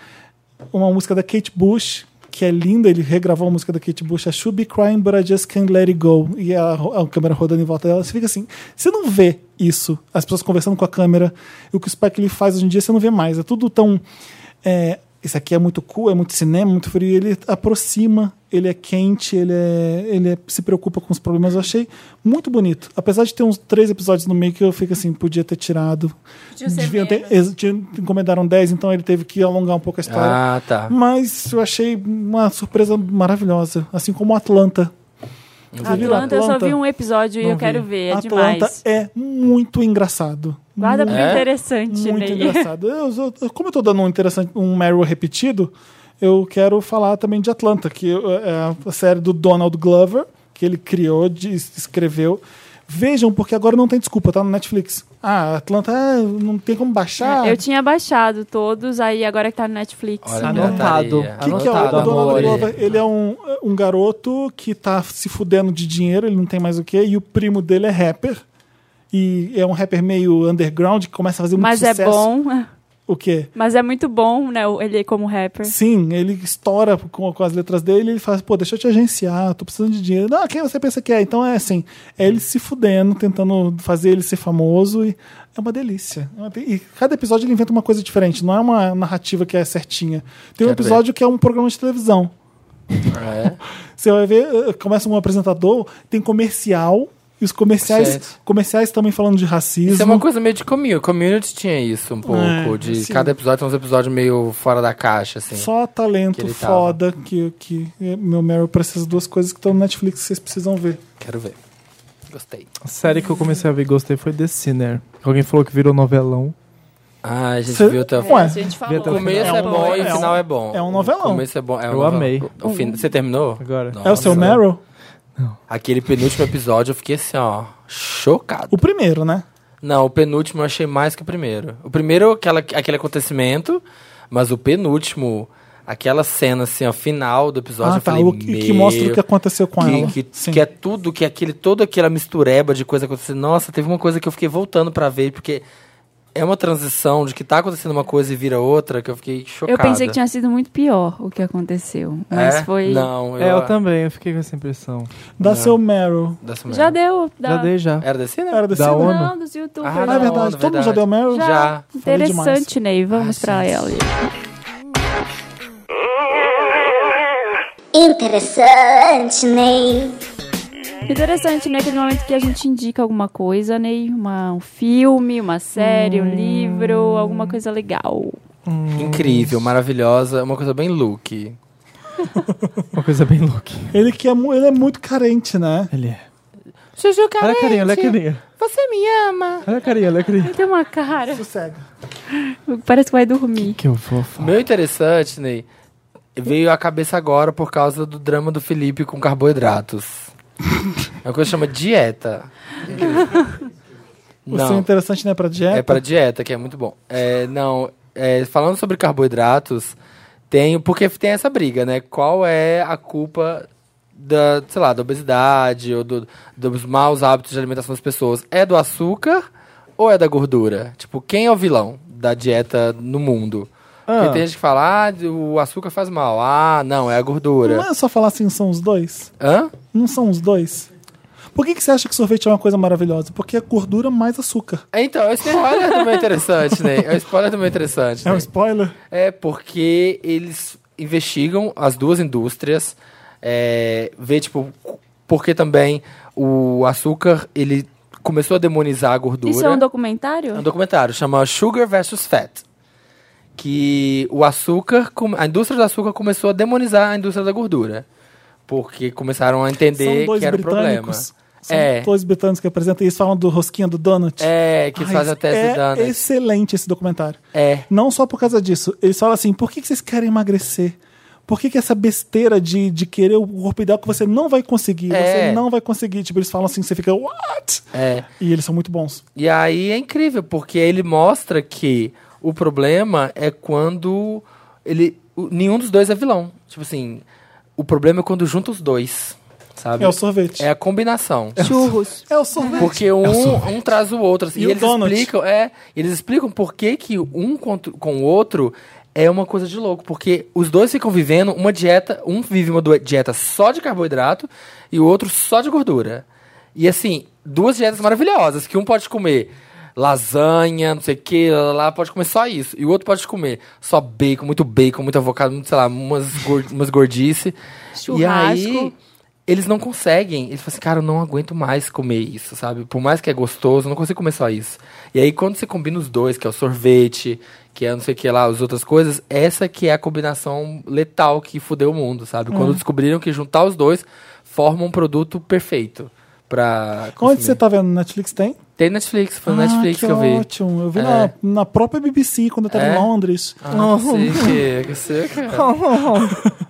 S1: uma música da Kate Bush, que é linda, ele regravou a música da Kate Bush, a Should Be Crying, But I Just Can't Let It Go. E a, a câmera rodando em volta dela, você fica assim, você não vê isso, as pessoas conversando com a câmera, e o que o Spike Lee faz hoje em dia, você não vê mais. É tudo tão. É, isso aqui é muito cool, é muito cinema, muito frio. Ele aproxima, ele é quente, ele, é, ele é- se preocupa com os problemas. Eu achei muito bonito. Apesar de ter uns três episódios no meio que eu fico assim, podia ter tirado. Deviam
S2: né?
S1: ter, eles tinham- encomendaram 10, então ele teve que alongar um pouco a história.
S4: Ah, tá.
S1: Mas eu achei uma surpresa maravilhosa, assim como Atlanta. Vocês viram
S2: Atlanta, eu só vi um episódio e
S1: Não
S2: eu quero
S1: vi.
S2: ver, é
S1: Atlanta
S2: demais.
S1: é muito engraçado.
S2: Guarda pro
S4: É?
S2: interessante,
S1: Muito
S2: Ney.
S1: engraçado. Eu- eu- eu- como eu tô dando um interessante, um Meryl repetido, eu quero falar também de Atlanta, que é a série do Donald Glover, que ele criou, de- escreveu. Vejam, porque agora não tem desculpa, tá no Netflix. Ah, Atlanta ah, não tem como baixar.
S2: É, Eu tinha baixado todos, aí agora que tá no Netflix.
S4: Olha,
S3: Anotado.
S4: pirataria.
S1: O que, que é o
S3: Anotado,
S1: Donald
S3: amor.
S1: Glover? Ele é um, um garoto que tá se fudendo de dinheiro, ele não tem mais o que, e o primo dele é rapper. E é um rapper meio underground que começa a fazer muito
S2: Mas é
S1: sucesso.
S2: bom. (laughs)
S1: O quê?
S2: Mas é muito bom, né? o- Ele como rapper.
S1: Sim, ele estoura com, com as letras dele, ele fala, pô, deixa eu te agenciar, tô precisando de dinheiro. Não, quem você pensa que é? Então é assim, é ele se fudendo, tentando fazer ele ser famoso e é uma delícia. É uma de- E cada episódio ele inventa uma coisa diferente, não é uma narrativa que é certinha. Tem
S4: Quero
S1: um
S4: ver.
S1: episódio que é um programa de televisão.
S4: É.
S1: Você vai ver, eh, começa um apresentador, tem comercial, e os comerciais,
S4: Certo.
S1: comerciais também falando de racismo.
S4: Isso é uma coisa meio de community. Community tinha isso um pouco.
S1: É,
S4: de
S1: sim.
S4: cada episódio tem uns episódios meio fora da caixa, assim.
S1: Só talento
S4: Que ele tava.
S1: foda que, que eh, meu Meryl pra essas duas coisas que estão no Netflix que vocês precisam ver.
S4: Quero ver. Gostei.
S3: A série que eu comecei a ver e gostei foi The Sinner. Alguém falou que virou novelão.
S4: Ah, a gente
S1: Cê-
S4: viu até o
S1: Ué,
S2: a gente
S3: Devia
S2: falou.
S3: ter
S4: O começo
S1: É um
S4: é bom e o
S1: novelão.
S4: final é bom.
S1: É um novelão.
S4: O começo é bom. é um
S3: Eu
S4: novelão.
S3: amei.
S4: O fin- Você terminou?
S3: Agora.
S1: É o seu
S4: Nossa.
S1: Meryl?
S4: Aquele penúltimo episódio eu fiquei assim, ó, chocado.
S1: O primeiro, né?
S4: Não, o penúltimo eu achei mais que o primeiro. O primeiro, aquela, aquele acontecimento, mas o penúltimo, aquela cena assim, ó, final do episódio,
S1: ah,
S4: eu
S1: tá.
S4: falei,
S1: o que, que
S4: "Meu,
S1: mostra o que aconteceu com
S4: que-
S1: ela.
S4: que,
S1: Sim.
S4: que é tudo, que é aquele, toda aquela mistureba de coisa acontecendo. Nossa, teve uma coisa que eu fiquei voltando pra ver, porque é uma transição de que tá acontecendo uma coisa e vira outra, que eu fiquei chocado.
S2: Eu pensei que tinha sido muito pior o que aconteceu. Mas
S4: É?
S2: foi.
S4: Não, eu...
S3: É, eu também, eu fiquei com essa impressão.
S1: Dá seu Meryl.
S4: Dessa
S2: Já
S4: maneira.
S2: deu. Da...
S3: Já dei já.
S4: Era desse, né?
S1: Era desse
S3: Da
S1: né?
S3: ONU.
S2: Não, dos youtubers.
S4: Ah,
S1: Ah, é
S4: da
S1: verdade.
S4: ONU,
S1: Todo mundo já
S4: verdade.
S1: deu Meryl?
S4: Já.
S2: Interessante, Ney. Vamos pra ela.
S6: Interessante, Ney.
S2: Interessante, né? Aquele momento que a gente indica alguma coisa, Ney. Uma, um filme, uma série,
S4: Hum.
S2: um livro, alguma coisa legal.
S4: Incrível, maravilhosa, uma coisa bem look.
S3: Uma coisa bem louca.
S1: Ele, que é, mu- ele é muito carente, né?
S3: Ele é.
S4: Juju
S3: Olha a carinha, olha a carinha.
S4: você me ama.
S3: Olha a carinha, olha a
S2: (laughs)
S3: carinha.
S2: Ele tem uma cara.
S1: Sossega.
S2: Parece que vai dormir.
S3: Que eu vou
S4: (laughs)
S3: falar.
S4: Meu interessante, Ney, veio à cabeça agora por causa do drama do Felipe com carboidratos. É uma coisa que chama
S1: (laughs)
S4: dieta.
S1: O seu
S4: Não,
S1: interessante, né? Pra dieta.
S4: é pra dieta, que é muito bom. É, não, é, falando sobre carboidratos, tem, porque tem essa briga, né? Qual é a culpa da, sei lá, da obesidade ou do- dos maus hábitos de alimentação das pessoas? É do açúcar ou é da gordura? Tipo, quem é o vilão da dieta no mundo? Porque tem gente que fala, ah, o açúcar faz mal. Ah, não, é a
S1: Não
S4: gordura.
S1: é só falar assim, são os dois?
S4: Hã?
S1: Não são os dois? Por que, que você acha que sorvete é uma coisa maravilhosa? Porque é gordura mais açúcar.
S4: Então, é o spoiler do meu interessante, né? É o spoiler do meu interessante.
S1: É um
S4: Ney.
S1: spoiler?
S4: É, porque eles investigam as duas indústrias, é, vê, tipo, porque também o açúcar, ele começou a demonizar a gordura.
S2: Isso é um
S4: É um
S2: documentário?
S4: documentário, chama Sugar vs. Fat. Que o açúcar, com- a indústria do açúcar começou a demonizar a indústria da gordura. Porque começaram a entender
S1: são dois
S4: que era o problema.
S1: britânicos. São
S4: É.
S1: dois britânicos que apresentam isso, falam do rosquinha do donut.
S4: É, que eles
S1: Ai,
S4: fazem a tese
S1: é
S4: da... né?
S1: excelente esse documentário.
S4: É.
S1: Não só por causa disso. Eles falam assim: por que, que vocês querem emagrecer? Por que, que essa besteira de, de querer o corpo ideal que você não vai conseguir?
S4: É.
S1: Você não vai conseguir. Tipo, eles falam assim, você fica, what?
S4: É.
S1: E eles são muito bons.
S4: E aí é incrível, porque ele mostra que o problema é quando ele o- nenhum dos dois é vilão. Tipo assim, o problema é quando junta os dois, sabe?
S1: É o sorvete.
S4: É a combinação.
S2: Churros.
S1: É o sorvete.
S4: Porque um, um traz o outro. assim,
S1: E
S4: e
S1: o
S4: eles
S1: donut.
S4: explicam, é, eles explicam por que, que um contra- com o outro é uma coisa de louco. Porque os dois ficam vivendo uma dieta, um vive uma due- dieta só de carboidrato e o outro só de gordura. E assim, duas dietas maravilhosas, que um pode comer lasanha, não sei o que, lá, lá, lá, pode comer só isso. E o outro pode comer só bacon, muito bacon, muito avocado, muito, sei lá, umas, gor- (laughs) umas gordice. E aí,
S2: Churrasco.
S4: eles não conseguem. Eles falam assim, cara, eu não aguento mais comer isso, sabe? Por mais que é gostoso, eu não consigo comer só isso. E aí, quando você combina os dois, que é o sorvete, que é não sei o que lá, as outras coisas, essa que é a combinação letal que fudeu o mundo, sabe? Quando descobriram que juntar os dois forma um produto perfeito pra
S1: Onde
S4: consumir.
S1: você tá vendo? Netflix tem?
S4: Tem Netflix, foi no
S1: Ah,
S4: Netflix que, eu vi.
S1: Ótimo. Eu vi
S4: É.
S1: na, na própria BBC quando eu tava
S4: É?
S1: em Londres.
S4: Ah, que seca, que seca.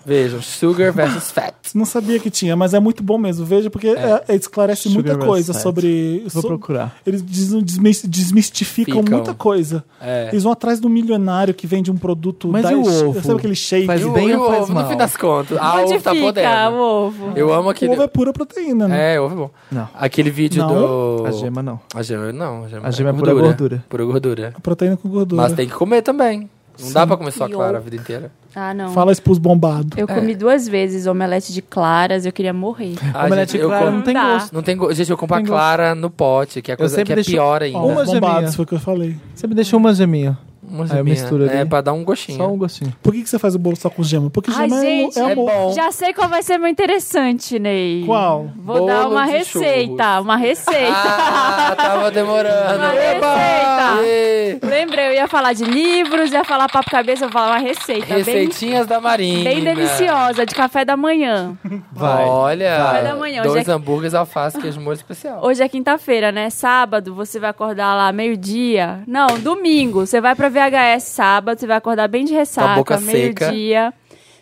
S4: Vejam, Sugar versus Fat.
S1: Não sabia que tinha, mas é muito bom mesmo. Veja, porque é- é- esclarece
S3: Sugar
S1: muita
S3: Rush
S1: coisa
S3: Site.
S1: sobre.
S3: Vou
S1: so-
S3: procurar.
S1: Eles des- desmis- desmistificam
S4: Ficam.
S1: muita coisa.
S4: É.
S1: Eles vão atrás do milionário que vende um produto.
S3: Mas
S1: da-
S3: e o ovo?
S1: Sabe aquele shake?
S3: Faz
S4: E o,
S3: bem
S4: e
S3: ou
S4: o
S3: faz
S4: ovo,
S3: mal?
S4: no fim das contas. Ah, o
S2: Onde
S4: ovo tá
S2: fica
S4: podendo.
S2: o ovo?
S4: Eu amo
S1: O
S4: aquele.
S1: ovo é pura proteína, né?
S4: É, ovo é bom.
S3: é Não.
S4: Aquele vídeo
S1: Não.
S4: do.
S3: A gema não.
S4: A gema não, a gema,
S3: A gema é pura gordura.
S4: Pura gordura.
S1: Proteína com gordura.
S4: É. Mas tem que comer também. Não dá pra comer só
S2: E
S4: clara a
S2: ovo.
S4: vida inteira.
S2: Ah, não.
S1: Fala isso pros bombados.
S4: É.
S2: Eu comi duas vezes omelete de claras, eu queria morrer.
S4: Ah,
S3: Omelete
S4: gente, eu
S3: clara
S4: como-
S3: não tem
S2: Não dá.
S3: gosto.
S4: Não tem go- Gente, eu compro a
S3: Tem
S4: clara no pote, que é, coisa,
S3: sempre
S4: que é
S3: deixo-
S4: pior ainda.
S3: Uma geminha.
S1: bombados, foi o que eu falei.
S3: Você me deixou uma geminha.
S4: Uma
S3: Aí eu
S4: geminha.
S3: misturo
S4: É,
S3: ali.
S4: pra dar um gostinho.
S3: Só um gostinho.
S1: Por que, que você faz o bolo só com gema? Porque
S2: Ai,
S1: gema
S2: gente,
S1: é,
S2: é
S1: amor.
S4: bom.
S2: Já sei qual vai ser meu interessante, Ney.
S1: Qual?
S2: Vou
S4: Bolo
S2: dar uma
S4: de
S2: receita,
S4: churros.
S2: uma receita.
S4: Ah, tava demorando.
S2: Uma receita. Tá
S4: Ê,
S2: (laughs) Lembrei, eu ia falar de livros, ia falar papo cabeça, eu ia falar uma receita bem,
S4: Receitinhas da Marinha.
S2: bem deliciosa, de café da manhã.
S3: Vai.
S4: Olha,
S2: Vai da manhã, hoje
S4: dois
S2: é-
S4: hambúrgueres, alface, queijo molho especial.
S2: Hoje é quinta-feira, né? Sábado você vai acordar lá meio-dia. Não, domingo. Você vai pra VHS sábado, você vai acordar bem de
S4: Com a boca
S2: ressaca,
S4: seca.
S2: meio-dia.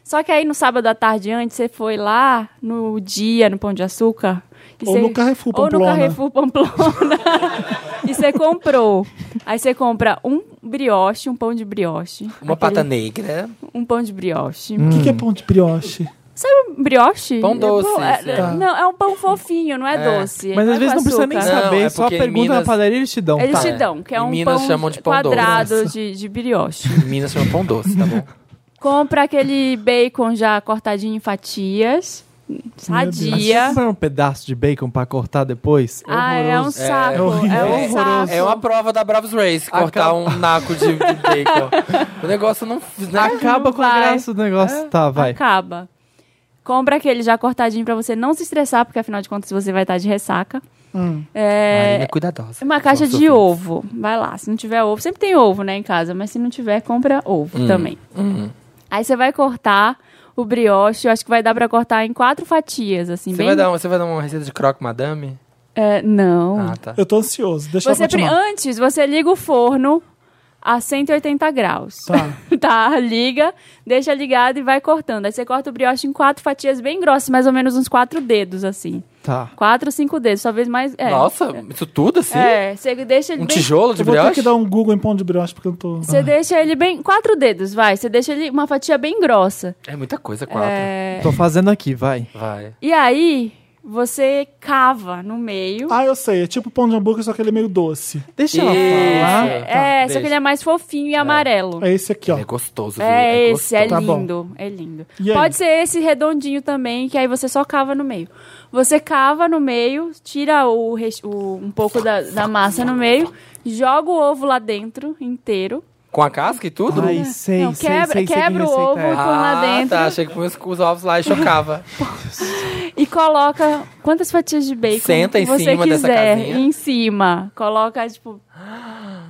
S2: Só que aí no sábado à tarde antes, você foi lá no dia, no Pão de Açúcar. e
S1: Ou no Carrefour
S2: Ou no
S1: Pamplona.
S2: Carrefour Pamplona. e você comprou. Aí você compra um brioche, um pão de brioche.
S4: Uma
S2: Aquele-
S4: pata negra.
S2: Um pão de brioche.
S1: O que, que é pão de brioche?
S2: Sabe um brioche?
S4: Pão
S2: É
S4: doce,
S2: bom, é-
S4: sei lá.
S2: não, é um pão fofinho, não é, doce.
S3: Mas
S2: não
S3: às
S2: é
S3: vezes
S2: com
S3: não precisa nem
S2: açúcar.
S4: Não,
S3: saber,
S4: é
S3: só
S4: porque em
S3: pergunta na
S4: Minas-
S3: padaria e eles te dão.
S2: Eles
S4: Tá.
S2: te dão, que é
S4: Em
S2: um
S4: Minas
S2: pão
S4: chamam de pão doce.
S2: quadrado de, de brioche.
S4: Minas chama pão doce, tá bom?
S2: Compra aquele bacon já cortadinho em fatias. Sadia.
S3: comprar um pedaço de bacon pra cortar depois?
S2: Ah, é um saco. É,
S1: horrível.
S2: um saco.
S4: É uma prova da Bravos Race, cortar
S3: Acaba-
S4: um naco de, de bacon. o negócio não... Né?
S3: Acaba com a
S2: Vai.
S3: graça do negócio. Tá,
S4: É
S3: vai.
S2: Acaba. Compra aquele já cortadinho pra você não se estressar, porque afinal de contas você vai estar de ressaca.
S3: Hum.
S2: É,
S4: Marina, cuidadosa.
S2: uma caixa
S4: Nossa,
S2: de
S4: ofensa.
S2: ovo. Vai lá. Se não tiver ovo, sempre tem ovo, né, em casa. Mas se não tiver, compra ovo
S4: Hum,
S2: também. Aí você vai cortar o brioche. Eu acho que vai dar pra cortar em quatro fatias, assim.
S4: Você
S2: bem
S4: vai, dar, um- você vai dar uma receita de croque madame?
S2: É, não.
S4: Ah, tá.
S1: Eu tô ansioso. Deixa
S2: você
S1: eu
S2: pri-
S1: continuar.
S2: antes, você liga o forno a 180 graus.
S1: Tá.
S2: (laughs) Tá, liga, deixa ligado e vai cortando. Aí você corta o brioche em quatro fatias bem grossas, mais ou menos uns quatro dedos, assim.
S3: Tá.
S2: Quatro, cinco dedos, talvez mais. É.
S4: Nossa, isso tudo assim?
S2: É, você deixa ele
S4: Um
S2: bem.
S4: tijolo de
S1: Eu vou ter que
S4: brioche?
S1: dar um Google em pão de brioche, porque eu não tô...
S2: Você deixa ele bem. Quatro dedos, vai. Você deixa ele uma fatia bem grossa.
S1: um-
S4: É muita coisa, quatro.
S2: É,
S3: Tô fazendo aqui, vai.
S4: Vai.
S2: E aí, você cava no meio.
S1: Ah, eu sei. É tipo pão de hambúrguer, só que ele é meio doce.
S3: Deixa ela
S4: É.
S3: falar.
S2: é,
S4: tá,
S2: é, só
S4: deixa.
S2: que ele é mais fofinho e amarelo.
S1: É esse aqui, ó.
S4: É gostoso, viu?
S2: É esse, é
S4: gostoso.
S1: Tá bom.
S2: lindo, é lindo.
S1: E aí?
S2: Pode ser esse redondinho também, que aí você só cava no meio. Você cava no meio, tira o, reche- o- um pouco da, da massa no meio, joga o ovo lá dentro inteiro.
S4: Com a casca e tudo?
S3: Ai, sei,
S2: Não,
S3: sei,
S2: quebra-
S3: sei, sei que
S2: quebra o
S3: receita é
S2: ovo.
S3: essa.
S2: põe lá dentro.
S4: tá. Achei que põe os, os ovos lá e chocava.
S2: E coloca quantas fatias de bacon
S4: Senta em
S2: você
S4: cima dessa
S2: quiser
S4: casinha.
S2: em cima. Coloca, tipo,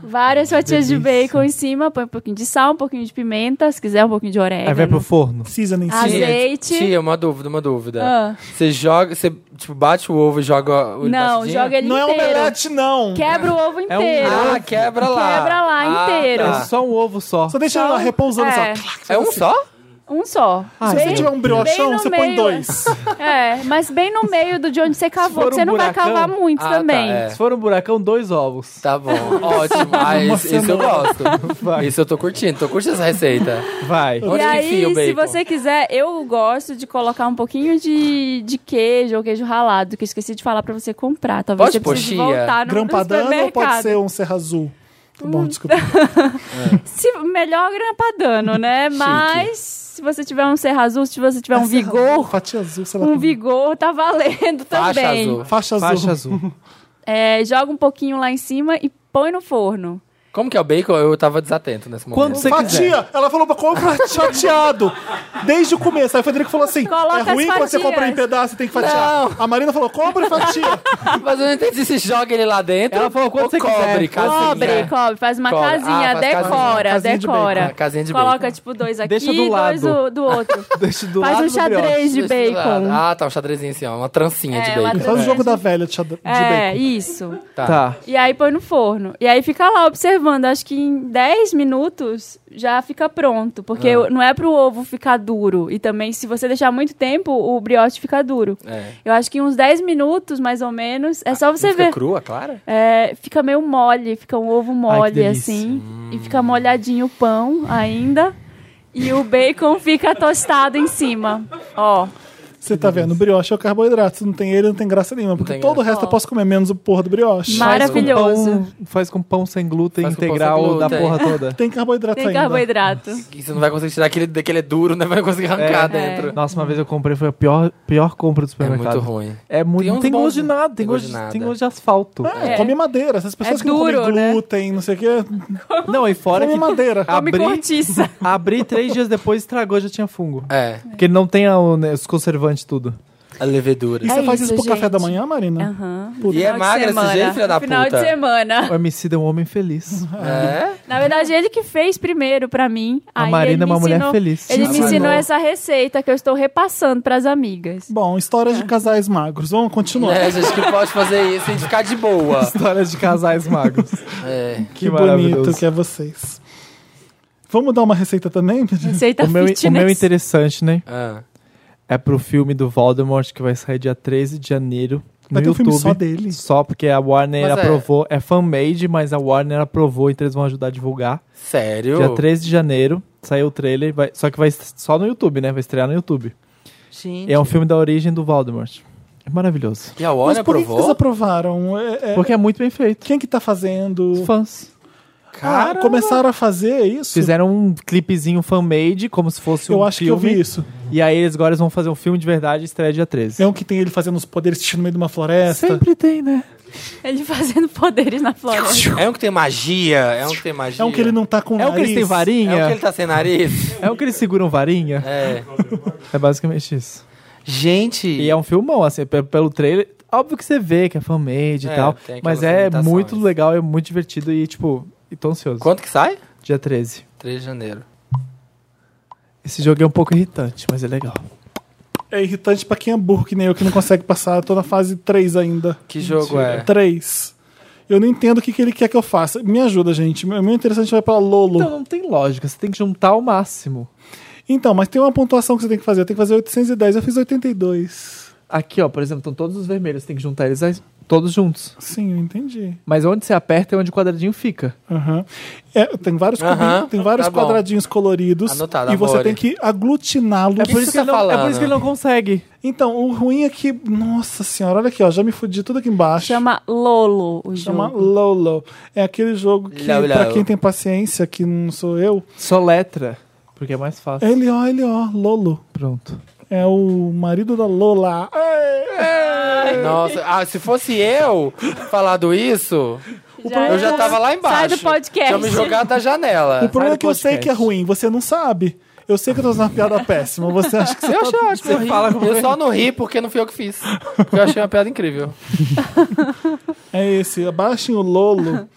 S2: várias fatias de bacon em cima, põe um pouquinho de sal, um pouquinho de pimenta, se quiser um pouquinho de orégano.
S3: é. Aí vai pro forno.
S1: Seasoning.
S2: Ah,
S1: seasoning.
S2: (laughs) Azeite.
S4: Tia, uma dúvida, uma dúvida.
S2: Ah.
S4: Você joga, você tipo, bate o ovo e joga o
S2: Não,
S4: batidinho?
S2: joga ele
S1: Não é
S2: inteiro.
S1: omelete, não.
S2: Quebra o ovo
S3: É um-
S2: inteiro.
S4: Ah, quebra lá.
S2: Quebra lá,
S4: Ah,
S2: inteiro.
S4: tá.
S3: É só um ovo só.
S1: Só deixa ele lá repousando
S2: É.
S1: só.
S4: É um só?
S2: Um só.
S3: Ah,
S1: Se
S3: Bem-
S1: você tiver um
S2: bem
S1: briochão,
S2: no
S1: você põe
S2: meio. (laughs)
S1: dois.
S2: É, mas bem no meio do de onde você cavou.
S3: for
S2: que você
S3: um
S2: não
S3: buracão-
S2: vai cavar muito
S4: Ah, tá,
S2: também.
S4: é.
S3: Se for um buracão, dois ovos.
S4: Tá bom, (laughs) ótimo. Ah, esse, esse eu gosto. Esse eu tô curtindo, tô curtindo essa
S2: (laughs)
S4: receita.
S3: Vai.
S2: E
S4: Onde que enfia o
S2: aí, se
S4: bacon?
S2: você quiser, eu gosto de colocar um pouquinho de, de queijo ou queijo ralado, que eu esqueci de falar pra você comprar. Talvez
S4: Pode
S2: você precise
S4: pôr chia?
S2: voltar no, no
S1: Grampadana ou
S2: supermercado. Hum.
S1: pode ser um serra azul? Tá bom, desculpa.
S2: (laughs) Se, melhor
S4: (laughs)
S2: grampadano, né? Mas se você tiver um serra azul, se você tiver um
S1: Serra azul,
S2: vigor,
S1: Fatia azul, sei lá.
S2: um
S1: como.
S2: vigor tá valendo
S4: Faixa
S2: também.
S4: azul.
S1: Faixa azul.
S3: Faixa azul.
S2: É, joga um pouquinho lá em cima e põe no forno.
S4: Como que é o bacon? Eu tava desatento nesse momento.
S3: Quando você quiser.
S1: Fatia! Ela falou pra comprar chateado. Desde o começo. Aí o Federico falou assim:
S2: Coloca
S1: é ruim
S2: as
S1: quando você
S2: fatias.
S1: compra em pedaço, tem que fatiar. A Marina falou: compra e
S2: (laughs)
S1: fatia.
S4: Mas eu não entendi se joga ele lá dentro.
S3: Ela falou, quando
S4: ou
S3: você quiser.
S4: cobre, caso você
S2: Cobre,
S4: quiser.
S2: cobre, faz uma
S4: Cobre.
S2: casinha,
S4: Ah, faz casinha.
S2: decora,
S1: Casinha de
S2: decora.
S4: bacon. Ah, casinha de
S2: Coloca
S4: bacon.
S2: tipo dois aqui,
S3: Deixa do
S2: dois
S3: lado.
S2: do,
S4: (laughs)
S2: do outro.
S3: Deixa do
S2: faz
S3: lado
S2: um
S3: do brioche.
S2: xadrez de
S4: Deixa do lado.
S2: bacon.
S4: Ah, tá, um xadrezinho assim, ó. Uma trancinha
S2: É,
S4: de
S2: uma
S4: bacon.
S1: Faz o
S2: É.
S1: um jogo da velha de, chad- de
S2: é,
S1: bacon.
S2: isso.
S3: Tá.
S2: E aí põe no forno. E aí fica lá observando. Acho que em 10 minutos já fica pronto. Porque
S3: Ah.
S2: não é pro ovo ficar duro. E também, se você deixar muito tempo, o brioche fica duro.
S4: É.
S2: Eu acho que em uns 10 minutos, mais ou menos,
S3: Ah,
S2: é só você
S4: Não fica
S2: ver.
S4: crua, claro?
S2: É, fica meio mole, fica um ovo
S3: Ai, que
S2: mole,
S3: delícia. Hum.
S2: assim. E fica molhadinho o (laughs) pão ainda. E o bacon fica tostado em cima. Ó,
S1: Você tá vendo, o brioche é o carboidrato. Se não tem ele, não tem graça nenhuma. Porque
S4: tem
S1: todo o
S4: graça.
S1: resto eu posso comer, menos o porra do brioche.
S2: Mas- Maravilhoso.
S3: Faz com pão, faz com pão sem glúten
S4: Faz com pão
S3: integral
S4: sem glúten.
S3: da porra toda.
S1: (laughs) Tem carboidrato
S2: Tem
S1: ainda.
S2: carboidrato.
S4: Que você não vai conseguir tirar aquele daquele é duro, né? Vai conseguir arrancar
S3: É.
S4: dentro.
S3: Nossa, uma vez eu comprei, foi a pior, pior compra do
S4: É,
S3: supermercado.
S4: muito ruim.
S3: É muito.
S4: Tem
S3: não
S4: uns
S3: tem
S4: bons,
S3: gosto de
S4: né?
S3: nada, tem
S4: Tem gosto
S3: gosto
S4: de
S3: de,
S4: nada.
S3: tem gosto de asfalto.
S1: É,
S2: É.
S1: come madeira. Essas pessoas
S2: É
S1: que não
S2: duro,
S1: comem
S2: né?
S1: glúten, não sei o quê,
S3: Não, e fora
S1: come
S3: que (laughs)
S1: madeira.
S2: Come
S3: Abri-
S2: cortiça.
S3: abri três dias depois, estragou, já tinha fungo.
S4: É,
S3: Porque não tem a- o- né, os conservantes tudo.
S4: a levedura.
S1: E
S2: É
S1: você faz
S2: isso,
S1: isso pro café
S2: gente.
S1: da manhã, Marina?
S2: Aham.
S4: E é
S2: Final de
S4: magra desse
S2: semana.
S4: jeito, filha da
S2: Final
S4: puta.
S2: de semana.
S3: O MC é um homem feliz.
S1: Ah.
S4: É?
S2: Na verdade, ele que fez primeiro pra mim.
S3: A
S2: Aí
S3: Marina
S2: ele
S3: é uma
S2: me
S3: mulher
S2: ensinou-
S3: feliz.
S2: Ele me
S4: Ensinou.
S2: ensinou essa receita que eu estou repassando pras amigas.
S1: Bom, histórias de
S2: É.
S1: casais magros. Vamos continuar.
S4: É, gente, que pode fazer isso e ficar de boa.
S3: Histórias de
S4: (laughs)
S3: casais magros.
S4: É.
S1: que
S3: que
S1: bonito
S3: maravilhoso.
S1: que é vocês. Vamos dar uma receita também?
S2: Receita
S3: O meu,
S2: fitness.
S3: o meu interessante, né?
S4: Ah.
S3: É pro filme do Voldemort que vai sair dia 13 de janeiro. No
S1: Vai ter um
S3: YouTube.
S1: filme só dele.
S3: Só porque a Warner
S4: Mas é.
S3: aprovou. É, fan-made, mas a Warner aprovou, então eles vão ajudar a divulgar.
S4: Sério?
S3: Dia 13 de janeiro saiu o trailer, vai- só que vai est- só no YouTube, né? Vai estrear no YouTube.
S4: Gente.
S3: É um filme da origem do Voldemort. É maravilhoso.
S4: E a
S1: Mas
S4: Warner
S1: por que, que eles
S4: aprovou?
S1: aprovaram? É- é-
S3: Porque é muito bem feito.
S1: Quem que tá fazendo?
S3: Os fãs
S1: Ah, começaram a fazer é isso?
S3: fizeram um clipezinho fan-made, como se fosse
S1: eu
S3: um
S1: acho que eu
S3: filme.
S1: vi isso.
S3: E aí eles agora vão fazer um filme de verdade e estreia dia 13.
S1: É um que tem ele fazendo os poderes xixi no meio de uma
S4: É
S1: floresta.
S3: Sempre tem, né?
S2: Ele fazendo poderes na floresta.
S4: É um que tem magia, é um que tem magia.
S1: É um que ele não tá com
S3: É o que
S1: nariz.
S3: eles têm
S4: É um que ele
S3: varinha.
S4: tá sem nariz.
S3: É o que eles seguram varinha.
S4: É.
S3: É basicamente isso.
S4: Gente.
S3: E é um filmão, assim, pe- pelo trailer. Óbvio que você vê que é fan-made
S4: É,
S3: e tal.
S4: tem aquelas
S3: Mas é
S4: limitações.
S3: muito legal, é muito divertido e, tipo, e tô ansioso.
S4: Quanto que sai?
S3: Dia 13.
S4: 3 de janeiro.
S3: Esse jogo é um pouco irritante, mas é legal.
S1: É irritante pra quem é burro, que nem eu, que não consegue passar. Eu tô na fase 3 ainda.
S4: Que jogo é?
S1: 3. Eu não entendo o que, que ele quer que eu faça. Me ajuda, gente. O meu interessante vai pra Lolo.
S3: Então não tem lógica, você tem que juntar o máximo.
S1: Então, mas tem uma pontuação que você tem que fazer. Eu tenho que fazer 810. Eu fiz 82.
S3: Aqui, ó, por exemplo, estão todos os vermelhos, você tem que juntar eles aí, todos juntos.
S1: Sim, eu entendi.
S3: Mas onde você aperta é onde o quadradinho fica.
S1: Aham. É, tem vários,
S4: Aham,
S1: cubinhos- tem vários
S4: tá bom.
S1: quadradinhos coloridos.
S4: Anotado,
S1: e você
S4: amore.
S1: tem que aglutiná-los.
S4: por isso que você tá
S3: ele não, é por
S4: falando?
S3: isso que ele não consegue.
S1: Então, o ruim é que. Nossa senhora, olha aqui, ó. Já me fudi tudo aqui embaixo.
S2: Chama Lolo o
S1: Chama
S2: jogo.
S1: Lolo. É aquele jogo que,
S4: Lolo.
S1: pra quem tem paciência, que não sou eu,
S3: Só letra, porque é mais fácil.
S1: L.O. L.O. Lolo.
S3: Pronto.
S1: É o marido da Lola.
S4: Nossa, ah, se fosse eu falado isso, eu já tava lá embaixo.
S2: Ah, Sai do podcast.
S4: Tinha me jogado da
S1: O
S4: janela.
S1: problema é
S3: do
S1: que eu sei
S3: podcast.
S1: que é ruim, você não sabe. Eu sei que eu tô fazendo uma
S4: (laughs)
S1: piada péssima. Você acha que você.
S4: Eu achei ótimo. Eu, ri. eu só não ri porque não fui eu que fiz. Porque eu achei uma piada incrível.
S1: É esse. Abaixem o Lolo,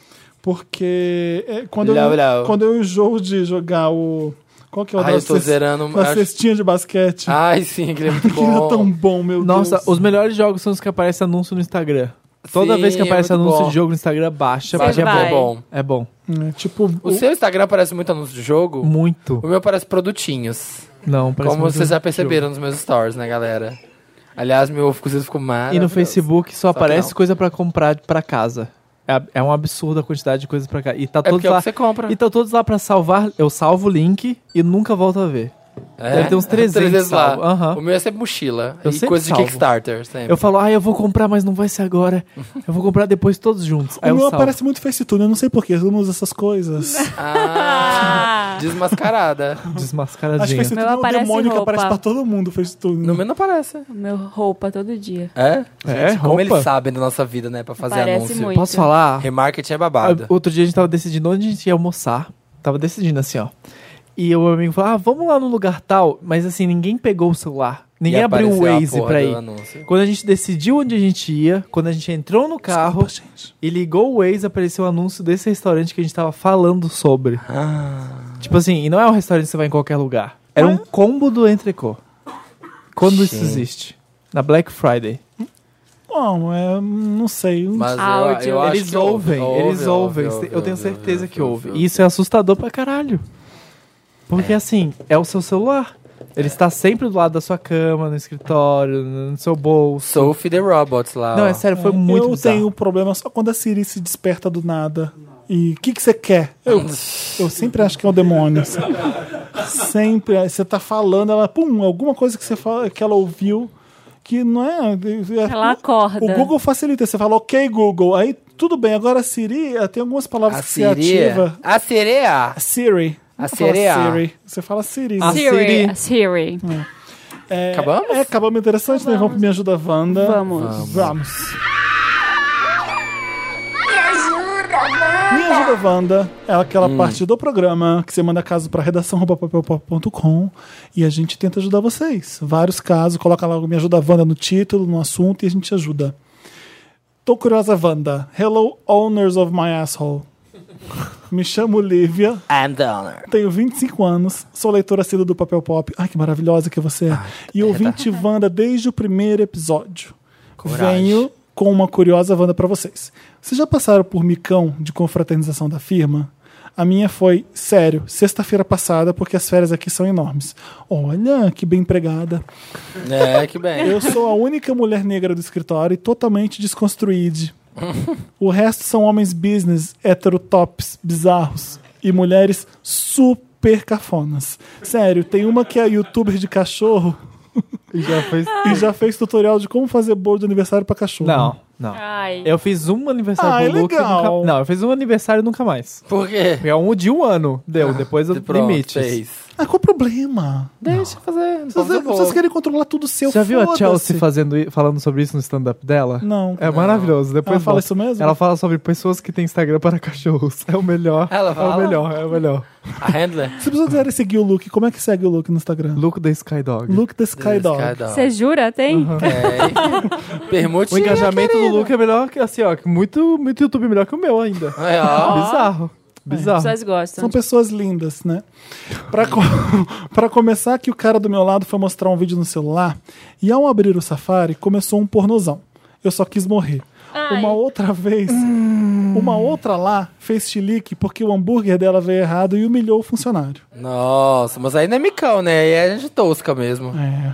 S1: porque é, quando, eu,
S4: Lolo, Lolo.
S1: quando eu enjoo de jogar o. Qual que é o
S4: Ai,
S1: da
S4: eu tô
S1: cest-
S4: zerando.
S1: da
S4: acho-
S1: cestinha de basquete?
S4: Ai, sim, aquele é
S1: (laughs)
S4: muito
S1: Aquilo é tão
S4: bom.
S1: bom, meu
S3: Nossa,
S1: Deus.
S3: os melhores jogos são os que aparecem anúncio no Instagram. Toda
S4: Sim,
S3: vez que
S4: é
S3: aparece
S4: muito
S3: anúncio
S4: bom.
S3: de jogo no Instagram, baixa,
S2: Baixa,
S3: porque é
S2: vai.
S4: é
S3: bom.
S4: bom.
S3: É bom.
S1: É, tipo,
S4: O seu Instagram parece muito anúncio de jogo.
S3: Muito.
S4: O meu parece produtinhos.
S3: Não, parece
S4: como
S3: muito
S4: vocês já
S3: jogo.
S4: perceberam nos meus stories, né, galera? Aliás, meu ovo cozido ficou
S3: E no
S4: maravilhoso.
S3: Facebook só,
S4: que
S3: aparece
S4: não.
S3: coisa pra comprar pra casa. É, ab- é um absurdo a quantidade de coisas pra casa. E tá
S4: É
S3: todos
S4: porque é o
S3: lá.
S4: que você compra.
S3: E tá todos lá pra salvar. Eu salvo o link e nunca volto a ver.
S4: É?
S3: Deve ter uns 300
S4: 300 lá.
S3: salvo. Aham.
S4: O meu é sempre mochila.
S3: Eu
S4: e
S3: sempre
S4: coisa
S3: salvo.
S4: de Kickstarter, sempre.
S3: Eu falo, ah, eu vou comprar, mas não vai ser agora. Eu vou comprar depois todos juntos.
S1: o
S3: Aí eu
S4: é
S1: meu
S3: salvo.
S1: aparece muito FaceTune, eu não sei porquê, eu não uso essas coisas.
S4: Ah,
S2: Ah,
S4: desmascarada.
S1: Acho que
S3: Desmascaradinha.
S1: o FaceTune
S2: Meu
S1: é um
S2: aparece
S1: demônio que
S2: roupa.
S1: aparece pra todo mundo, o FaceTune.
S4: No meu não aparece.
S2: meu roupa todo dia.
S4: É?
S3: É,
S4: Gente, como
S3: roupa.
S4: eles sabem da nossa vida, né? Pra fazer
S2: Aparece
S4: anúncio.
S2: muito.
S3: Posso falar?
S4: Remarketing é babado.
S3: Ah, Outro dia a gente tava decidindo onde a gente ia almoçar. Tava decidindo assim, ó. E o meu amigo falou, ah, vamos lá no lugar tal. Mas assim, ninguém pegou o celular. Ninguém
S4: E
S3: abriu o
S4: apareceu a
S3: Waze
S4: porra
S3: pra
S4: do
S3: ir.
S4: anúncio.
S3: Quando a gente decidiu onde a gente ia, quando a gente entrou no carro e ligou o Waze, apareceu o anúncio desse restaurante que a gente tava falando sobre.
S4: Ah.
S3: Tipo assim, e não é um restaurante que você vai em qualquer lugar. Era um combo do entrecô. Quando isso
S4: Gente.
S3: existe? Na Black Friday.
S1: Bom, é, não sei.
S4: Mas eu-
S2: Áudio.
S4: eu acho
S3: eles
S4: que ouve,
S3: ouvem,
S4: ouve,
S3: eles
S4: ouve,
S3: ouvem.
S4: ouve,
S3: eu tenho
S4: ouve,
S3: certeza
S4: ouve,
S3: que
S4: ouve,
S3: ouvem.
S4: ouve.
S3: E isso é assustador pra caralho. Porque assim, é o seu celular. Ele está sempre do lado da sua cama, no escritório, no seu bolso.
S4: Sophie the Robots lá.
S3: Não,
S4: ó.
S3: é sério, foi muito
S1: eu
S3: bizarro.
S1: tenho um problema só quando a Siri se desperta do nada. E o que, que você quer? Eu, eu sempre acho que é o demônio. um (laughs) Sempre. Aí Você tá falando, ela, pum, alguma coisa que você fala, que ela ouviu, que não é. é-
S2: Ela acorda.
S1: O Google facilita. Você fala, ok, Google. Aí tudo bem. Agora a Siri, ela tem algumas palavras
S4: A
S1: que você ativa.
S4: sereia. A sereia.
S1: Siri.
S4: A
S1: Você fala
S4: sereia.
S1: Siri. Você fala Siri.
S3: A Siri.
S2: A Siri.
S1: É,
S4: Acabamos?
S1: É, acabamos interessante, né? Vamos pro Me Ajuda Wanda.
S2: Vamos.
S1: Vamos.
S6: Me ajuda, Wanda.
S1: Me Ajuda Wanda é aquela parte do programa que você manda caso pra redação.papelpop.com e a gente tenta ajudar vocês. Vários casos, coloca lá o Me Ajuda Wanda no título, no assunto e a gente ajuda. Tô curiosa, Wanda. Hello, owners of my asshole. Me chamo Lívia.
S4: I'm the owner.
S1: Tenho 25 anos, sou leitora assídua do Papel Pop. Ai, que maravilhosa que você é. e ouvinte Wanda desde o primeiro episódio.
S4: Coragem.
S1: Venho com uma curiosa Wanda pra vocês. Vocês já passaram por micão de confraternização da firma? A minha foi, sério, sexta-feira passada, porque as férias aqui são enormes. Olha, que bem empregada.
S4: É, que bem.
S1: Eu sou a única mulher negra do escritório e totalmente desconstruída. O resto são homens business, heterotops, bizarros e mulheres super cafonas. Sério, tem uma que é youtuber de cachorro
S3: E já fez...
S1: e já fez tutorial de como fazer bolo de aniversário pra cachorro.
S3: Não, não.
S2: Ai.
S3: Eu fiz um aniversário
S1: Ah,
S3: pro
S1: é
S3: Luke e
S1: legal.
S3: nunca... Não, eu fiz um aniversário e nunca mais.
S4: Por quê?
S3: Porque é um de um ano. Deu, depois eu
S4: Pronto, é
S3: limites.
S4: fez.
S1: Ah, qual o problema?
S3: Deixa eu fazer.
S1: Vocês,
S4: Vamos ver,
S1: vocês querem controlar tudo seu,
S3: Já viu a
S1: foda-se.
S3: Chelsea fazendo, i- falando sobre isso no stand-up dela?
S1: Não.
S3: É maravilhoso. Depois
S1: Ela fala
S3: volta.
S1: isso mesmo?
S3: Ela fala sobre pessoas que têm Instagram para cachorros. É o melhor.
S4: Ela
S3: É
S4: fala?
S3: o melhor, é o melhor.
S4: A Handler?
S1: Se vocês quiserem seguir o Luke, como é que segue o Luke no Instagram?
S3: Luke da Skydog.
S1: Luke the Sky Dog.
S2: Você jura? Tem?
S4: É. Permute.
S3: O engajamento do Luke é melhor que, assim, ó, que muito, muito YouTube melhor que o meu ainda.
S4: É, ó.
S3: Bizarro.
S2: As
S3: Bizarro.
S2: pessoas gostam.
S1: São pessoas lindas, né? Pra, co- (laughs) pra começar, que o cara do meu lado foi mostrar um vídeo no celular e ao abrir o Safari começou um pornozão. Eu só quis morrer.
S2: Ai.
S1: Uma outra vez, uma outra lá fez chilique porque o hambúrguer dela veio errado e humilhou o funcionário.
S4: Nossa, mas aí não é micão, né? Aí é gente tosca mesmo.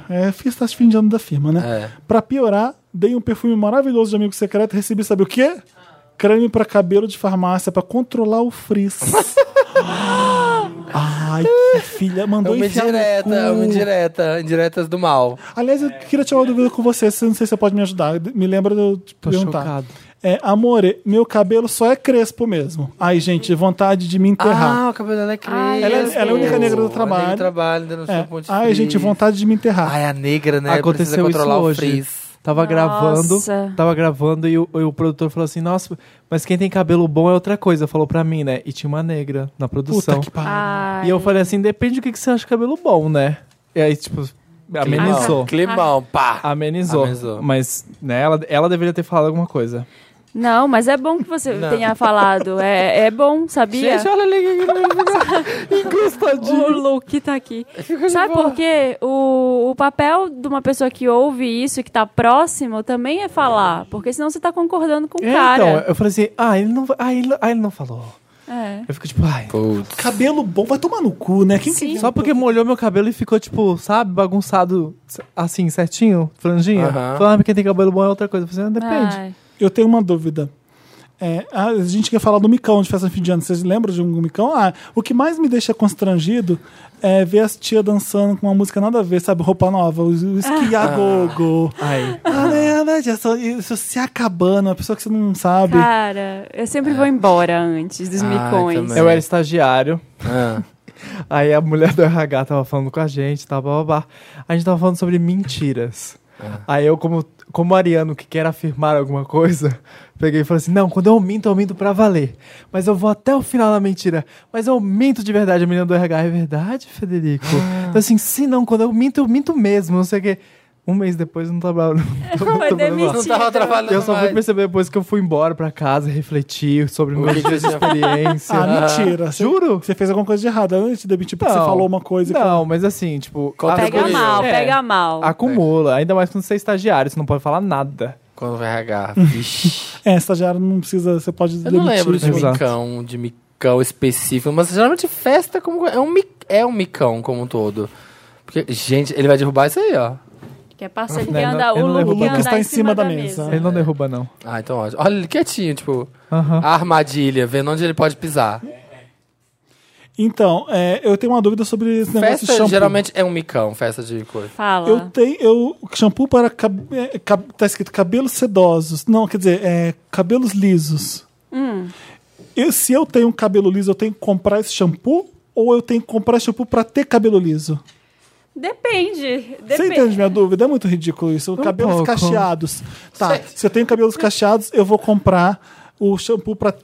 S1: É, é festa de fim de ano da firma, né?
S4: É.
S1: Pra piorar, dei um perfume maravilhoso de amigo secreto e recebi, sabe o quê? Creme pra cabelo de farmácia pra controlar
S4: (laughs)
S1: o frizz. Ai, que filha.
S4: É
S1: Mandou
S4: uma
S1: enfiar no
S4: indireta,
S1: cu.
S4: é uma indireta. Indiretas do mal.
S1: Aliás, eu queria tirar uma dúvida com você, se- não sei se você pode me ajudar. Me lembra de eu te
S3: Tô
S1: perguntar.
S3: chocado.
S1: É, amore, meu cabelo só é crespo mesmo. Ai, gente, vontade de me enterrar.
S4: Ah, o cabelo dela é crespo.
S2: Ai,
S1: Ela é- ela é a única negra do
S4: A negra
S1: trabalho.
S4: do trabalho, ainda não
S1: É.
S4: tinha um ponto de
S1: Ai,
S4: frizz.
S1: gente, vontade de me enterrar.
S4: Ai, a negra, né? Precisa
S3: Aconteceu isso
S4: controlar o
S3: hoje.
S4: frizz.
S3: Tava gravando,
S2: Nossa.
S3: tava gravando e o, e o produtor falou assim: Nossa, mas quem tem cabelo bom é outra coisa. Falou pra mim, né? E tinha uma negra na
S1: Puta
S3: produção.
S1: que pariu.
S2: Ai.
S3: E eu falei assim: Depende do que, que você acha de cabelo bom, né? E aí, tipo, amenizou.
S4: Climão, pá.
S3: Amenizou.
S4: Amenizou.
S3: Mas, né, ela, ela deveria ter falado alguma coisa.
S2: Não, mas é bom que você tenha falado. É,
S4: (laughs)
S2: é bom, sabia?
S4: Gente, olha ali.
S2: (laughs) O Luke tá aqui. Sabe por quê? O, o papel de uma pessoa que ouve isso e que tá próximo também é falar. Porque senão você tá concordando com o
S3: É, Então,
S2: cara.
S3: eu falei assim: Ah, ele não, vai- ah, ele, ah, ele não falou.
S2: É.
S3: Eu fico tipo, ai.
S4: Putz.
S1: Cabelo bom vai tomar no cu, né? Quem que...
S3: Só porque molhou meu cabelo e ficou, tipo, sabe, bagunçado assim, certinho, franjinha.
S4: Aham.
S3: Falando, ah, mas quem tem cabelo bom é outra coisa. Eu falei assim, ah, depende.
S2: Ai.
S1: Eu tenho uma dúvida. É, a gente quer falar do micão de festa de fim de ano. Vocês lembram de um micão? Ah, o que mais me deixa constrangido é ver as tia dançando com uma música nada a ver, sabe? Roupa nova, o o
S4: Ah.
S1: esquiagogo.
S3: Ai.
S1: Ah, né, né, já só- Isso se acabando, uma pessoa que você não sabe.
S2: Cara, eu sempre vou embora antes dos
S4: Ah,
S2: micões.
S4: também.
S3: Eu era estagiário,
S4: Ah.
S3: aí a mulher do RH tava falando com a gente, tava blá, blá, blá. A gente tava falando sobre mentiras.
S4: É.
S3: Aí eu, como, como ariano que quer afirmar alguma coisa, (laughs) peguei e falei assim: não, quando eu minto, eu minto pra valer. Mas eu vou até o final da mentira. Mas eu minto de verdade, a menina do RH. É verdade, Federico?
S4: Ah.
S3: Então, assim, se não, quando eu minto, eu minto mesmo, não sei o quê. Um mês depois eu não trabalho. Não,
S1: (laughs)
S3: tô-
S2: Foi
S3: tô-
S2: demitido.
S4: Não tava trabalhando
S3: Eu só fui
S4: mais.
S3: perceber depois que eu fui embora pra casa refletir sobre
S4: O
S3: minha
S4: que que você tinha-
S3: experiência.
S1: Ah, mentira. Você-
S3: Juro?
S1: Você fez alguma coisa de errado. Eu não te demiti porque
S3: Não.
S1: você falou uma coisa. que-
S3: Não, mas assim, tipo.
S4: Conta
S3: a-
S2: Pega
S4: Contribuiu.
S2: mal,
S3: É,
S2: pega mal.
S3: Acumula. Ainda mais quando você é estagiário, você não pode falar nada.
S4: Quando vai
S3: (laughs)
S4: RH. Vixe.
S1: É, estagiário não precisa, você pode
S4: Eu não
S1: demitir.
S4: lembro de
S1: né?
S3: É Exato.
S4: micão, de micão específico, mas geralmente festa como é um, mi- é um micão como um todo. Porque, gente, ele vai derrubar isso aí, ó.
S2: Que é parceiro
S3: Não,
S2: que
S3: não-
S2: anda,
S3: eu
S2: o
S3: não
S2: Luke,
S3: levo
S1: O
S3: pra
S2: anda
S1: Lucas tá em cima da mesa.
S3: Ele não derruba, não.
S4: Ah, então ótimo. Olha ele quietinho, tipo,
S3: Aham.
S4: a armadilha, vendo onde ele pode pisar.
S1: Então, é, eu tenho uma dúvida sobre esse negócio de
S4: Festa
S1: shampoo.
S4: geralmente é um micão, festa de coisa.
S2: Fala.
S1: Eu tenho eu, shampoo para cab, é, cab- tá escrito cabelos sedosos. Não, quer dizer, é, cabelos lisos.
S2: Hum.
S1: Eu- se eu tenho um cabelo liso, eu tenho que comprar esse shampoo ou eu tenho que comprar shampoo para ter cabelo liso?
S2: Depende.
S1: Você entende
S2: Depende.
S1: minha dúvida? É muito ridículo isso. cabelos
S3: pouco.
S1: cacheados. Tá, se eu tenho cabelos cacheados, eu vou comprar o shampoo para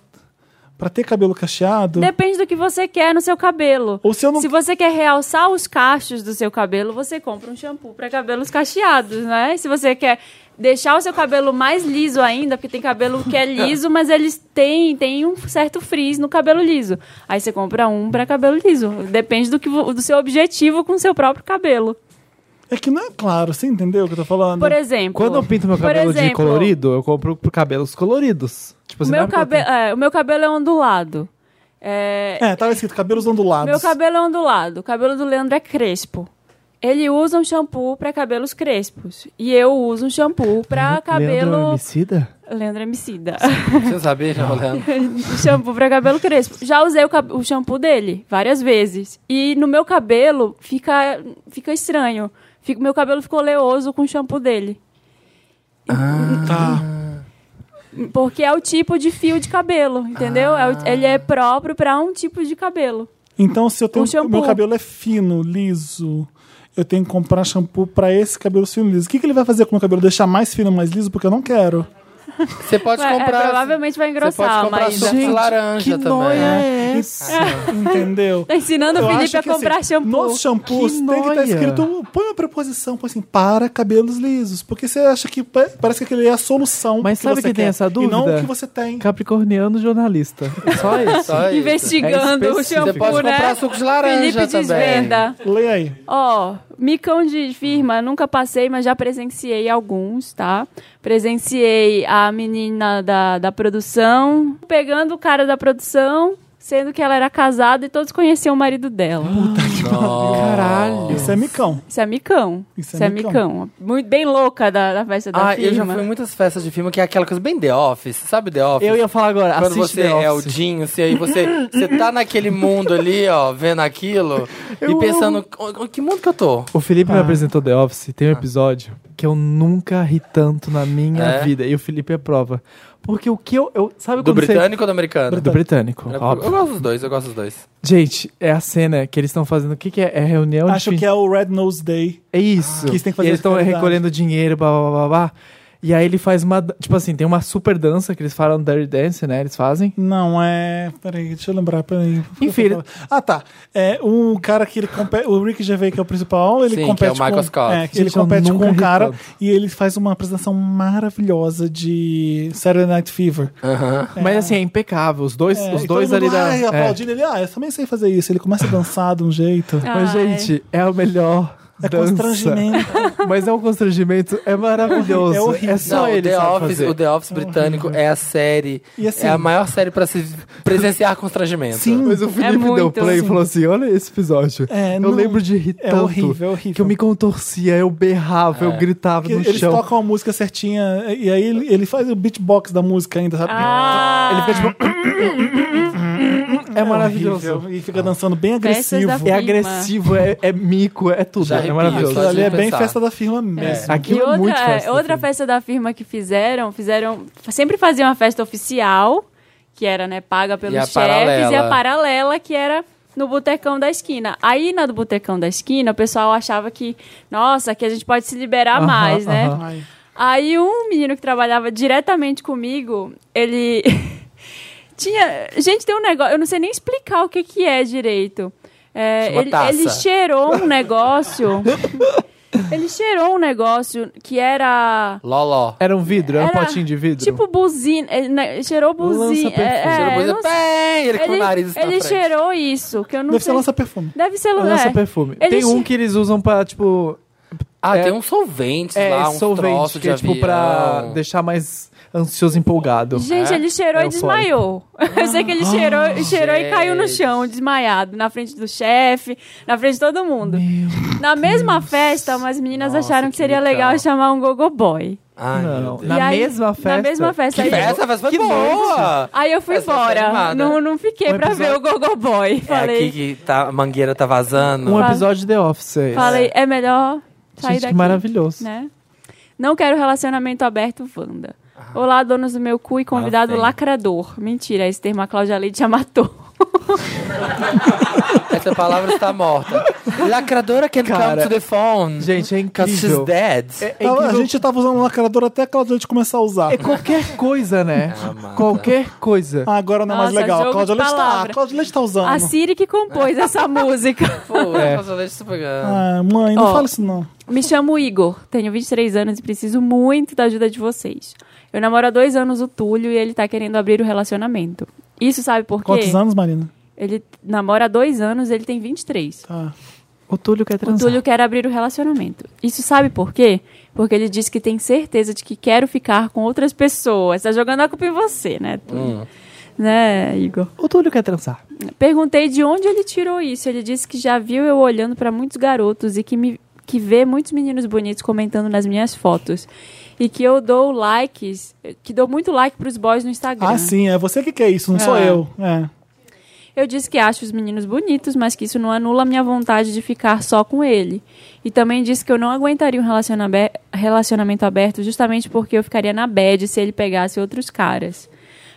S1: para ter cabelo cacheado.
S2: Depende do que você quer no seu cabelo.
S1: Ou se eu não-
S2: você quer realçar os cachos do seu cabelo, você compra um shampoo para cabelos cacheados, né? E se você quer deixar o seu cabelo mais liso ainda, porque tem cabelo que é liso, mas eles têm, têm um certo frizz no cabelo liso. Aí você compra um para cabelo liso. Depende do, que, vo- do seu objetivo com o seu próprio cabelo.
S1: É que não é claro, você entendeu o que eu tô falando?
S2: Por exemplo...
S3: Ah, Quando eu pinto meu
S2: por
S3: cabelo de
S2: exemplo,
S3: colorido, eu compro por cabelos coloridos.
S2: o
S3: Tipo assim,
S2: meu,
S3: não é porque eu
S2: cabe... é, o meu cabelo é ondulado. É,
S1: É, tava escrito cabelos ondulados.
S2: Meu cabelo é ondulado. O cabelo do Leandro é crespo. Ele usa um shampoo pra cabelos crespos. E eu uso um shampoo pra
S3: tenho- Leandro é
S2: cabelo.
S3: Emicida?
S2: Leandro Emicida.
S4: Você não sabia, não,
S3: (laughs)
S4: Leandro?
S2: (laughs) shampoo pra cabelo crespo. Já usei o, cab- o shampoo dele várias vezes. E no meu cabelo fica, fica estranho. Fica- meu cabelo ficou oleoso com o shampoo dele.
S1: Tá.
S2: Porque é o tipo de fio de cabelo, entendeu? É o- ele é próprio pra um tipo de cabelo.
S1: Então, se eu tenho.
S2: Um shampoo.
S1: meu cabelo é fino, liso. Eu tenho que comprar shampoo pra esse cabelo fino liso. O que, que ele vai fazer com o meu cabelo? Deixar mais fino, mais liso? Porque eu não quero.
S4: Você pode
S2: Vai- é,
S4: comprar.
S2: provavelmente vai
S4: Você pode
S2: engrossar,
S4: comprar
S2: mas.
S4: shampoo laranja
S3: que
S4: também. né?
S3: noia é essa?
S1: Entendeu?
S2: Tá ensinando (laughs) o
S1: Eu
S2: Felipe
S1: acho
S2: a
S1: que, assim,
S2: comprar shampoo.
S1: Nos shampoos
S3: Que
S1: tem que estar
S3: noia.
S1: escrito. Põe uma preposição, põe assim, para cabelos lisos. Porque você acha que pa- parece que aquele é a solução.
S3: Mas
S1: que
S3: sabe
S1: você
S3: quem tem
S1: quer,
S3: essa
S1: E não o
S3: dúvida?
S1: que você tem.
S3: Capricorniano jornalista. É Só isso.
S4: Só isso.
S2: investigando
S3: É
S2: o
S3: específico.
S2: shampoo,
S4: Você pode
S2: né?
S4: comprar suco de laranja
S2: Felipe
S4: também.
S2: desvenda.
S1: Leia aí.
S2: Ó, micão de firma, nunca passei, mas já presenciei alguns, tá? Presenciei a menina da, da produção pegando o cara da produção, sendo que ela era casada e todos conheciam o marido dela.
S3: Caralho.
S1: Isso é micão.
S2: Isso é micão.
S1: Isso é
S2: Isso é micão. Muito bem louca da, da festa da
S4: Ah, eu já
S2: firma.
S4: fui em muitas festas de filme que é aquela coisa bem The Office, sabe The Office?
S3: Eu ia falar agora,
S4: Quando
S3: assiste
S4: você
S3: The
S4: é o
S3: Office.
S4: Dinho, assim, aí você, você tá naquele mundo ali, ó, vendo
S3: (laughs)
S4: aquilo e pensando, "Oh, oh, que mundo que eu tô?
S3: O Felipe me apresentou The Office, tem um
S4: Ah.
S3: episódio que eu nunca ri tanto na minha
S4: É?
S3: vida. E o Felipe é prova. Porque o que eu. eu sabe
S4: Do
S3: quando você-
S4: britânico ou do americano?
S3: Do britânico,
S4: Eu
S3: óbvio.
S4: gosto dos dois, eu gosto dos dois.
S3: Gente, é a cena que eles estão fazendo. O que, que é? É reunião de
S1: Acho
S3: fim-
S1: que é o Red Nose Day.
S3: É isso.
S1: Que eles têm que fazer
S3: E eles
S1: de
S3: estão
S1: caridade.
S3: recolhendo dinheiro, blá blá blá blá. E aí ele faz uma. dan- Tipo assim, tem uma super dança que eles falam Dirty Dance, né? Eles fazem.
S1: Não, é. Peraí, deixa eu lembrar. Peraí.
S3: Enfim, ele-
S1: Ah, tá. É, o cara que ele compete. O Rick Gervais, que é o principal, ele
S4: Sim, que
S1: compete.
S4: é o Michael
S1: com,
S4: Scott.
S1: É, que ele
S3: Gente, eu
S1: compete
S3: nunca
S1: com um
S3: ri
S1: cara
S3: tanto.
S1: e ele faz uma apresentação maravilhosa de Saturday Night Fever.
S3: Mas assim, é impecável. Os dois,
S1: É,
S3: os
S1: e
S3: dois
S1: todo
S3: ali
S1: mundo,
S3: da.
S1: Ai,
S3: é.
S1: aplaudindo ele. Ah, eu também sei fazer isso. Ele começa a dançar de um jeito.
S3: Mas,
S2: Ai.
S3: gente, é o melhor.
S1: É
S3: dança.
S1: constrangimento.
S3: (laughs) Mas é um constrangimento, é maravilhoso.
S1: É horrível.
S3: É só
S4: Não, o
S3: ele
S4: The,
S3: sabe
S4: Office,
S3: fazer. Uhum.
S4: o The Office britânico é a série,
S1: E assim-
S4: é a maior série pra se presenciar constrangimento.
S1: Sim.
S3: Mas o Felipe
S2: muito,
S3: deu play
S2: sim.
S3: e falou É assim: olha esse episódio.
S1: É,
S3: eu
S1: não,
S3: lembro de rir
S1: é
S3: tanto
S1: horrível, é horrível.
S3: Que eu me contorcia, eu berrava,
S4: É.
S3: eu gritava
S1: Porque
S3: no
S1: eles
S3: chão.
S1: tocam a música certinha e aí ele, ele faz o beatbox da música ainda, sabe?
S2: Ah,
S3: Ele fez tipo. é maravilhoso.
S1: Horrível. E fica dançando bem
S2: Festas da
S1: agressivo.
S3: É
S2: Firma.
S3: agressivo, é, é mico, é tudo.
S4: Já
S3: é
S4: arrepia,
S3: maravilhoso.
S1: Aquilo ali é
S4: de
S1: bem
S4: pensar.
S1: festa da firma mesmo.
S2: e
S3: Aquilo é muito
S2: outra,
S3: festa.
S2: outra
S3: assim.
S2: festa da firma que fizeram, fizeram. Sempre faziam uma festa oficial, que era, né, paga pelos
S4: a
S2: chefes, e a
S4: paralela.
S2: paralela, que era no botecão da esquina. Aí na do botecão da esquina, o pessoal achava que, nossa, que a gente pode se liberar
S3: Aham,
S2: mais, né?
S3: aham.
S1: Ai.
S2: Aí um menino que trabalhava diretamente comigo, ele (laughs) tinha, gente, tem um negócio, eu não sei nem explicar o que que é direito. É,
S4: Chama
S2: ele,
S4: taça.
S2: ele cheirou um
S3: (laughs)
S2: negócio. ele cheirou um negócio que era
S4: Loló.
S3: Era um vidro, era, um
S2: Era
S3: potinho de vidro.
S2: tipo buzina, ele, né, cheirou buzina.
S3: perfume.
S2: é,
S4: Cheirou
S2: é,
S4: coisa
S2: eu não sei.
S4: bem, ele, com o nariz na
S2: ele
S4: frente.
S2: cheirou isso, que eu não
S1: Deve ser
S2: sei.
S1: lança perfume.
S2: Deve ser
S3: Lança
S2: é.
S3: perfume.
S2: Ele
S3: Tem um
S2: che-
S3: que eles usam pra, tipo.
S4: Ah,
S3: É.
S4: tem uns solventes
S3: É,
S4: lá, uns
S3: solvente,
S4: troços
S3: que
S4: de
S3: é tipo
S4: avião.
S3: pra deixar mais ansioso, empolgado.
S2: Gente,
S4: É? Ah,
S2: ele cheirou
S3: É
S2: e
S3: o
S2: desmaiou. (laughs) Eu sei que ele cheirou, cheirou e caiu no
S4: gente.
S2: chão, desmaiado, na frente do chefe, na frente de todo mundo. na mesma festa, umas meninas
S4: Nossa,
S2: acharam que
S4: que
S2: seria
S4: legal.
S2: legal chamar um gogo boy.
S4: Ai,
S3: Não.
S4: meu Deus.
S3: Na
S2: E aí-
S3: mesma festa?
S2: Na mesma festa.
S4: Que
S2: aí,
S4: festa, mas foi
S3: Que
S4: boa!
S2: aí eu fui
S4: Essa festa é
S2: embora.
S4: animada.
S2: Não, não fiquei
S3: Um
S2: pra ver o Gogo Boy.
S4: É aqui
S2: Falei,
S4: que tá, a mangueira tá vazando.
S3: Um
S2: Fala.
S3: episódio de The Office. é esse.
S2: falei, é melhor sair
S3: Gente,
S2: daqui.
S3: que maravilhoso.
S2: né? Não quero relacionamento aberto, Wanda. Olá, donos do meu cu e convidado
S4: Ah, tem.
S2: lacrador. Mentira, esse termo a Cláudia Leite já matou.
S4: Essa palavra está morta. Lacradora can come
S3: Cara,
S4: to the phone.
S3: Gente, é
S4: Because she's
S3: incrível.
S4: dead.
S3: É
S1: Tava- a
S3: incrível.
S1: gente tava usando lacrador até a Cláudia Leite começar a usar.
S3: É qualquer coisa, né?
S4: Ah, mata.
S3: qualquer coisa.
S1: Ah, agora não é mais
S2: Nossa,
S1: legal. A
S2: jogo
S1: Cláudia
S2: de
S1: Leite tá, a
S2: palavra. Ah,
S1: Cláudia Leite tá usando.
S2: A Siri que compôs essa música.
S4: Pô,
S3: É.
S4: nossa, deixa eu te pegar.
S1: Ah, mãe, não
S2: Ó.
S1: fala isso não.
S2: Me chamo Igor, tenho 23 anos e preciso muito da ajuda de vocês. Eu namoro há dois anos o Túlio e ele tá querendo abrir o relacionamento. Isso sabe por quê?
S1: Quantos anos, Marina?
S2: Ele namora há dois anos, ele tem 23.
S1: Tá.
S3: O Túlio quer
S2: O
S3: transar.
S2: Túlio quer abrir o relacionamento. Isso sabe por quê? Porque ele diz que tem certeza de que quero ficar com outras pessoas. Tá jogando a culpa em você, né, Túlio? Né, Igor?
S3: O Túlio quer transar.
S2: Perguntei de onde ele tirou isso. Ele disse que já viu eu olhando pra muitos garotos e que me que vê muitos meninos bonitos comentando nas minhas fotos e que eu dou likes, que dou muito like pros boys no Instagram.
S1: Ah, sim, é você que quer isso, não sou
S2: É.
S1: eu. É.
S2: Eu disse que acho os meninos bonitos, mas que isso não anula a minha vontade de ficar só com ele. E também disse que eu não aguentaria um relaciona- abe- relacionamento aberto justamente porque eu ficaria na bad se ele pegasse outros caras.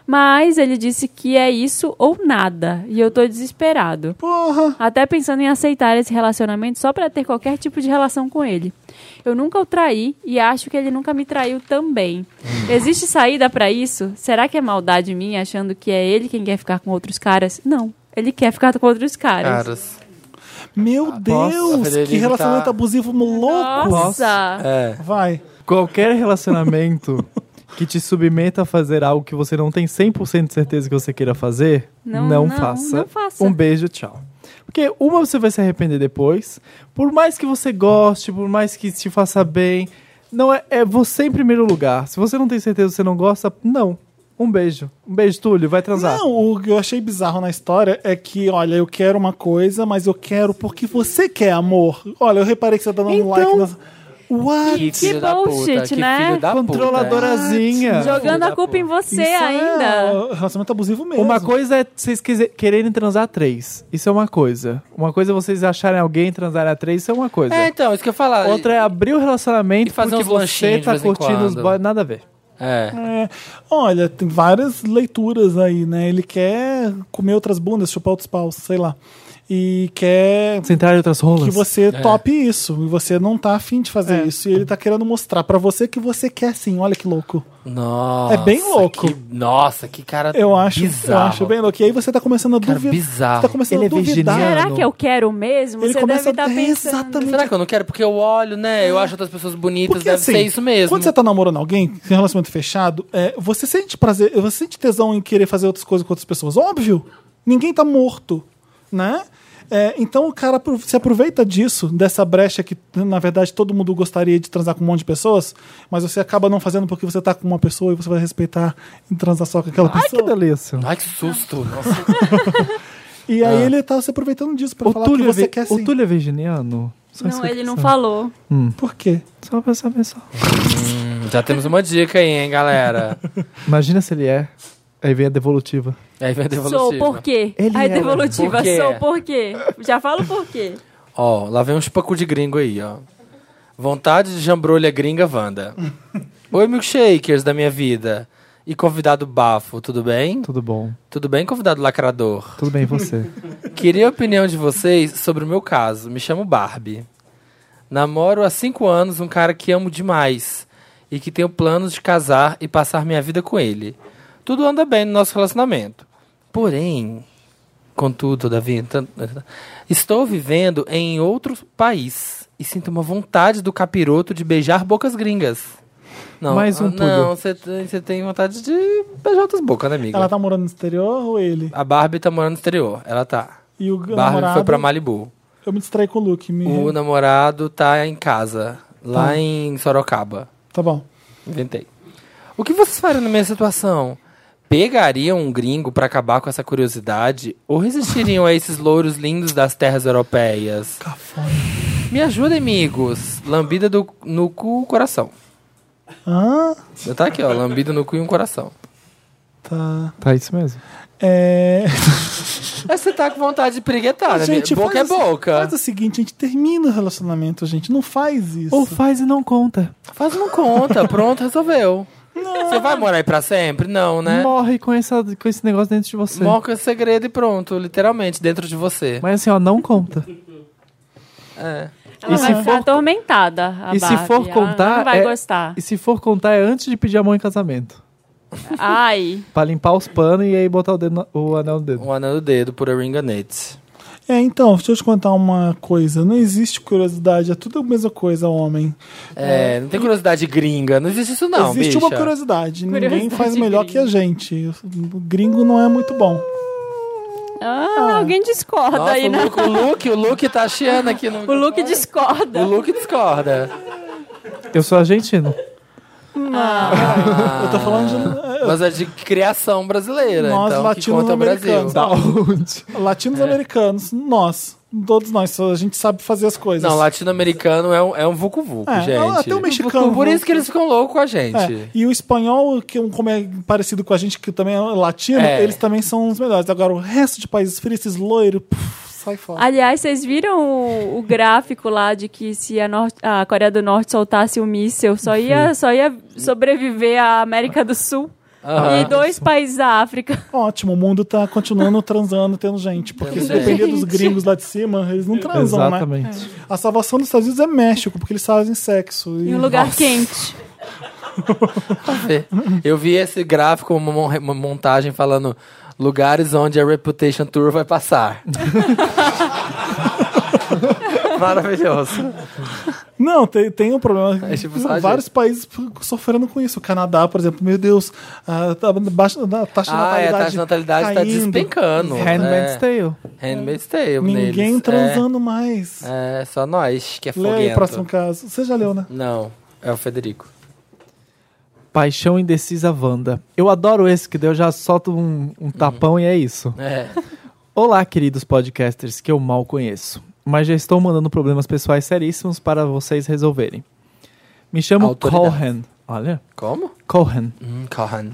S2: Mas ele disse que é isso ou nada, e eu tô desesperado.
S1: Porra.
S2: Até pensando em aceitar esse relacionamento só pra ter qualquer tipo de relação com ele. Eu nunca o traí e acho que ele nunca me traiu também. Existe saída pra isso? Será que é maldade minha achando que é ele quem quer ficar com outros caras? Não. Ele quer ficar com outros caras.
S4: Caras.
S1: Meu Deus, que
S4: Frederico
S1: relacionamento
S4: tá-
S1: abusivo louco.
S2: Nossa!
S4: É.
S1: Vai.
S3: Qualquer relacionamento (laughs) que te submeta a fazer algo que você não tem 100% de certeza que você queira fazer,
S2: Não,
S3: não,
S2: não,
S3: faça.
S2: não faça.
S3: Um beijo, tchau. Porque uma você vai se arrepender depois, por mais que você goste, por mais que te faça bem, não é, é você em primeiro lugar. Se você não tem certeza que você não gosta, não. Um beijo. Um beijo, Túlio, vai transar.
S1: Não, o que eu achei bizarro na história é que, olha, eu quero uma coisa, mas eu quero porque você quer, amor. Olha, eu reparei que você tá dando
S3: Então-
S1: like nessa. What?
S4: Que, filho da
S2: bullshit,
S4: puta, que
S2: né?
S4: filho da tá, puta,
S3: Controladorazinha.
S2: Jogando
S4: Filho
S2: a
S4: da
S2: culpa em
S4: puta.
S1: Isso
S2: você
S1: é
S2: ainda.
S1: um relacionamento abusivo mesmo.
S3: Uma coisa é vocês quise- quererem transar três. Isso é uma coisa. Uma coisa é vocês acharem alguém e transarem a três, isso é uma coisa.
S4: É, então, isso que eu ia falar.
S3: Outra é abrir o relacionamento
S4: E fazer
S3: porque
S4: uns lanchinhos
S3: você
S4: de
S3: tá
S4: vez em
S3: curtindo os
S4: quando.
S3: boys. Nada a ver.
S4: É.
S1: É, olha, tem várias leituras aí, né? Ele quer comer outras bundas, chupar outros paus, sei lá. E quer
S3: Você entrar em outras rolas.
S1: que você tope isso. E você não tá afim de fazer isso. E ele tá querendo mostrar pra você que você quer sim. Olha que louco.
S4: Nossa.
S1: É bem louco.
S4: que- nossa, que cara
S1: Eu acho, eu
S4: bizarro.
S1: acho bem louco. E aí você tá começando a
S4: Cara,
S1: duvidar.
S4: bizarro.
S1: Você tá começando a
S3: Ele é
S1: duvidar.
S3: virginiano.
S2: Será que eu quero mesmo?
S1: Ele
S2: você
S1: começa
S2: deve
S1: a
S2: estar
S1: é,
S2: pensando.
S1: Exatamente.
S4: Será que eu não quero? Porque eu olho, né? Eu acho outras pessoas bonitas,
S1: Porque
S4: Então, deve ser
S1: assim,
S4: isso mesmo.
S1: quando você tá namorando alguém, tem um relacionamento fechado, é, você sente prazer, você sente tesão em querer fazer outras coisas com outras pessoas. Óbvio, ninguém tá morto, né? É, então o cara apro- se aproveita disso, dessa brecha que, na verdade, todo mundo gostaria de transar com um monte de pessoas, mas você acaba não fazendo porque você tá com uma pessoa e você vai respeitar e transar só com aquela
S3: Ai, que
S1: pessoa.
S3: delícia.
S1: Ah,
S4: Ai, que susto. Nossa.
S1: e aí ele tá se aproveitando disso pra
S3: Ah. O
S1: falar
S3: Túlio,
S1: que
S3: é
S1: você
S3: vi-
S1: quer sim.
S3: o Túlio é virginiano? Só isso
S2: Não,
S3: que eu
S2: ele
S3: quero
S2: não
S3: saber.
S2: falou.
S1: Por quê?
S3: Só pra saber só.
S4: Hum, Já temos uma dica aí, hein, galera.
S3: Imagina se ele é. Aí vem a devolutiva.
S4: É, Aí vem a devolutiva.
S2: Sou, por quê?
S3: Ele
S2: Aí
S3: era.
S2: devolutiva,
S4: Por quê?
S2: sou, por quê? Já falo por quê.
S4: Ó, lá vem um chupacu de gringo aí, ó. Vontade de jambrolha gringa, Wanda. Oi, milkshakers da minha vida. E convidado bafo, tudo bem?
S3: Tudo bom.
S4: Tudo bem, convidado lacrador?
S3: Tudo bem,
S1: (laughs)
S3: e você?
S4: Queria a opinião de vocês sobre o meu caso. Me chamo Barbie. Namoro há cinco anos um cara que amo demais e que tenho planos de casar e passar minha vida com ele. Tudo anda bem no nosso relacionamento. Porém, contudo, Davi, tan- estou vivendo em outro país e sinto uma vontade do capiroto de beijar bocas gringas. Não,
S3: Mais um
S4: ah,
S3: tudo.
S4: não, você tem você tem vontade de beijar outras bocas, né, amiga?
S1: Ela tá morando no exterior ou ele?
S4: A Barbie tá morando no exterior. Ela tá.
S1: E o
S4: Barbie
S1: namorado, Uhum.
S4: foi pra Malibu.
S1: eu me distraí com o Luke. Me...
S4: O namorado tá em casa, lá em Sorocaba.
S1: Tá bom.
S4: Inventei. O que vocês fariam na minha situação? Pegariam um gringo pra acabar com essa curiosidade? Ou resistiriam a esses louros lindos das terras europeias?
S1: Cafona.
S4: Me ajudem, amigos. Lambida do, no cu, coração.
S1: Hã?
S4: Já tá aqui, ó, lambido no cu e um coração.
S1: Tá.
S3: Tá isso mesmo.
S1: É. (laughs)
S4: Aí você tá com vontade de preguetar, né?
S1: Gente,
S4: boca é
S1: faz o-
S4: boca.
S1: Faz o seguinte, a gente termina o relacionamento, gente. Não faz isso.
S3: Ou faz e não conta.
S4: Faz uma conta, pronto, resolveu. Você vai morar aí pra sempre? Não, né?
S3: Morre com, essa, com esse negócio dentro de você.
S4: Moca o segredo e pronto, literalmente, dentro de você.
S3: Mas assim, ó, não conta.
S4: É.
S2: Ela vai
S3: E se
S2: ficar
S3: for-
S2: atormentada. a
S3: e se
S2: Barbie.
S3: for
S2: Ela
S3: contar,
S2: Não vai
S3: é- (laughs)
S2: gostar. (laughs)
S3: E se for contar, é antes de pedir a mão em casamento.
S2: Ai.
S3: Pra limpar os panos e aí botar o, dedo na- o anel no dedo.
S4: Um anel do dedo por a ring on it.
S1: É, então, deixa eu te contar uma coisa. Não existe curiosidade, é tudo a mesma coisa, homem.
S4: É, não tem curiosidade gringa, não existe isso não,
S1: existe
S4: bicha.
S1: uma curiosidade. Ninguém
S2: Curiosidade
S1: faz melhor
S2: gringa.
S1: que a gente. O gringo não é muito bom.
S2: Ah, alguém discorda
S4: Nossa,
S2: aí,
S4: o,
S2: né?
S4: Luke, o Luke, o Luke tá chiando aqui no...
S2: O Luke discorda.
S4: O Luke discorda.
S3: Eu sou argentino.
S1: Eu tô falando de
S4: Mas é de criação brasileira,
S1: Nós,
S4: então, que
S1: latinos
S4: conta o Brasil.
S1: americanos.
S3: Da onde?
S1: é, latinos
S4: É.
S1: americanos, nós. Todos nós, a gente sabe fazer as coisas.
S4: Não, latino-americano é um, é um vucu-vucu,
S1: É,
S4: gente.
S1: até o mexicano.
S4: Por isso que eles ficam loucos com a
S1: É,
S4: gente.
S1: e o espanhol, que é um- como é parecido com a gente, que também é latino,
S4: É.
S1: eles também são os melhores. Agora, o resto de países frios, esses loiros, puf, sai fora.
S2: Aliás, vocês viram o, o gráfico lá de que se a, Nor- a Coreia do Norte soltasse um míssil, só ia, só ia sobreviver a América do Sul.
S3: Ah,
S4: Aham.
S2: E dois países da África.
S1: Ótimo, o mundo tá
S2: (laughs)
S1: continuando transando, tendo gente. Porque se
S4: Tendo
S1: depender dos gringos lá de cima, eles não transam, né?
S3: Exatamente.
S1: A salvação dos Estados Unidos é México, porque eles fazem sexo. E...
S2: Em um lugar quente.
S4: Eu vi esse gráfico, uma, mon- uma montagem falando lugares onde a Reputation Tour vai passar. (laughs) Maravilhoso.
S1: Não, tem, tem um problema.
S4: É tipo só a
S1: Vários países p- sofrendo com isso. O Canadá, por exemplo, meu Deus, a, tá- baixa- a taxa de
S4: Ah,
S1: natalidade.
S4: é, a taxa de natalidade tá
S1: caindo.
S4: despencando.
S3: Handmaid's
S4: é.
S3: Tale.
S4: Handmaid's Tale
S1: Ninguém
S4: neles.
S1: transando mais.
S4: É, é, só nós que é
S1: Lê
S4: foguento.
S1: aí o próximo caso. Você já leu, né?
S4: Não, é o Federico.
S3: Paixão indecisa Wanda. Eu adoro esse, que daí eu já solto um,
S4: Uhum.
S3: um tapão e é isso.
S4: É.
S3: Olá, queridos podcasters que eu mal conheço, mas já estou mandando problemas pessoais seríssimos para vocês resolverem. Me chamo
S4: Autoridade.
S3: Cohen. Olha,
S4: Como?
S3: Cohen.
S4: Hum, Cohan.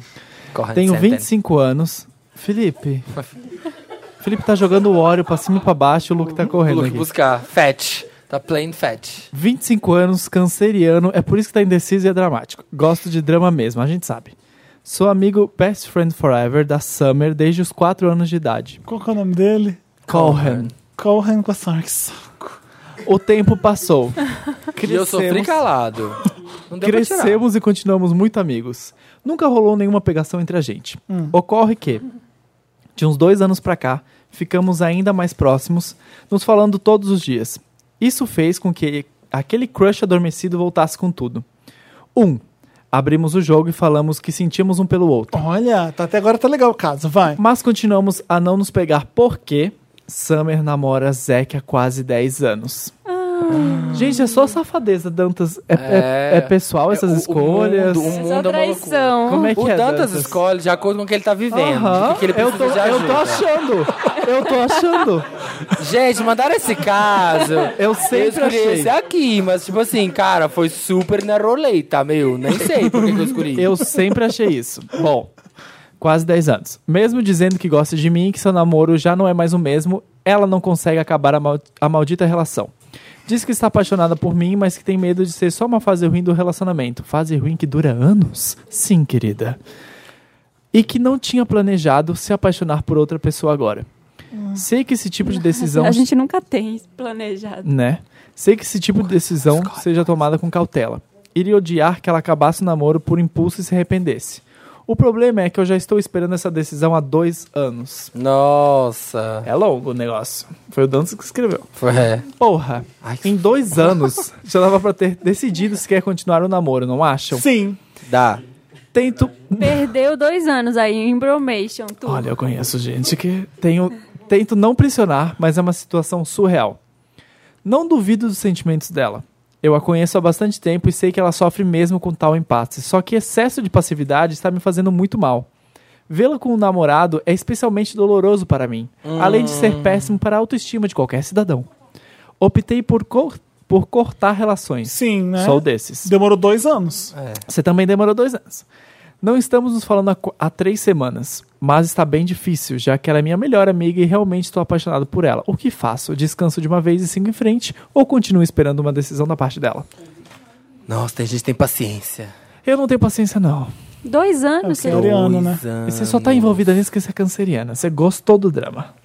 S4: Cohan
S3: Tenho
S4: Senten.
S3: 25 anos.
S4: (laughs)
S3: Felipe. Felipe tá jogando o óleo pra cima e pra baixo, o Luke tá correndo
S4: Luke
S3: aqui.
S4: buscar. Fat. Tá plain fat.
S3: 25 anos, canceriano, é por isso que tá indeciso e é dramático. Gosto de drama mesmo, a gente sabe. Sou amigo best friend forever da Summer desde os 4 anos de idade.
S1: Qual que é o nome dele?
S3: Cohen.
S1: Cohen Gossarks.
S3: O tempo passou.
S4: (laughs) E eu sofri
S3: Crescemos.
S4: calado. Não deu pra tirar.
S3: Crescemos e continuamos muito amigos. Nunca rolou nenhuma pegação entre a gente.
S4: Hum.
S3: Ocorre que, de uns dois anos pra cá, ficamos ainda mais próximos, nos falando todos os dias. Isso fez com que aquele crush adormecido voltasse com tudo. Um, abrimos o jogo e falamos que sentimos um pelo outro.
S1: Olha, tá- até agora tá legal o caso, vai.
S3: Mas continuamos a não nos pegar porque Summer namora Zack há quase 10 anos. Gente, é só safadeza, Dantas. É, é-
S4: É.
S3: é pessoal essas
S4: O- o
S3: escolhas.
S4: mundo, o mundo
S2: É só
S4: é uma loucura.
S2: traição.
S3: Como é que
S4: O
S3: é,
S4: Dantas escolhe de acordo com o que ele tá vivendo.
S3: Aham.
S4: o que ele
S3: eu,
S4: precisa
S3: tô,
S4: de
S3: eu tô
S4: ajuda.
S3: achando. Eu tô achando.
S4: Gente, mandaram esse caso.
S3: Eu (laughs) sempre
S4: eu escolhi
S3: achei.
S4: esse aqui, mas tipo assim, cara, foi super na roleta, meu. Nem sei por que, que eu escolhi.
S3: (laughs) Eu sempre achei isso. Bom, quase 10 anos. Mesmo dizendo que gosta de mim e que seu namoro já não é mais o mesmo, ela não consegue acabar a, mal- a maldita relação. Diz que está apaixonada por mim, mas que tem medo de ser só uma fase ruim do relacionamento. Fase ruim que dura anos? Sim, querida. E que não tinha planejado se apaixonar por outra pessoa agora. Sei que esse tipo de decisão.
S2: Hum. (laughs) A gente nunca tem isso
S3: (laughs)
S2: planejado.
S3: Né? Sei que esse tipo de decisão seja tomada com cautela. Iria odiar que ela acabasse o namoro por impulso e se arrependesse. O problema é que eu já estou esperando essa decisão há dois anos.
S4: Nossa.
S3: É longo o negócio. Foi o Dantas que escreveu.
S4: Foi- é.
S3: Porra,
S4: Ai, que
S3: em dois anos já dava pra ter decidido se quer continuar o namoro, não acham?
S1: Sim.
S4: Dá.
S3: Tento.
S2: Perdeu dois anos aí em Bromation. Tudo.
S3: Olha, eu conheço gente que tenho, tento não pressionar, mas é uma situação surreal. Não duvido dos sentimentos dela. Eu a conheço há bastante tempo e sei que ela sofre mesmo com tal impasse. Só que excesso de passividade está me fazendo muito mal. Vê-la com um namorado é especialmente doloroso para mim, além de ser péssimo para a autoestima de qualquer cidadão. Optei por, cor- por cortar relações.
S1: Sim, né?
S3: Só o desses.
S1: Demorou dois anos.
S3: Você também demorou dois anos. Não estamos nos falando há, qu- há três semanas, mas está bem difícil, já que ela é minha melhor amiga e realmente estou apaixonado por ela. O que faço? Descanso de uma vez e sigo em frente, ou continuo esperando uma decisão da parte dela?
S4: Nossa, tem gente que tem paciência.
S3: Eu não tenho paciência, não.
S2: Dois anos,
S1: É,
S2: você
S1: o Ariano, né?
S4: Dois anos.
S3: Você só tá envolvida nisso porque você é canceriana. Você gostou do drama.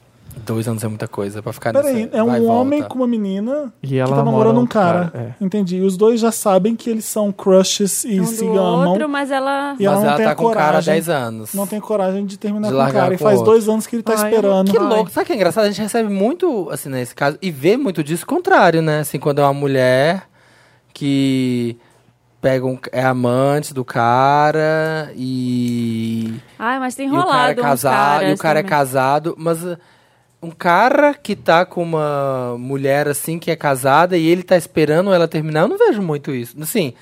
S4: Dois anos é muita coisa pra ficar
S1: Peraí,
S4: nessa
S1: é um
S4: vai e volta.
S1: homem com uma menina
S3: E ela
S1: que tá namorando um cara.
S4: é.
S3: cara, é.
S1: Entendi. E os dois já sabem que eles são crushes e
S2: um do
S1: se amam.
S2: outro, mas ela...
S1: E
S3: é
S4: Mas
S1: ela
S3: um
S1: não
S4: ela,
S1: tem
S4: tá
S1: a
S4: com o cara há
S1: coragem.
S4: 10 anos.
S1: Não tem coragem de terminar
S4: De
S1: com o
S4: largar
S1: cara. E
S4: com
S1: faz
S4: outro.
S1: dois anos que ele tá
S3: Ai,
S1: esperando.
S4: Que louco. Sabe o que é engraçado? A gente recebe muito, assim, nesse caso, e vê muito disso contrário, né? Assim, quando é uma mulher que pega um, é amante do cara e.
S2: Ai, mas tem
S4: e o
S2: rolado
S4: cara é
S2: uns
S4: casado, e o
S2: caras
S4: cara é
S2: também.
S4: casado, mas uh, um cara que tá com uma mulher assim que é casada e ele tá esperando ela terminar, eu não vejo muito isso. Assim,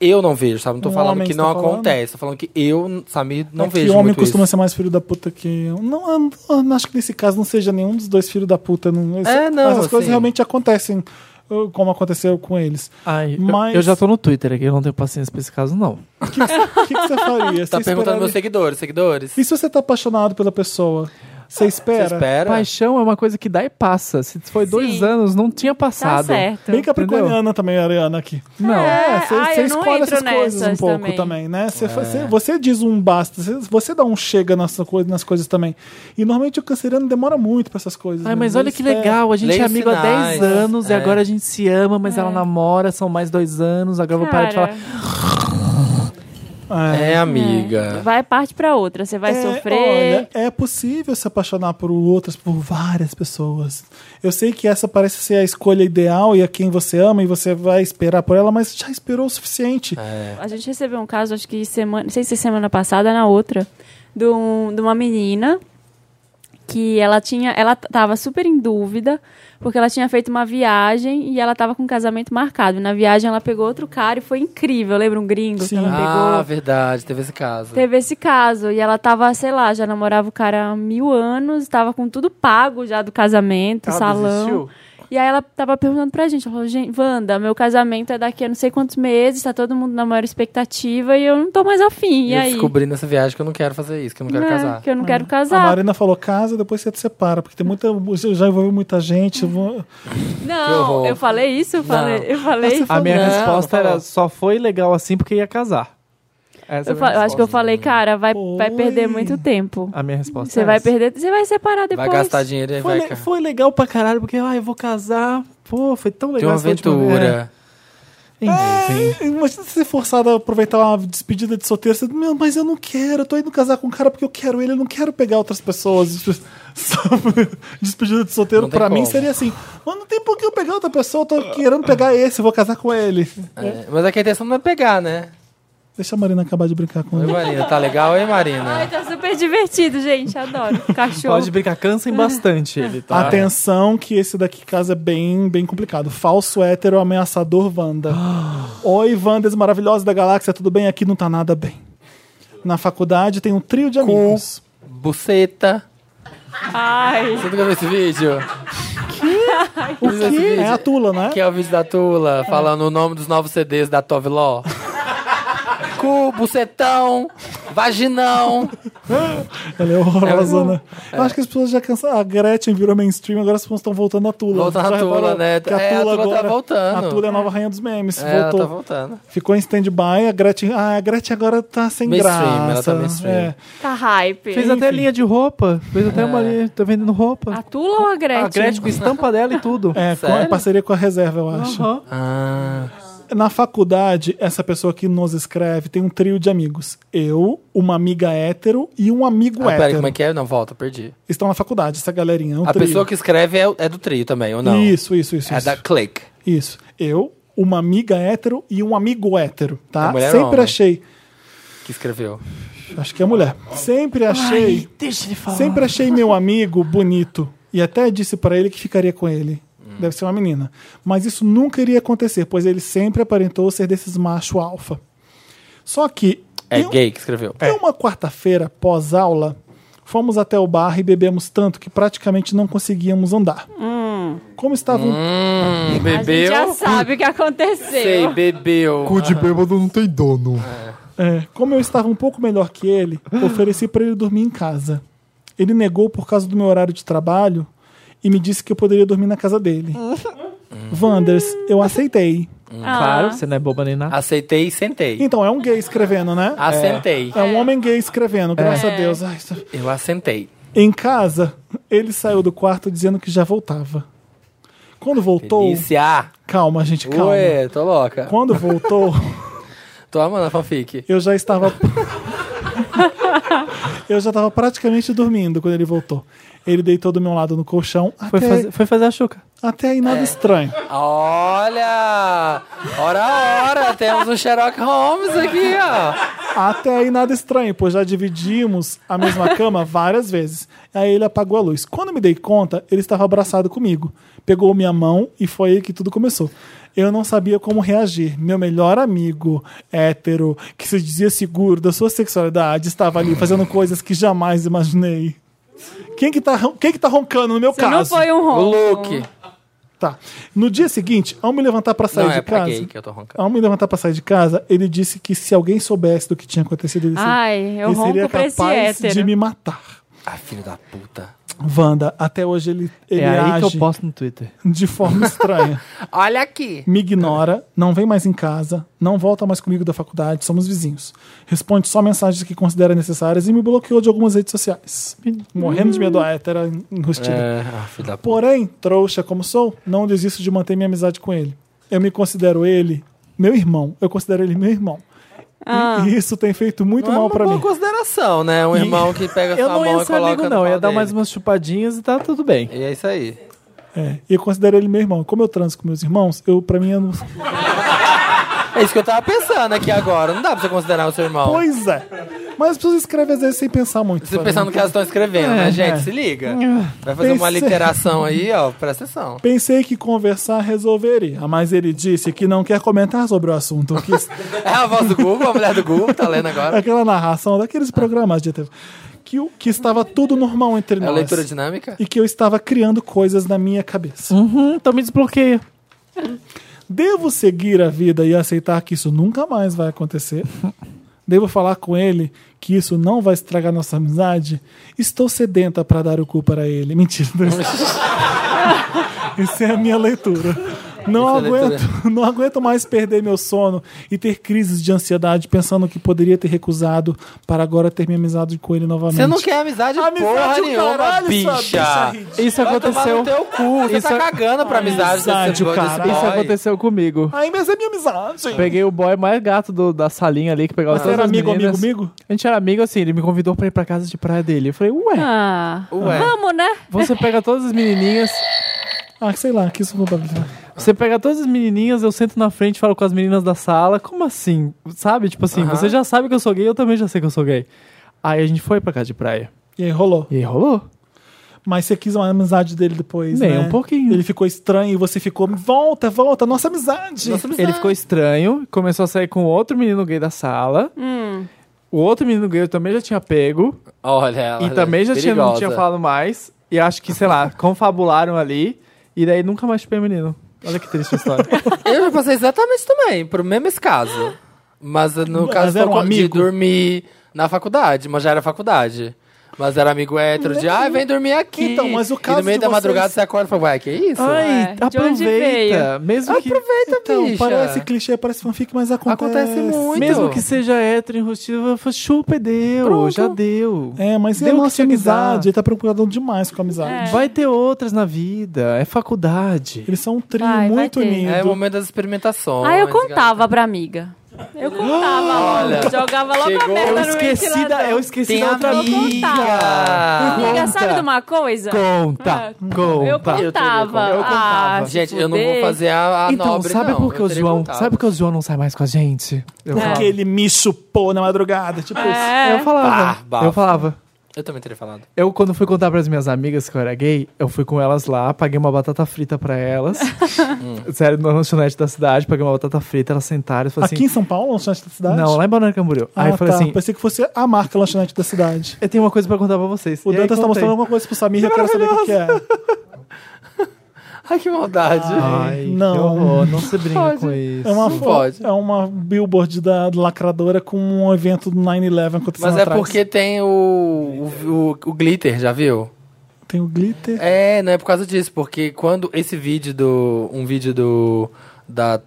S4: eu não vejo, sabe? Não tô
S1: Um
S4: falando
S1: homem
S4: que
S1: que
S4: não
S1: tá falando?
S4: acontece, tô falando que eu, Samir, não
S1: É que
S4: vejo
S1: homem
S4: muito
S1: costuma
S4: isso.
S1: ser mais filho da puta que. Não, eu não- eu não acho que nesse caso não seja nenhum dos dois filho da puta. Não,
S4: É, não,
S1: Essas coisas
S4: assim.
S1: realmente acontecem, uh, como aconteceu com eles.
S3: Ai, eu-
S1: Mas-
S3: eu, já tô no Twitter aqui, eu não tenho paciência pra esse caso, não.
S1: O que, que você- o que que
S4: (laughs)
S1: você faria?
S4: Tá
S1: Você
S4: perguntando
S1: esperaria-
S4: meus seguidores, seguidores.
S1: E se você tá apaixonado pela pessoa? Você espera?
S4: Você espera?
S3: Paixão é uma coisa que dá e passa. Se foi dois
S2: Sim.
S3: anos, não tinha
S2: Tá
S3: passado.
S2: certo.
S1: Bem capricorniana também, Ariana, aqui.
S3: Não.
S1: É, você
S2: ai,
S1: você
S2: eu não
S1: escolhe
S2: entro
S1: essas coisas um
S2: nessas
S1: pouco também,
S2: também.
S1: né? Você, fa- você- você diz um basta, você, você dá um chega nas, co- nas coisas também. E normalmente o canceriano demora muito pra essas coisas.
S3: Ai,
S1: né?
S3: mas
S1: Ele
S3: olha que
S1: espera.
S3: legal, a gente
S4: Leia
S3: é
S4: os
S3: amigo há 10
S4: sinais.
S3: anos e
S4: É.
S3: agora a gente se ama, mas ela namora, são mais dois anos, agora eu vou parar de falar.
S2: É. Cara,
S1: É.
S4: É, amiga.
S2: Vai parte pra outra, você vai
S1: É,
S2: sofrer.
S1: olha, é possível se apaixonar por outras, por várias pessoas. Eu sei que essa parece ser a escolha ideal e a quem você ama e você vai esperar por ela, mas já esperou o suficiente.
S2: A gente recebeu um caso, acho que semana, não sei se semana passada, na outra, de, um- de uma menina que ela tinha, ela t- tava super em dúvida, porque ela tinha feito uma viagem e ela tava com um casamento marcado. E na viagem ela pegou outro cara e foi incrível, lembra um gringo
S1: Sim.
S2: que ela pegou?
S4: Ah, verdade, teve esse caso.
S2: Teve esse caso. E ela tava, sei lá, já namorava o cara há mil anos, tava com tudo pago já do casamento, salão. E aí ela tava perguntando pra gente, ela falou, gente, Wanda, meu casamento é daqui a não sei quantos meses, tá todo mundo na maior expectativa e eu não tô mais afim. E
S4: eu
S2: aí?
S4: descobri nessa viagem que eu não quero fazer isso, que eu não quero
S2: É,
S4: casar.
S2: Que eu não
S4: Ah,
S2: quero
S1: A
S2: casar.
S1: Marina falou casa, depois você te separa, porque tem muita. Já envolveu muita gente. vou-
S4: Que
S2: Não,
S4: horror.
S2: eu falei isso, eu
S4: Não.
S2: falei, eu falei.
S3: A minha
S4: Não,
S3: resposta
S4: não
S3: era
S4: falou.
S3: só foi legal assim porque ia casar. Essa é
S2: Eu,
S3: a
S2: fa-
S3: minha
S2: eu acho que eu falei,
S4: né?
S2: cara, vai, vai
S1: Oi.
S2: perder muito tempo.
S3: resposta. A minha resposta
S2: Você
S3: é
S2: vai
S3: essa.
S2: perder, você vai separar depois.
S4: Vai gastar dinheiro e
S3: Foi,
S4: vai
S3: le-
S4: ca-
S3: foi legal pra caralho, porque ah, eu vou casar. Pô, foi tão
S4: Tem
S3: legal.
S4: uma
S3: essa última vez.
S4: aventura.
S3: É. Enfim.
S1: Imagina você ser forçada a aproveitar uma despedida de solteiro. Você, "Meu, mas eu não quero, eu tô indo casar com um cara porque eu quero ele, eu não quero pegar outras pessoas. (laughs) Sabe? despedida de solteiro,
S4: Não tem
S1: pra mim,
S4: como.
S1: seria assim: mas não tem por que eu pegar outra pessoa, eu tô querendo pegar esse, eu vou casar com ele.
S4: É, Mas é que a intenção não é pegar, né?
S1: Deixa a Marina acabar de brincar com
S4: Oi,
S1: ele.
S4: Marina, tá legal, hein, Marina?
S2: Ai, tá super divertido, gente. Adoro.
S4: (laughs)
S2: Cachorro.
S3: Pode brincar,
S2: É.
S3: cansem bastante ele, tá?
S1: Atenção, que esse daqui casa é bem, bem complicado. Falso hétero ameaçador
S4: (gasps)
S1: Wanda. Oi, Wandas maravilhosos da galáxia, tudo bem? Aqui não tá nada bem. Na faculdade tem um trio de amigos.
S4: Buceta.
S2: Ai.
S4: Você nunca viu esse vídeo?
S1: O quê? É a Tula, né?
S4: Que é o vídeo da Tula, falando o nome dos novos CDs da Tove Ló. Cu, bucetão, vaginão.
S1: Ela é horrorosa, né?
S4: É.
S1: Eu acho que as pessoas já cansaram. A Gretchen virou mainstream, agora as pessoas estão voltando à Tula.
S4: Voltando à
S1: Já
S4: Tula,
S1: reparou
S4: né?
S1: que a
S4: É, a
S1: Tula
S4: Tula tá
S1: agora,
S4: voltando.
S1: A Tula é a nova rainha dos memes.
S4: É, ela
S1: voltou.
S4: tá voltando.
S1: Ficou em stand-by, a Gretchen. Ah, a Gretchen agora tá sem
S4: Mainstream, ela tá
S1: graça.
S4: mainstream.
S1: É.
S2: Tá hype.
S3: Fez até linha de roupa. Fez até uma
S4: É.
S3: linha. Tô vendendo roupa.
S2: A Tula ou a Gretchen?
S3: A Gretchen com estampa dela e tudo.
S1: É, com a
S4: Sério?
S1: parceria com a reserva, eu acho.
S3: Aham.
S4: Ah,
S1: Na faculdade, essa pessoa que nos escreve tem um trio de amigos. Eu, uma amiga hétero e um amigo
S4: ah peraí,
S1: hétero.
S4: como é que é? Não, volta, perdi.
S1: Estão na faculdade, essa galerinha. é um
S4: A
S1: trio.
S4: pessoa que escreve é, é do trio também, ou não?
S1: Isso, isso, isso.
S4: É
S1: isso.
S4: da Click.
S1: Isso. Eu, uma amiga hétero e um amigo hétero, tá?
S4: É mulher ou
S1: Sempre
S4: homem?
S1: achei.
S4: que escreveu.
S1: Acho que é mulher. Sempre achei.
S3: Deixa ele falar.
S1: sempre achei meu amigo bonito. E até disse pra ele que ficaria com ele.
S4: Hum.
S1: Deve ser uma menina. Mas isso nunca iria acontecer, pois ele sempre aparentou ser desses macho alfa. Só que.
S4: É
S1: eu-
S4: gay que escreveu.
S1: Em uma quarta-feira, pós-aula, fomos até o bar e bebemos tanto que praticamente não conseguíamos andar. como estava um
S4: Hum,
S2: A gente
S4: bebeu?
S2: já sabe o que aconteceu.
S4: Sei, bebeu.
S7: Cu de bêbado não tem dono.
S1: É, como eu estava um pouco melhor que ele, ofereci para ele dormir em casa. Ele negou por causa do meu horário de trabalho e me disse que eu poderia dormir na casa
S4: (laughs)
S1: dele. Wanders, eu aceitei.
S2: Ah,
S3: Claro, você não é boba nem nada.
S4: Aceitei e sentei.
S1: Então, é um gay escrevendo, né?
S4: Assentei.
S1: É um homem gay escrevendo, graças a Deus. Ai, isso-
S4: Eu assentei.
S1: Em casa, ele saiu do quarto dizendo que já voltava. Quando voltou.
S4: Delícia.
S1: Calma, gente, calma.
S4: Ué, tô louca.
S1: Quando voltou.
S4: Tô amando a fanfic.
S1: Eu já estava. (laughs) eu já estava praticamente dormindo quando ele voltou. Ele deitou do meu lado no colchão. Até,
S3: Foi fazer, É. foi fazer a chuca.
S1: até aí nada estranho.
S4: Olha! Ora, ora, temos um Sherlock Holmes aqui, ó.
S1: Até aí nada estranho, pois já dividimos a mesma cama várias vezes. Aí ele apagou a luz. Quando me dei conta, ele estava abraçado comigo. Pegou minha mão e foi aí que tudo começou. Eu não sabia como reagir. Meu melhor amigo, hétero, que se dizia seguro da sua sexualidade, estava ali fazendo coisas que jamais imaginei. Quem que tá, ron- quem que tá roncando no meu
S2: Isso
S1: caso?
S2: não foi um
S4: O
S2: ronco.
S4: Luke.
S1: Tá. No dia seguinte, ao me levantar pra sair
S4: Não,
S1: de
S4: é pra
S1: casa,
S4: gay que eu tô roncando.
S1: ao me levantar pra sair de casa, ele disse que se alguém soubesse do que tinha acontecido, ele, se-
S2: Ai, eu
S1: ele seria
S2: ronco pra esse
S1: capaz
S2: hétero.
S1: de me matar.
S4: Ah, filho da puta.
S1: Wanda, até hoje ele, ele
S3: É aí que
S1: age
S3: eu posto no Twitter.
S1: de forma
S3: (laughs)
S1: estranha.
S4: Olha aqui.
S1: me ignora, não vem mais em casa, não volta mais comigo da faculdade, somos vizinhos. Responde só mensagens que considera necessárias e me bloqueou de algumas redes sociais. Morrendo de medo à hétera enrustida.
S4: É, ah, filho da puta.
S1: Porém, trouxa como sou, não desisto de manter minha amizade com ele. Eu me considero ele meu irmão. Eu considero ele meu irmão. E- E, isso tem feito muito
S4: Ah. Não é
S1: mal
S4: uma
S1: pra
S4: boa
S1: mim.
S4: consideração, né? Um
S1: E-
S4: irmão que pega
S3: Eu
S4: sua
S3: não
S4: mão
S3: ia
S4: e
S3: ser
S4: coloca
S3: amigo,
S4: no
S3: não.
S4: pau
S3: Ia dar
S4: dele.
S3: mais umas chupadinhas e tá tudo bem.
S4: E é isso aí.
S1: É, eu considero ele meu irmão. Como eu transo com meus irmãos, eu para mim eu não. (laughs)
S4: É isso que eu tava pensando aqui agora. Não dá pra você considerar o seu irmão.
S1: Pois é. Mas as pessoas escrevem às vezes sem pensar muito.
S4: Você
S1: sabe?
S4: pensando no que elas estão escrevendo,
S3: É,
S4: né, gente? Se liga. Vai fazer uma
S1: Pense-
S4: literação aí, ó. Presta atenção.
S1: Pensei que conversar resolveria, mas ele disse que não quer comentar sobre o assunto. Que
S4: (laughs) É a voz do Google, a mulher do Google, tá lendo agora.
S1: aquela narração daqueles programas de TV. Que, o- que estava tudo normal entre
S4: É a
S1: nós.
S4: leitura dinâmica?
S1: E que eu estava criando coisas na minha cabeça.
S3: Uhum, então me desbloqueia.
S1: Devo seguir a vida e aceitar que isso nunca mais
S4: (laughs)
S1: vai acontecer? Devo falar com ele que isso não vai estragar nossa amizade? Estou sedenta para dar o cu para ele. Mentira.
S4: (laughs)
S1: é Isso é a minha leitura. Não
S4: Isso é a
S1: aguento, não aguento mais perder meu sono e ter crises de ansiedade pensando que poderia ter recusado para agora ter me amizade com ele novamente.
S4: Você não quer amizade, porra
S1: Amizade o
S4: nenhuma,
S1: caralho, é
S4: bicha.
S1: sua bicha ridícula.
S3: Isso
S4: Vai tomar
S3: aconteceu.
S4: no teu cu. Você
S3: Isso
S4: tá
S3: é-
S4: cagando pra amizade. desse
S1: Amizade,
S4: negócio desse
S1: caralho.
S3: Isso
S4: boy.
S3: aconteceu comigo.
S1: Ai, mas é minha amizade.
S3: Peguei o boy mais gato do- da salinha ali que pegava
S1: Você
S3: todas
S1: era
S3: as
S1: amigo, amigo,
S3: meninas.
S1: amigo?
S3: A gente era amigo assim, ele me convidou pra ir pra casa de praia dele. Eu falei, ué,
S2: Ah,
S4: Ué.
S2: vamos, né?
S3: você pega todas as menininhas,
S1: Ah, sei lá, que isso eu vou bablar.
S3: você pega todas as menininhas, eu sento na frente, falo com as meninas da sala. Como assim? Sabe? Tipo assim, você já sabe que eu sou gay, eu também já sei que eu sou gay. Aí a gente foi pra casa de praia.
S1: E aí rolou.
S3: E aí rolou.
S1: Mas você quis uma amizade dele depois,
S3: Nem
S1: né?
S3: um pouquinho.
S1: Ele ficou estranho e você ficou, volta, volta, nossa amizade.
S3: Ele ficou estranho, começou a sair com outro menino gay da sala.
S2: Hum.
S3: O outro menino gay eu também já tinha pego.
S4: Olha ela.
S3: E também já tinha, não
S4: Ah, perigosa.
S3: tinha falado mais. E acho que, sei lá, confabularam ali. E daí nunca mais chupei menino. Olha que triste
S2: (laughs)
S3: a história.
S4: Eu já passei exatamente também, pro mesmo esse caso. Mas no
S1: Mas
S4: caso
S1: era um
S4: de
S1: amigo?
S4: dormir na faculdade, mas já era faculdade. Mas era amigo hétero de, ah, vem dormir aqui.
S1: Então, mas o caso
S4: E no meio
S1: de
S4: da
S1: vocês-
S4: madrugada você acorda e fala, ué, que é isso? Ah,
S3: Ai,
S2: Ué, de onde
S3: aproveita.
S2: veio?
S3: Mesmo que,
S1: então,
S4: bicha.
S1: parece clichê, parece fanfic, mas acontece.
S4: Acontece muito.
S3: mesmo que seja hétero, enrustido, chupa e deu.
S4: Pronto.
S3: Já deu.
S1: É, mas e a
S3: Deu o que
S1: nossa
S3: tinha que
S1: amizade?
S3: dar.
S1: Ele tá preocupado demais com a amizade.
S2: É.
S3: Vai ter outras na vida. É faculdade.
S1: Eles são um trio
S2: Vai, vai
S1: muito
S2: ter.
S1: unido.
S4: É o momento das experimentações.
S2: Ah, eu contava pra amiga. Eu contava
S4: Ah, Olha,
S2: logo, jogava logo a
S4: chegou-
S2: merda
S3: Eu
S2: Tá no
S3: esqueci da,
S2: ventilador.
S3: eu esqueci
S4: Tem
S3: da outra
S4: amiga.
S2: Amiga,
S3: é Conta.
S2: sabe de uma coisa?
S3: Conta,
S2: Ah,
S3: conta.
S2: Eu contava.
S4: Eu também
S3: contava.
S2: Ah, se
S4: Gente, eu não vou
S2: fuder.
S4: fazer a, a
S3: então,
S4: nobre,
S3: sabe
S4: não.
S3: por que
S4: Eu
S3: o
S4: teria
S3: João,
S4: contado.
S3: sabe por que o João não sai mais com a gente? Eu
S1: Porque ele me chupou na madrugada. Tipo, isso.
S2: É.
S3: Eu falava.
S4: Bah,
S3: eu
S4: bafo.
S3: falava.
S4: Eu também teria falado.
S3: Eu, quando fui contar pras minhas amigas que eu era gay, eu fui com elas lá, paguei uma batata frita pra elas.
S4: (laughs) Hum.
S3: Sério, na lanchonete da cidade, paguei uma batata frita, elas sentaram e falaram
S1: aqui em
S3: assim.
S1: São Paulo, lanchonete da cidade?
S3: Não, lá em Balneário Camboriú.
S1: Ah,
S3: Aí eu falei
S1: tá.
S3: assim:
S1: Pensei que fosse a marca lanchonete da cidade.
S3: eu tenho uma coisa pra contar pra vocês.
S1: O
S3: E aí
S1: Dantas tá
S3: contei.
S1: mostrando alguma coisa pro Samir, eu quero saber o que que é.
S4: Ai, que maldade.
S3: Ai,
S1: não.
S3: que horror, não se brinca com isso.
S1: É uma,
S4: Não
S1: fo-
S4: pode.
S1: é uma billboard da lacradora com um evento do 9-11 acontecendo
S4: Mas é
S1: atrás.
S4: porque tem o, o, o- o glitter, já viu?
S1: Tem o glitter.
S4: É, não é por causa disso, porque quando esse vídeo do. Um vídeo do. Da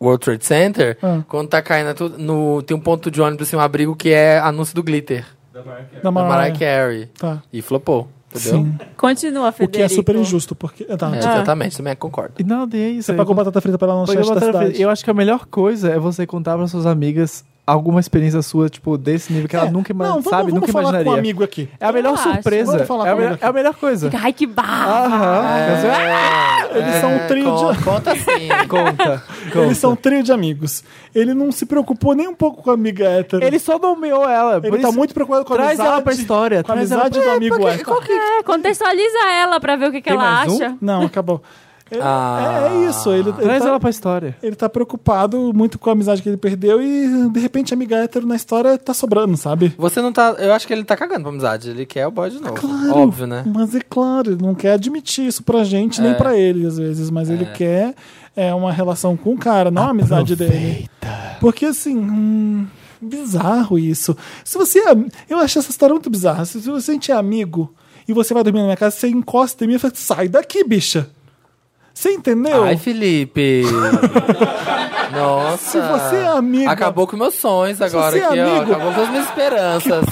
S4: World Trade Center,
S1: Ah.
S4: quando tá caindo tudo. No, tem um ponto de ônibus, assim, um abrigo que é anúncio do glitter.
S1: da
S4: Da É,
S1: Mariah.
S4: Mariah Carey.
S1: Tá.
S4: E flopou, entendeu?
S1: Ah, Sim.
S2: Continua,
S1: O
S2: Federico.
S1: que é super injusto, porque. Tá,
S4: É,
S1: tá.
S4: exatamente, também concordo.
S3: E Não, é isso.
S1: Você
S3: aí.
S1: pagou batata frita pra ela no
S3: Porque
S1: chat da
S3: outra vez,
S1: cidade.
S3: Eu acho que a melhor coisa é você contar para suas amigas alguma experiência sua, tipo, desse nível que ela
S1: É.
S3: nunca, ima-
S1: Não, vamos-
S3: sabe,
S1: vamos
S3: nunca
S1: falar
S3: imaginaria.
S1: com um amigo aqui.
S3: É a melhor
S2: Eu acho.
S3: surpresa.
S1: Vamos falar
S3: é, a
S1: com um
S3: melhor,
S1: ele
S3: é a melhor coisa.
S2: Ai, que barra!
S3: Aham. Quer dizer,
S1: Ah, Eles são um trio de.
S4: con- É, Conta
S1: (laughs)
S4: sim.
S1: é.
S3: Conta.
S1: Eles são um trio de amigos. Ele não se preocupou nem um pouco com a amiga hétero.
S3: Ele só nomeou ela.
S1: Ele
S3: por
S1: tá
S3: isso-
S1: muito preocupado com a
S3: Traz
S1: amizade.
S3: ela pra É, história.
S1: Com a
S3: traz ela
S1: amizade do amigo hétero.
S2: É, contextualiza ela pra ver o que, que
S3: Tem
S2: ela
S3: mais um?
S2: acha.
S1: Não, acabou. É,
S4: Ah.
S1: é- é isso. Ele, ele
S3: Traz
S1: tá,
S3: ela pra história.
S1: ele tá preocupado muito com a amizade que ele perdeu e, de repente, a amiga hétero na história tá sobrando, sabe?
S4: Você não tá. Eu acho que ele tá cagando pra amizade. Ele quer o boy de novo.
S1: Ah,
S4: Óbvio, né? É.
S1: Mas é claro, ele não quer admitir isso pra gente, nem pra ele, às vezes. Mas ele quer é, uma relação com o cara, não a amizade dele. Porque, assim... hum, bizarro isso. Se você... é am- Eu acho essa história muito bizarra. Se se você a gente é amigo e você vai dormir na minha casa, você encosta em mim e fala, sai daqui, bicha. Você entendeu?
S4: Ai, Felipe! (laughs) Nossa!
S1: Se você é amigo-
S4: Acabou com meus sonhos agora
S1: você é
S4: aqui,
S1: amigo-
S4: ó. Acabou com as minhas esperanças.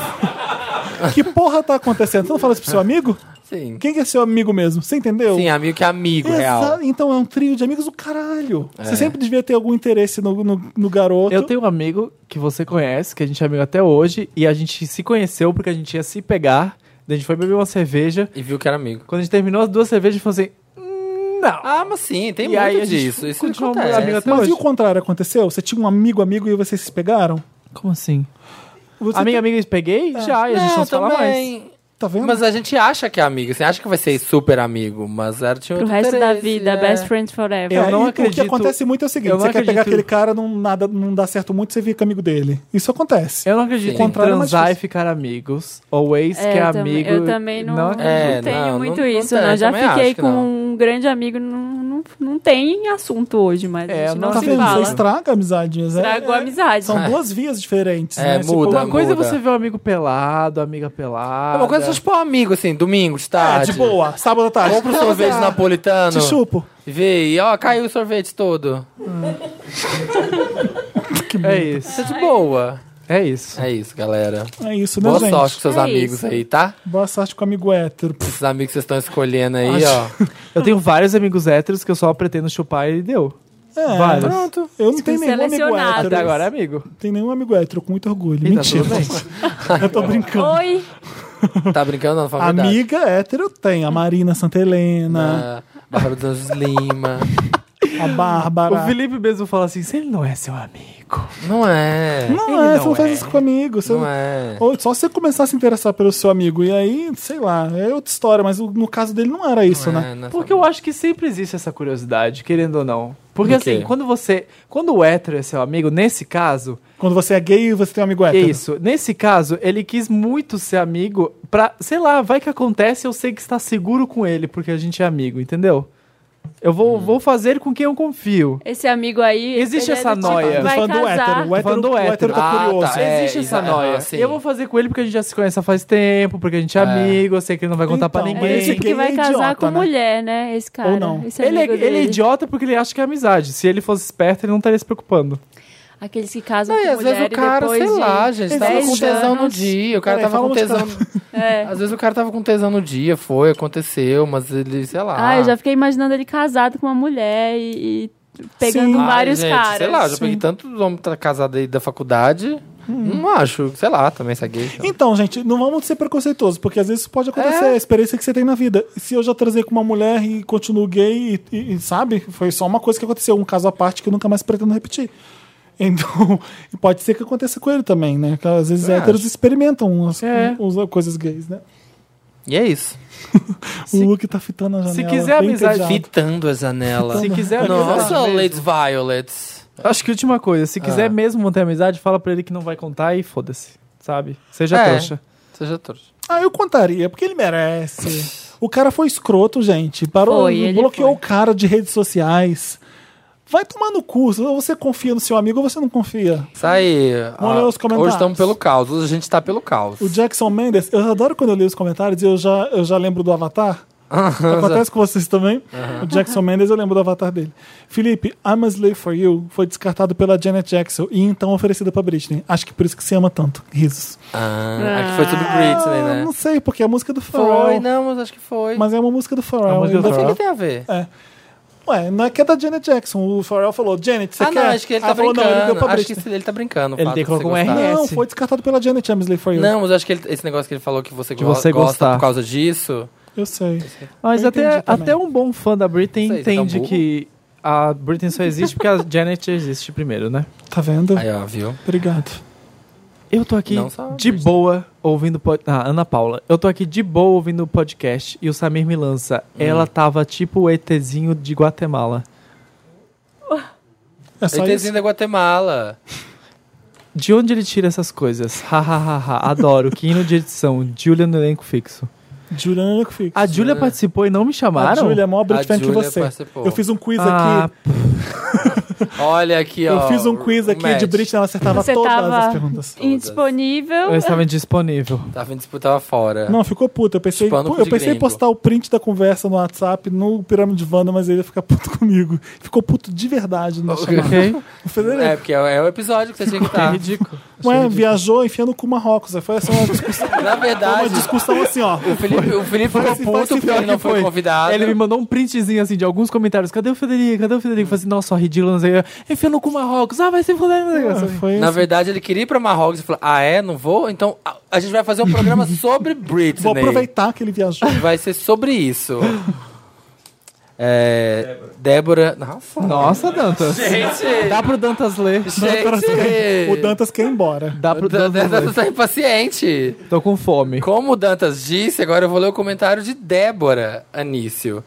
S1: Que porra tá acontecendo? Você não fala isso pro seu amigo?
S4: Sim.
S1: Quem que é seu amigo mesmo? Você entendeu?
S4: Sim, amigo que é amigo,
S1: Exa-
S4: real.
S1: Então é um trio de amigos do caralho. Você sempre devia ter algum interesse no, no, no garoto.
S3: Eu tenho um amigo que você conhece, que a gente é amigo até hoje, e a gente se conheceu porque a gente ia se pegar, daí a gente foi beber uma cerveja.
S4: E viu que era amigo.
S3: Quando a gente terminou as duas cervejas, a gente falou assim: "Hum, não.
S4: Ah, mas sim, tem
S3: E
S4: muito
S3: aí a gente
S4: disso. Isso
S3: continua
S4: acontece.
S3: amigo até
S1: Mas
S3: hoje.
S1: e o contrário aconteceu? Você tinha um amigo amigo e vocês se pegaram?
S3: Como assim?
S1: Você É.
S3: amiga, amiga, peguei? Já, e a gente não se fala mais.
S1: Tá vendo?
S4: Mas a gente acha que é amigo. Você acha que vai ser super amigo, mas era tinha
S2: Pro
S4: outro
S2: resto da
S4: interesse,
S2: vida,
S4: né?
S2: best friends forever.
S3: Eu
S1: É,
S3: não
S1: e O que
S3: acredito-
S1: acontece muito é o seguinte:
S3: eu não
S1: você quer pegar
S3: acredito-
S1: aquele cara, não, nada, não dá certo muito, você fica amigo dele. Isso acontece.
S3: Eu não acredito
S4: Sim.
S3: em
S1: Contrário é mais
S3: transar e
S1: difícil.
S3: ficar amigos. Ou ex
S2: É,
S3: que é
S2: eu tam-
S3: amigo.
S2: eu também não, não
S3: acredito.
S4: É,
S2: tenho
S4: não,
S2: muito
S4: não- não
S2: isso,
S4: tem,
S2: não.
S4: eu
S2: Já
S4: também
S2: fiquei
S4: acho que
S2: com
S4: não.
S2: um grande amigo, não, não, não tem assunto hoje, mas
S3: É,
S2: a gente não,
S1: tá
S2: se
S1: vendo?
S2: fala.
S1: Você estraga amizades. é-
S2: Estragou a
S1: é-
S2: amizade. (laughs)
S1: São duas vias diferentes.
S4: É,
S1: né? Se
S4: muda.
S1: for-
S3: Uma coisa
S4: muda.
S3: é você ver um amigo pelado, amiga
S4: É
S3: pelada.
S4: uma coisa é só tipo amigo, assim, domingo, de
S1: Ah,
S4: tarde.
S1: de boa, sábado à tarde.
S4: Compra um sorvete
S1: Ah,
S4: napolitano.
S1: Te chupo.
S4: Vê, e ó, caiu o sorvete todo.
S3: É isso.
S4: Isso é de boa.
S3: É isso.
S4: É isso, galera.
S1: É isso, né,
S4: Boa
S1: gente?
S4: sorte com seus
S2: É
S4: amigos
S2: isso.
S4: aí, tá?
S1: Boa sorte com o amigo hétero. Pff,
S4: Esses amigos que vocês estão escolhendo aí, ó.
S3: Eu tenho vários amigos héteros que eu só pretendo chupar e deu.
S1: É,
S3: Vários.
S1: pronto. Eu não tenho nenhum amigo
S2: Selecionado.
S1: hétero.
S3: Até agora é amigo.
S1: Não tenho nenhum amigo hétero, com muito orgulho.
S3: E tá
S1: Mentira.
S3: tudo bem.
S1: (laughs)
S3: É
S1: Eu tô brincando.
S2: Oi,
S4: Tá brincando? Não, fala a verdade.
S1: Amiga hétero eu tenho. A Marina Santa Helena,
S4: Ah, Bárbara dos Anjos Lima.
S1: a Bárbara.
S3: O Felipe mesmo fala assim: se ele não é seu amigo.
S4: Não é.
S1: Não
S3: ele
S1: é,
S3: não
S1: você não faz
S3: é.
S1: isso com amigo. Você...
S4: Não é.
S1: Ou só se você começar a se interessar pelo seu amigo. E aí, sei lá, é outra história. Mas o- no caso dele não era isso,
S4: Não
S1: né?
S4: é, não é
S3: Porque eu acho que sempre existe essa curiosidade, querendo ou não. Porque
S4: Do quê?
S3: assim, quando você. Quando o hétero é seu amigo, nesse caso,
S1: Quando você é gay e você tem um amigo hétero.
S3: (laughs) Isso. Nesse caso, ele quis muito ser amigo pra, sei lá, vai que acontece, eu sei que está seguro com ele, porque a gente é amigo, entendeu? Eu vou,
S4: Uhum.
S3: vou fazer com quem eu confio.
S2: esse amigo aí.
S3: Existe
S2: ele é do
S3: essa
S2: tipo,
S3: noia.
S1: Tô
S2: Vai
S1: falando do
S2: casar.
S1: hétero. O hétero,
S3: falando do
S1: o hétero
S3: hétero.
S1: tá
S4: Ah,
S1: curioso.
S4: tá, é,
S3: Existe essa
S4: exa-
S3: noia.
S4: ah, sim.
S3: eu vou fazer com ele porque a gente já se conhece faz tempo, porque a gente é, amigo, eu sei que ele não vai contar pra
S1: Então,
S3: ninguém.
S2: É
S1: Esse
S2: esse que vai
S1: gay é
S2: casar
S1: idiota,
S2: com
S1: né?
S2: mulher, né? Esse cara.
S1: Ou não.
S2: Esse
S3: Ele é,
S2: amigo
S3: ele é
S2: dele.
S3: idiota porque ele acha que é amizade. Se ele fosse esperto, ele não estaria se preocupando.
S2: Aqueles que casam
S4: Não, e
S2: com
S4: às
S2: mulher
S4: vezes o
S2: e
S4: cara,
S2: depois
S4: sei
S2: de
S4: lá, gente, tava
S2: 10
S4: com tesão no
S2: anos-
S4: dia. O cara
S1: Peraí,
S4: tava com
S1: fala
S4: tesão.
S1: uns
S2: É.
S4: Às vezes o cara tava com tesão no dia, foi, aconteceu, mas ele, sei lá.
S2: Ah, eu já fiquei imaginando ele casado com uma mulher e, e pegando
S1: Sim.
S4: Ai,
S2: vários
S4: gente,
S2: caras.
S4: Sei lá, eu já peguei tantos homens tra- casados aí da faculdade. Não acho, sei lá, também se é gay. sei lá.
S1: Então, gente, não vamos ser preconceituosos, porque às vezes isso pode acontecer, é a experiência que você tem na vida. Se eu já transei com uma mulher e continuo gay, e, e- e, sabe? Foi só uma coisa que aconteceu, um caso à parte que eu nunca mais pretendo repetir. (laughs) Então, e pode ser que aconteça com ele também, né? Porque às vezes
S4: Eu
S1: héteros
S4: acho.
S1: experimentam as, um,
S3: É.
S1: os- as coisas gays, né?
S4: E é isso.
S1: o Luke tá fitando a janela.
S3: se quiser
S1: bem
S3: amizade
S1: entediado.
S4: Fitando a janela.
S3: Se quiser
S1: É,
S4: Nossa,
S3: amizade
S4: Lady
S3: mesmo.
S4: Violet.
S3: Acho que última coisa, se quiser
S4: Ah.
S3: mesmo manter a amizade, fala pra ele que não vai contar e foda-se, sabe? Seja
S4: É.
S3: trouxa.
S4: Seja trouxa.
S1: Ah, eu contaria, porque ele merece. O cara foi escroto, gente. Parou,
S2: Foi, ele
S1: bloqueou
S2: foi.
S1: o cara de redes sociais. Vai tomar no curso. Ou você confia no seu amigo ou você não confia.
S4: Sai.
S1: Vamos ler os comentários.
S4: Tá Ah, Hoje estamos pelo caos. Hoje a gente tá pelo caos. (laughs)
S1: O Jackson Mendes, eu adoro quando eu leio os comentários e eu já, eu já lembro do avatar.
S4: Ah,
S1: Acontece com vocês também. O Jackson Mendes, eu lembro do avatar dele. Felipe, I'm a Slave for You foi descartado pela Janet Jackson e então oferecida pra Britney. Acho que por isso que se ama tanto. Risos.
S4: Ah, aqui foi tudo Britney,
S1: Ah,
S4: né?
S1: Não sei, porque é a música do
S4: Foi,
S1: Pharrell.
S4: não, mas acho que foi.
S1: Mas Ah, é uma música do Pharrell.
S3: música do
S1: Ainda
S4: Mas o que,
S3: Pharrell.
S4: que tem a ver?
S1: Ué, não é que é da Janet Jackson. O Pharrell falou, Janet, você
S4: ah,
S1: quer?
S4: não, acho que ele tá
S1: Ela falou,
S4: brincando.
S1: não, ele deu pra
S4: acho que
S1: Britney.
S4: esse- ele tá brincando. o
S3: Ele
S4: fato
S3: tem
S4: de
S3: que colocar
S4: você
S3: um
S4: gostar.
S3: RS.
S1: Não, foi descartado pela Janet Jamesley for You.
S4: Não, mas acho que ele- esse negócio que ele falou que você,
S3: De você
S4: gosta
S3: gostar.
S4: por causa disso.
S1: Eu sei.
S3: Mas
S1: Eu
S3: até,
S1: entendi também.
S3: até um bom fã da Britney
S4: Não sei, você tá
S3: entende
S4: um burro?
S3: que a Britney só existe porque (laughs) a Janet existe primeiro, né?
S1: Tá vendo?
S4: Aí, ó, viu?
S1: Obrigado.
S3: Eu tô aqui
S4: Não só a
S3: de
S4: Britney.
S3: boa ouvindo. pod- Ah, Ana Paula. Eu tô aqui de boa ouvindo o podcast e o Samir me lança.
S4: Hum.
S3: Ela tava tipo o ETzinho de Guatemala.
S1: É só
S4: Ele
S1: isso.
S4: tem da Guatemala.
S3: De onde ele tira essas coisas? (laughs) Ha, ha, ha, ha. Adoro. Que hino de edição. Julia no elenco fixo.
S1: Juliana Fix.
S3: A
S4: é.
S3: Julia participou e não me
S1: A
S3: chamaram?
S1: Júlia é maior
S4: A
S1: Brit fan que
S4: Júlia
S1: você.
S4: participou.
S1: Eu fiz um quiz
S3: Ah,
S1: aqui.
S4: Olha aqui, ó.
S1: Eu fiz um quiz aqui de
S4: match.
S1: Britney, ela acertava
S2: Você
S1: todas
S2: tava-
S1: as perguntas.
S2: Indisponível.
S3: eu estava indisponível.
S4: Tava em disputa tava Tá fora. (laughs)
S1: Não, ficou puto. Eu pensei,
S4: É. Chupando cu
S1: eu
S4: de
S1: pensei em
S4: gringo.
S1: postar o print da conversa no WhatsApp no Pirâmide Vanda, mas ele ia ficar puto (laughs) comigo. Ficou puto de verdade na chamada.
S3: (laughs) Ok?
S1: Não fez ele.
S4: É, porque é é o episódio que você tinha que
S3: É
S4: estar.
S3: ridículo.
S1: Ué, viajou enfiando com Marrocos. Aí Foi essa uma discussão,
S4: Na
S1: uma
S4: verdade,
S1: discussão assim, ó.
S4: o Felipe, o Felipe ficou
S1: foi- assim, foi-
S4: puto porque ele não
S3: que
S4: foi convidado.
S3: Ele me mandou um printzinho assim de alguns comentários. Cadê o Federico? Cadê o Federico? Eu falei assim, nossa, ó, ridículo, não sei. o quê. Enfiando com o Marrocos. Ah, vai ser
S1: Ah,
S3: fulano.
S1: Foi
S4: Na
S1: assim.
S4: verdade, ele queria ir pra Marrocos e falou: Ah, é? Não vou? Então a, a gente vai fazer um
S1: (laughs)
S4: programa sobre Britney.
S1: Vou aproveitar que ele viajou.
S4: (laughs) Vai ser sobre isso. É, Débora. Nossa.
S3: Nossa, Dantas.
S4: Gente!
S3: Dá pro Dantas ler.
S1: O Dantas quer ir embora.
S3: Dá pro
S4: O Dan-
S3: Dantas ler.
S4: Dantas tá impaciente.
S3: Tô com fome.
S4: Como o Dantas disse, agora eu vou ler o comentário de Débora Anício.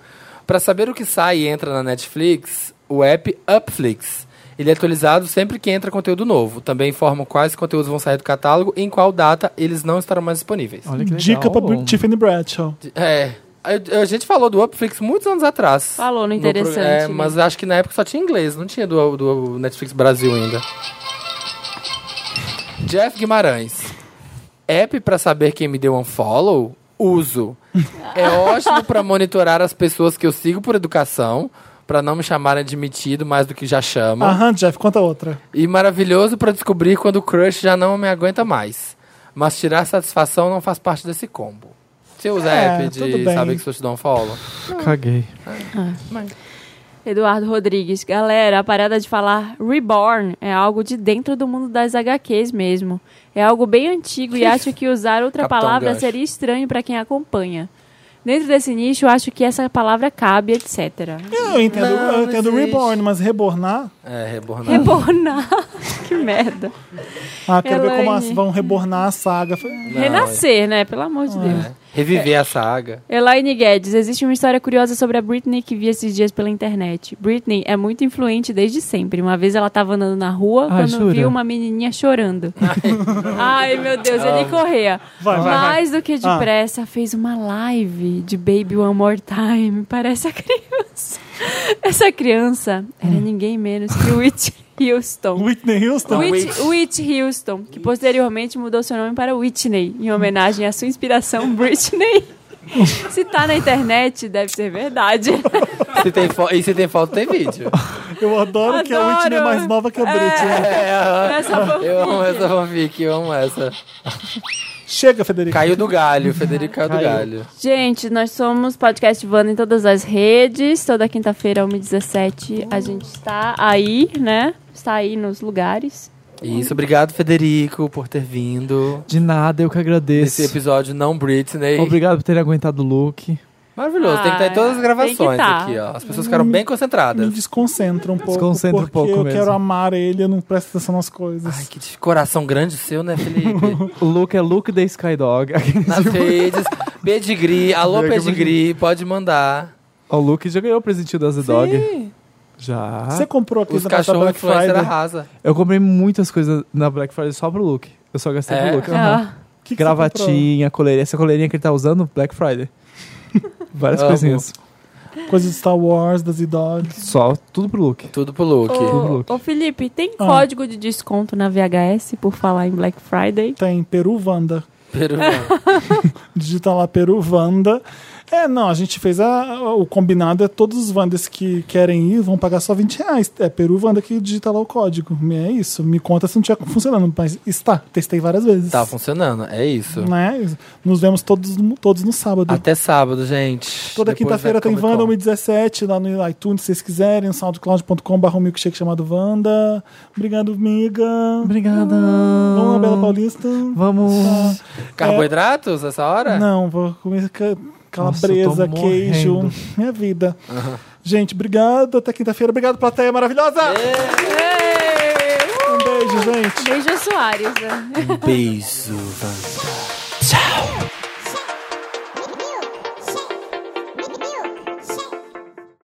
S4: Pra saber o que sai e entra na Netflix, o app Upflix. Ele é atualizado sempre que entra conteúdo novo. Também informam quais conteúdos vão sair do catálogo e em qual data eles não estarão mais disponíveis.
S3: Olha que
S1: Dica
S3: legal.
S1: pra Br- Tiffany Bradshaw.
S4: É. A, a gente falou do Upflix muitos anos atrás.
S2: Falou no
S4: pro-
S2: Interessante,
S4: é,
S2: né?
S4: mas acho que na época só tinha inglês, não tinha do, do Netflix Brasil ainda. Jeff Guimarães. App pra saber quem me deu um follow? Uso. É ótimo pra monitorar as pessoas que eu sigo por educação, pra não me chamarem de metido mais do que já chamam.
S1: Aham, Jeff, conta outra.
S4: E maravilhoso pra descobrir quando o crush já não me aguenta mais. Mas tirar satisfação não faz parte desse combo. Você usa
S1: É,
S4: app
S1: tudo
S4: de
S1: bem.
S4: saber que sou te dá um follow?
S3: Caguei.
S2: Eduardo Rodrigues, galera, a parada de falar reborn é algo de dentro do mundo das HQs mesmo. É algo bem antigo e acho que usar outra
S4: Capitão
S2: palavra
S4: Gancho.
S2: seria estranho pra quem acompanha. Dentro desse nicho, acho que essa palavra cabe, etc.
S1: Eu entendo,
S4: Não,
S1: eu entendo
S4: não existe.
S1: Reborn, mas rebornar.
S4: (laughs) É, rebornar.
S2: Rebornar. (laughs) que merda.
S1: Ah, quero ver como
S2: Elaine.
S1: as- vão rebornar a saga.
S2: Renascer, né? Pelo amor de Deus.
S4: É. Reviver a saga.
S2: Elaine Guedes, existe uma história curiosa sobre a Britney que vi esses dias pela internet. Britney é muito influente desde sempre. Uma vez ela estava andando na rua
S3: Ah,
S2: quando
S3: jura?
S2: viu uma menininha
S1: (laughs)
S2: chorando. Ai, meu Deus, ele corria.
S1: Vai, vai, Ah. vai.
S2: Mais do que depressa, fez uma live de Baby One More Time. Parece a criança. Essa criança era
S3: Hum.
S2: ninguém menos que Whitney Houston.
S1: Whitney Houston?
S2: Whit, Whit Houston, que posteriormente mudou seu nome para Whitney, em homenagem à sua inspiração Britney. Se tá na internet, deve ser verdade.
S4: Se tem fo- e se tem foto, tem vídeo.
S1: Eu adoro, que a
S2: Adoro.
S1: Whitney é mais nova que a Britney.
S4: É,
S2: Essa fanfic.
S4: eu amo essa fanfic, eu amo essa.
S1: Chega, Federico.
S4: Caiu do galho, Federico caiu, do galho.
S2: Gente, nós somos Podcast Vanda em todas as redes. Toda quinta-feira, 1h17, a gente está aí, né? Está aí nos lugares.
S4: Isso, obrigado, Federico, por ter vindo.
S3: De nada, eu que agradeço.
S4: Esse episódio não Britney.
S3: Obrigado por ter aguentado o look.
S4: Maravilhoso, tem que estar em todas as
S2: Ah, tem que
S4: gravações
S2: tá.
S4: aqui, ó. As pessoas ficaram bem
S1: Me
S4: concentradas.
S1: desconcentra um pouco.
S3: Desconcentra um
S1: porque
S3: pouco
S1: eu
S3: mesmo.
S1: quero amar ele, eu não presto atenção nas coisas.
S4: Ai, que coração grande seu, né, Felipe?
S1: (laughs)
S3: O look é look da Skydog. (laughs)
S1: Tipo-
S4: Nas redes. Pedigree.
S1: é
S4: Alô,
S3: Pega,
S4: Pedigree. Pode mandar.
S3: o look já ganhou o presentinho da Z-Dog. Já.
S1: Você comprou aqui
S4: Os
S1: na nossa
S4: cachorros
S1: Black Friday?
S4: influencer
S1: O
S4: arrasa.
S3: Eu comprei muitas coisas na Black Friday só pro look. Eu só gastei
S4: É?
S3: pro look.
S2: Ah,
S1: que que você comprou? (laughs)
S3: Gravatinha, coleirinha. Essa coleirinha que ele tá usando, Black Friday. Várias
S4: Amo.
S3: coisinhas.
S1: Coisas de Star Wars, das E-Dogs.
S3: Só tudo pro Luke.
S4: Tudo pro Luke.
S2: Ô, ô, Felipe, tem
S1: Ah.
S2: código de desconto na VHS por falar em Black Friday?
S1: Tem Peru Wanda.
S4: Peru.
S1: Digita lá Peru Wanda. É, não, a gente fez a, o combinado é todos os Wandas que querem ir vão pagar só 20 reais. É Peru Wanda que digita lá o código. É isso. Me conta se não estiver funcionando, mas está. Testei várias vezes.
S4: tá funcionando, é isso.
S1: Né? Nos vemos todos, no- todos no sábado.
S4: Até sábado, gente. Depois
S1: Toda
S4: né,
S1: quinta-feira
S4: vai
S1: tem
S4: Comic Con.
S1: Wanda 117 lá no iTunes, se vocês quiserem, no soundcloud.com.br um milkshake chamado Wanda. Obrigado, miga.
S3: Obrigada.
S1: Vamos na Bela Paulista.
S3: Vamos.
S4: Carboidratos essa hora?
S1: É. Não, vou comer ca-
S3: Nossa,
S1: calabresa,
S3: eu tô
S1: queijo.
S3: morrendo.
S1: Minha vida. Gente, obrigado. Até quinta-feira. Obrigado, plateia maravilhosa. Um beijo, gente.
S2: Beijo, Soares.
S4: Um beijo, Wanda.
S6: Tchau.